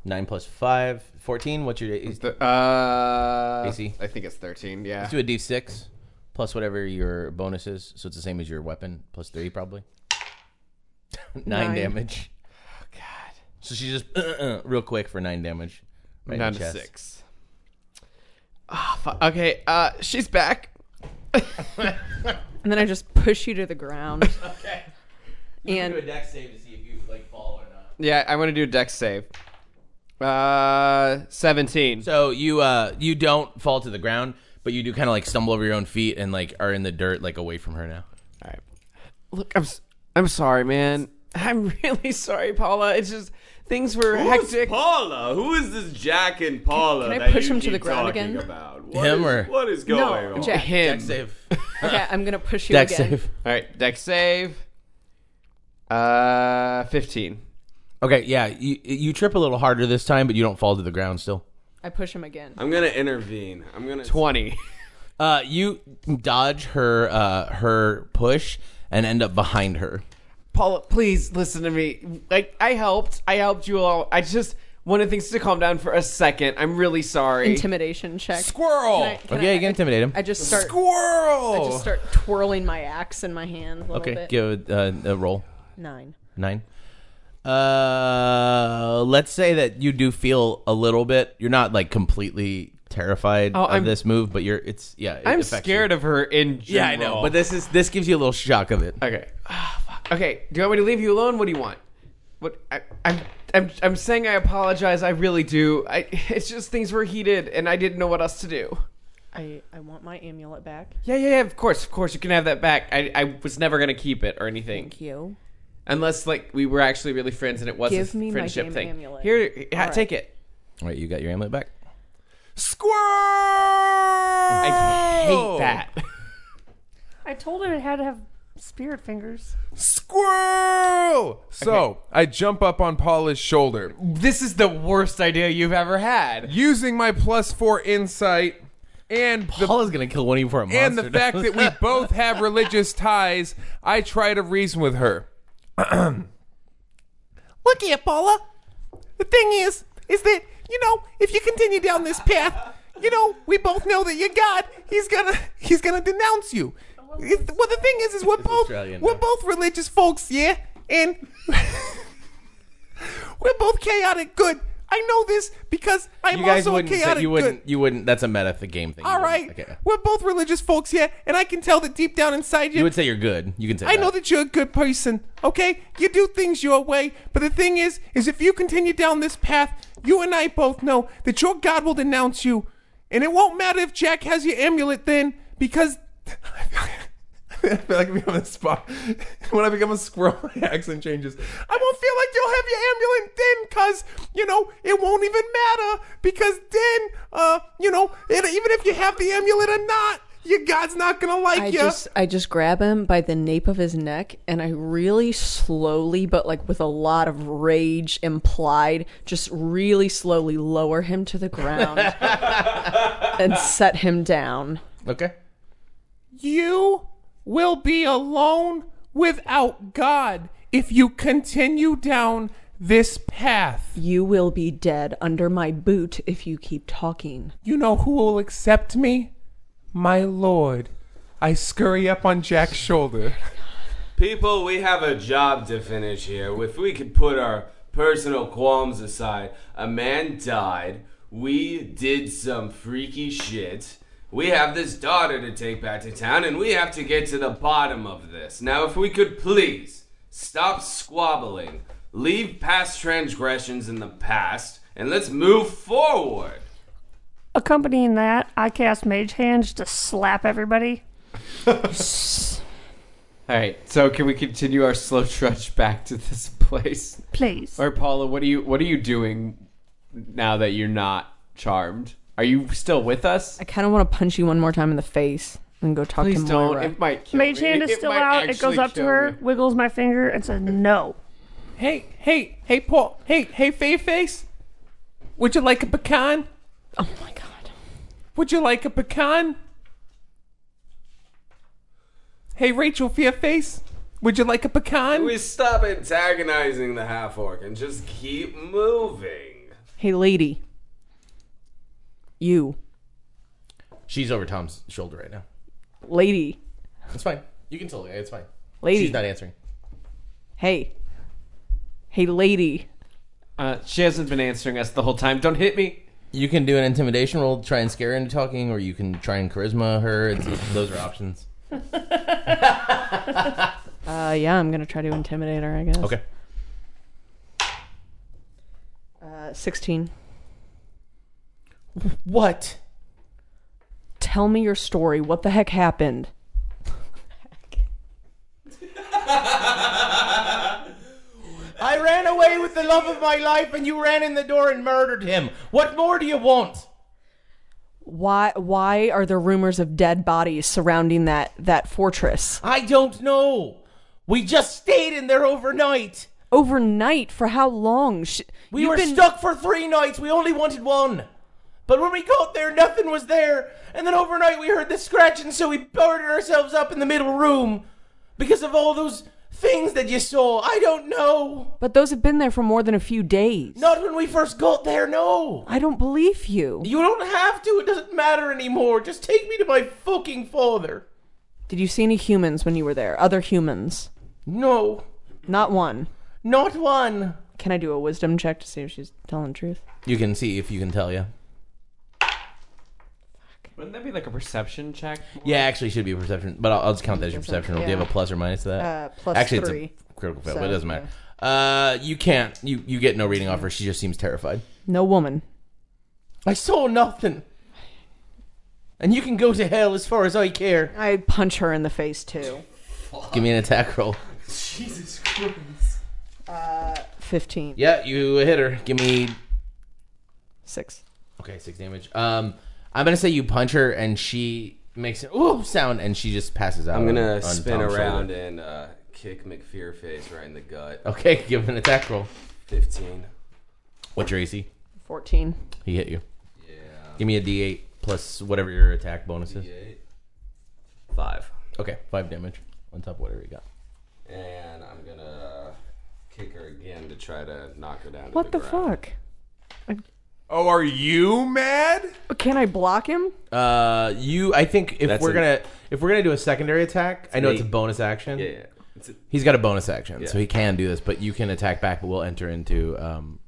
S1: Nine plus five, 14. What's your is-
S2: The- uh,
S1: AC?
S2: I think it's thirteen. Yeah.
S1: do a d6 plus whatever your bonus is. So it's the same as your weapon plus three, probably. nine,
S6: Nine.
S1: damage. Oh, God. So she's just uh, uh, real quick for nine damage. Right in
S2: Down
S1: the
S2: to
S1: chest.
S2: six. Ah, fu- okay. Uh, she's back.
S6: And then I just push you to the ground.
S1: Okay.
S6: And- Do a
S1: deck save to see if you like fall or not.
S2: Yeah, I want to do a dex save. Uh, seventeen.
S1: So you uh you don't fall to the ground, but you do kind of like stumble over your own feet and like are in the dirt like away from her now.
S2: All right. Look, I'm s- I'm sorry, man. I'm really sorry, Paula. It's just things were
S4: Who's
S2: hectic.
S4: Paula? Who is this Jack and Paula?
S6: Can- can I
S4: that
S6: push
S4: you
S6: him to
S4: keep
S6: the ground
S4: talking
S6: again?
S4: About? What
S1: Him
S4: is-
S1: or-
S4: what is going
S6: no,
S4: on?
S6: Jack.
S2: Him.
S1: save.
S6: Okay, I'm gonna push you
S1: Deck
S6: again.
S1: save.
S2: All right, deck save. Uh, fifteen.
S1: Okay, yeah, you you trip a little harder this time, but you don't fall to the ground still.
S6: I push him again.
S10: I'm gonna intervene. I'm gonna.
S2: Twenty.
S1: Uh, you dodge her uh her push and end up behind her.
S2: Paula, please listen to me. Like I helped. I helped you all. I just wanted things to calm down for a second. I'm really sorry.
S6: Intimidation check.
S2: Squirrel.
S6: Can I- can
S1: Okay,
S6: I-
S1: you can intimidate him.
S6: I just start.
S2: Squirrel.
S6: I just start twirling my axe in my hand a little
S1: okay,
S6: bit.
S1: give uh, a roll
S6: Nine.
S1: nine. Uh, let's say that you do feel a little bit. You're not like completely terrified
S2: Oh,
S1: of
S2: I'm-
S1: this move, but you're it's yeah. It
S2: I'm
S1: affects you.
S2: scared of her in
S1: Yeah,
S2: general.
S1: I know. But this is this gives you a little shock of it.
S2: Okay. Ah, fuck. Okay. Do you want me to leave you alone? What do you want? What I, I'm I'm I'm saying I apologize. I really do. I it's just things were heated and I didn't know what else to do.
S6: I I want my amulet back.
S2: Yeah, yeah, yeah. Of course, of course, you can have that back. I I was never gonna keep it or anything,
S6: Thank you.
S2: unless like we were actually really friends and it was
S6: Give
S2: a
S6: me my
S2: friendship
S6: damn
S2: thing.
S6: amulet.
S2: Here, ha-
S6: right.
S2: take it.
S1: All right, you got your amulet back.
S9: Squirrel.
S2: I
S9: I
S2: hate that.
S5: I told him it had to have spirit fingers.
S9: Squirrel. So I jump up on Paula's shoulder,
S2: this is the worst idea you've ever had.
S9: using my plus four insight and the
S1: Paul is gonna kill one of you for a monster.
S9: and the fact that we both have religious ties, I try to reason with her. Look here, Paula. The thing is, is that, you know, if you continue down this path, you know, we both know that your God, he's gonna he's gonna denounce you. It- well the thing is is we're both
S1: Australian
S9: we're
S1: now.
S9: both religious folks, yeah? And we're both chaotic good. I know this because I'm
S1: you guys
S9: also a
S1: wouldn't.
S9: chaotic
S1: Say, you
S9: good.
S1: wouldn't. You wouldn't. That's a meta the game thing.
S9: All
S1: You wouldn't-
S9: right.
S1: Okay.
S9: We're both religious folks here, and I can tell that deep down inside you.
S1: You would say you're good. You can say.
S9: I know
S1: that.
S9: that you're a good person, okay? You do things your way, but the thing is, is if you continue down this path, you and I both know that your God will denounce you, and it won't matter if Jack has your amulet then, because. I feel like I'm on the spot. When I become a squirrel, my accent changes. I won't feel like you'll have your ambulance then, cause you know it won't even matter because then, uh, you know, it, even if you have the amulet or not, your God's not gonna like
S6: I
S9: you.
S6: just I just grab him by the nape of his neck and I really slowly but like with a lot of rage implied just really slowly lower him to the ground and set him down.
S11: Okay.
S9: You will be alone without God if you continue down this path.
S6: You will be dead under my boot if you keep talking.
S9: You know who will accept me? My Lord. I scurry up on Jack's shoulder.
S4: People, we have a job to finish here. If we could put our personal qualms aside, a man died. We did some freaky shit. um, We have this daughter to take back to town, and we have to get to the bottom of this. Now, if we could please stop squabbling, leave past transgressions in the past, and let's move forward.
S5: Accompanying that, I cast Mage Hand just to slap everybody.
S2: All right, so can we continue our slow trudge back to this place?
S5: Please.
S2: Or Paula, what are you what are you doing now that you're not charmed? Are you still with us?
S6: I kind of want to punch you one more time in the face and go talk
S2: Please
S6: to
S2: don't.
S6: Moira.
S2: It might kill
S5: Mage
S2: me.
S5: Hand is
S2: It
S5: still
S2: might
S5: out. It
S2: actually
S5: goes up to
S2: kill
S5: her,
S2: me.
S5: wiggles my finger, and says, No.
S9: Hey, hey, hey, Paul. Hey, hey, Fayface. Would you like a pecan?
S6: oh my god.
S9: Would you like a pecan? Hey, Rachel Fearface. Would you like a pecan?
S4: We stop antagonizing the half orc and just keep moving.
S6: Hey lady. You,
S1: She's over Tom's shoulder right now.
S6: lady,
S1: It's fine. You can tell her. It's fine.
S6: lady.
S1: She's not answering.
S6: hey. Hey lady.
S2: Uh, she hasn't been answering us the whole time. Don't hit me.
S1: You can do an intimidation roll to try and scare her into talking, or you can try and charisma her. It's, those are options.
S6: Uh yeah, I'm going to try to intimidate her, I guess.
S1: Okay.
S6: Uh, 16.
S1: What?
S6: Tell me your story. What the heck happened?
S1: I ran away with the love of my life, and you ran in the door and murdered him. What more do you want?
S6: Why why are there rumors of dead bodies surrounding that that fortress?
S1: I don't know. We just stayed in there overnight.
S6: Overnight for how long? Sh-
S1: We
S6: you've
S1: were
S6: been-
S1: stuck for three nights. We only wanted one. But when we got there, nothing was there. And then overnight, we heard the scratching, so we boarded ourselves up in the middle room because of all those things that you saw. I don't know.
S6: But those have been there for more than a few days.
S1: Not when we first got there, no.
S6: I don't believe you.
S1: You don't have to. It doesn't matter anymore. Just take me to my fucking father.
S6: Did you see any humans when you were there? Other humans?
S1: No,
S6: Not one.
S1: not one.
S6: Can I do a wisdom check to see if she's telling the truth?
S1: You can see if you can tell, yeah.
S2: Wouldn't that be like a perception check?
S1: Yeah, actually, should be a perception, but I'll, I'll just count that as your perception. roll. Do you have a plus or minus to that?
S6: Uh, plus
S1: actually,
S6: three.
S1: it's a critical fail,
S6: So,
S1: but it doesn't matter. Uh, you can't. You you get no reading off her. She just seems terrified.
S6: No woman.
S1: I saw nothing. And you can go to hell as far as I care.
S6: I punch her in the face too.
S1: Give me an attack roll.
S6: 15.
S1: Yeah, you hit her. Give me
S6: 6.
S1: okay six damage. Um, I'm gonna say you punch her and she makes an ooh sound and she just passes out.
S4: I'm gonna
S1: on- on
S4: spin
S1: Tom's
S4: around
S1: shoulder.
S4: and uh, kick McFearface right in the gut.
S1: Okay, give an attack roll.
S4: 15.
S1: What's your AC?
S6: 14.
S1: He hit you.
S4: Yeah.
S1: Give me a D8 plus whatever your attack bonus is.
S4: D8. Five.
S1: Okay, five damage on top of whatever you got.
S4: And I'm gonna kick her again to try to knock her down. to
S6: What the
S4: ground.
S6: fuck?
S9: Oh, are you mad?
S6: Can I block him?
S1: Uh, you. I think if
S4: That's
S1: we're
S4: a-
S1: gonna if we're gonna do a secondary attack, I know it's a
S4: me.
S1: bonus action.
S4: Yeah, yeah. It's a-
S1: He's got a bonus action, so
S4: Yeah.
S1: he can do this. But you can attack back, but we'll enter into um,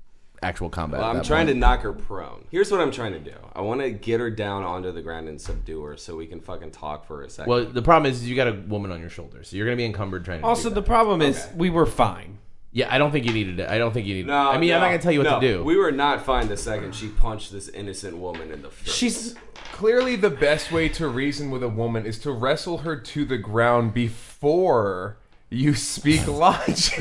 S1: actual combat.
S4: Well, I'm trying to knock her prone. Here's what I'm trying to do. I want to get her down onto the ground and subdue her so we can fucking talk for a second.
S1: Well, the problem is you got a woman on your shoulder, so you're gonna be encumbered trying. to
S2: Also,
S1: do
S2: the
S1: that.
S2: problem is we were fine.
S1: yeah, I don't think you needed it. I don't think you needed.
S4: no,
S1: I mean, I'm
S4: no,
S1: not gonna tell you what
S4: no.
S1: to do.
S4: We were not fine the second she punched this innocent woman in the face.
S9: She's clearly the best way to reason with a woman is to wrestle her to the ground before you speak logic.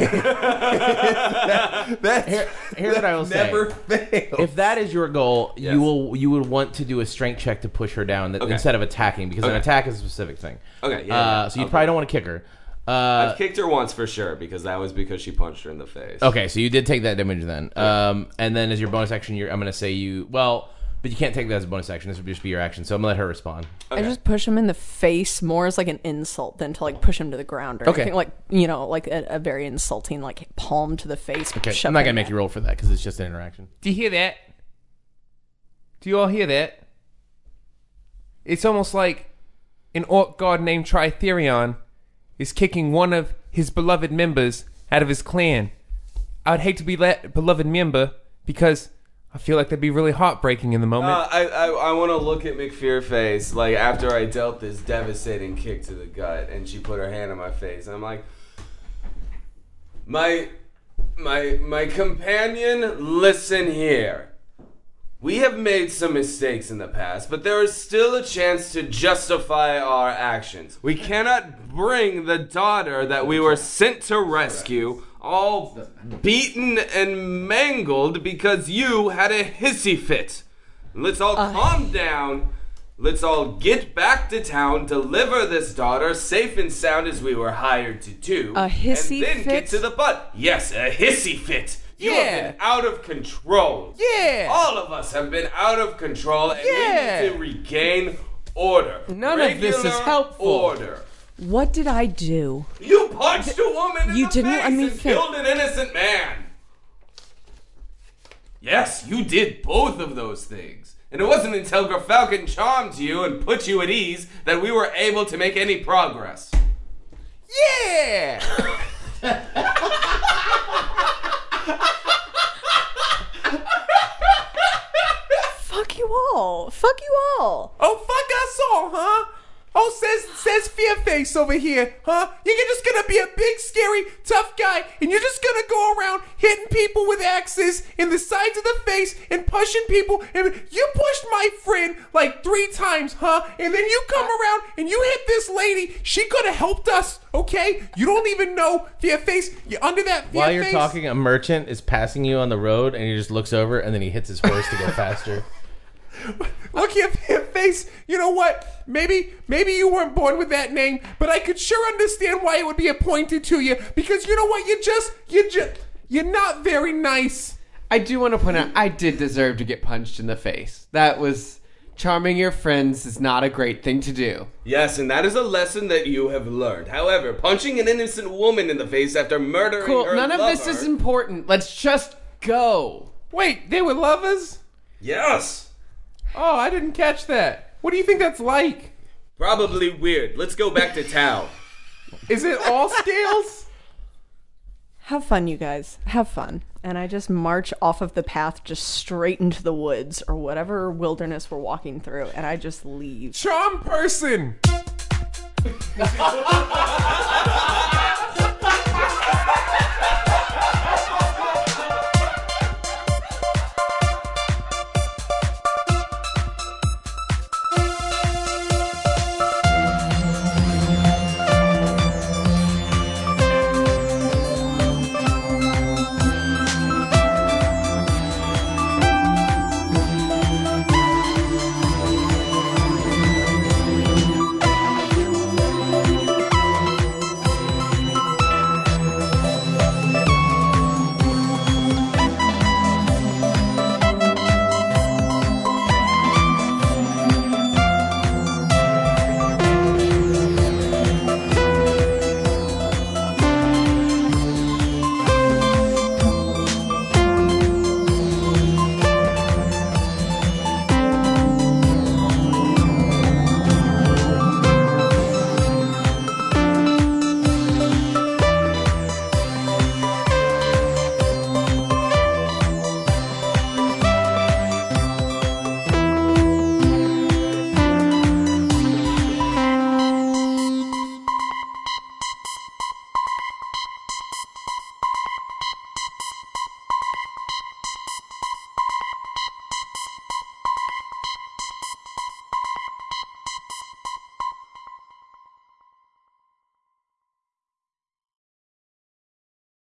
S9: that, that's
S1: here's what I will say.
S9: never fails.
S1: If that is your goal,
S4: Yes.
S1: you will you would want to do a strength check to push her down that,
S4: Okay.
S1: instead of attacking because an
S4: Okay.
S1: attack is a specific thing.
S4: Okay, yeah,
S1: Uh,
S4: yeah.
S1: so you
S4: Okay.
S1: probably don't want to kick her. Uh,
S4: I've kicked her once for sure because that was because she punched her in the face.
S1: Uh, okay, so you did take that damage then. Um, and then as your bonus action, you're, I'm going to say you well, but you can't take that as a bonus action. This would just be your action. So I'm going to let her respond.
S6: I just push him in the face more as like an insult than to like push him to the ground or
S1: Okay.
S6: anything like you know like a, a very insulting like palm to the face.
S1: Okay, I'm not going to make you roll for that because it's just an interaction.
S7: Do you hear that? Do you all hear that?
S9: it's almost like an orc god named Tritherion is kicking one of his beloved members out of his clan. I would hate to be that beloved member because I feel like that'd be really heartbreaking in the moment.
S4: Uh, I I, I want to look at McFearface like after I dealt this devastating kick to the gut, and she put her hand on my face. I'm like, my my my companion, listen here. We have made some mistakes in the past, but there is still a chance to justify our actions. We cannot bring the daughter that we were sent to rescue all beaten and mangled because you had a hissy fit. Let's all calm down. Let's all get back to town, deliver this daughter safe and sound as we were hired to do.
S6: A hissy
S4: and then
S6: fit?
S4: get to the butt. Yes, a hissy fit. You have been out of control.
S7: Yeah.
S4: All of us have been out of control and
S7: Yeah.
S4: we need to regain order.
S7: None of this is
S4: Regular
S7: helpful.
S4: Order.
S6: What did I do?
S4: You punched a woman in
S6: You
S4: the
S6: didn't
S4: face
S6: let me
S4: and
S6: fin-
S4: killed an innocent man. Yes, you did both of those things. And it wasn't until Grafalcon charmed you and put you at ease that we were able to make any progress.
S7: Yeah.
S6: Fuck you all! Fuck you all!
S9: oh, fuck us all, huh? Oh, says says Fearface over here, huh? You're just gonna be a big, scary, tough guy, and you're just gonna go around hitting people with axes in the sides of the face and pushing people. And you pushed my friend like three times, huh? And then you come around and you hit this lady. She could have helped us, okay? You don't even know Fearface. You're under that Fearface.
S1: While you're talking, a merchant is passing you on the road and he just looks over and then he hits his horse to go faster.
S9: Look at your face. You know what? Maybe maybe you weren't born with that name, but I could sure understand why it would be appointed to you because you know what? You just you just you're not very nice.
S2: I do want to point out, I did deserve to get punched in the face. That was charming your friends is not a great thing to do.
S4: Yes, and that is a lesson that you have learned. However, punching an innocent woman in the face after murdering
S2: Cool.
S4: her
S2: None of this
S4: lover-
S2: is important. Let's just go.
S9: Wait, they were lovers?
S4: Yes.
S9: Oh, I didn't catch that. What do you think that's like?
S4: Probably weird. Let's go back to town.
S9: Is it all scales?
S6: Have fun, you guys. Have fun. And I just march off of the path, just straight into the woods or whatever wilderness we're walking through, and I just leave.
S9: Charm person.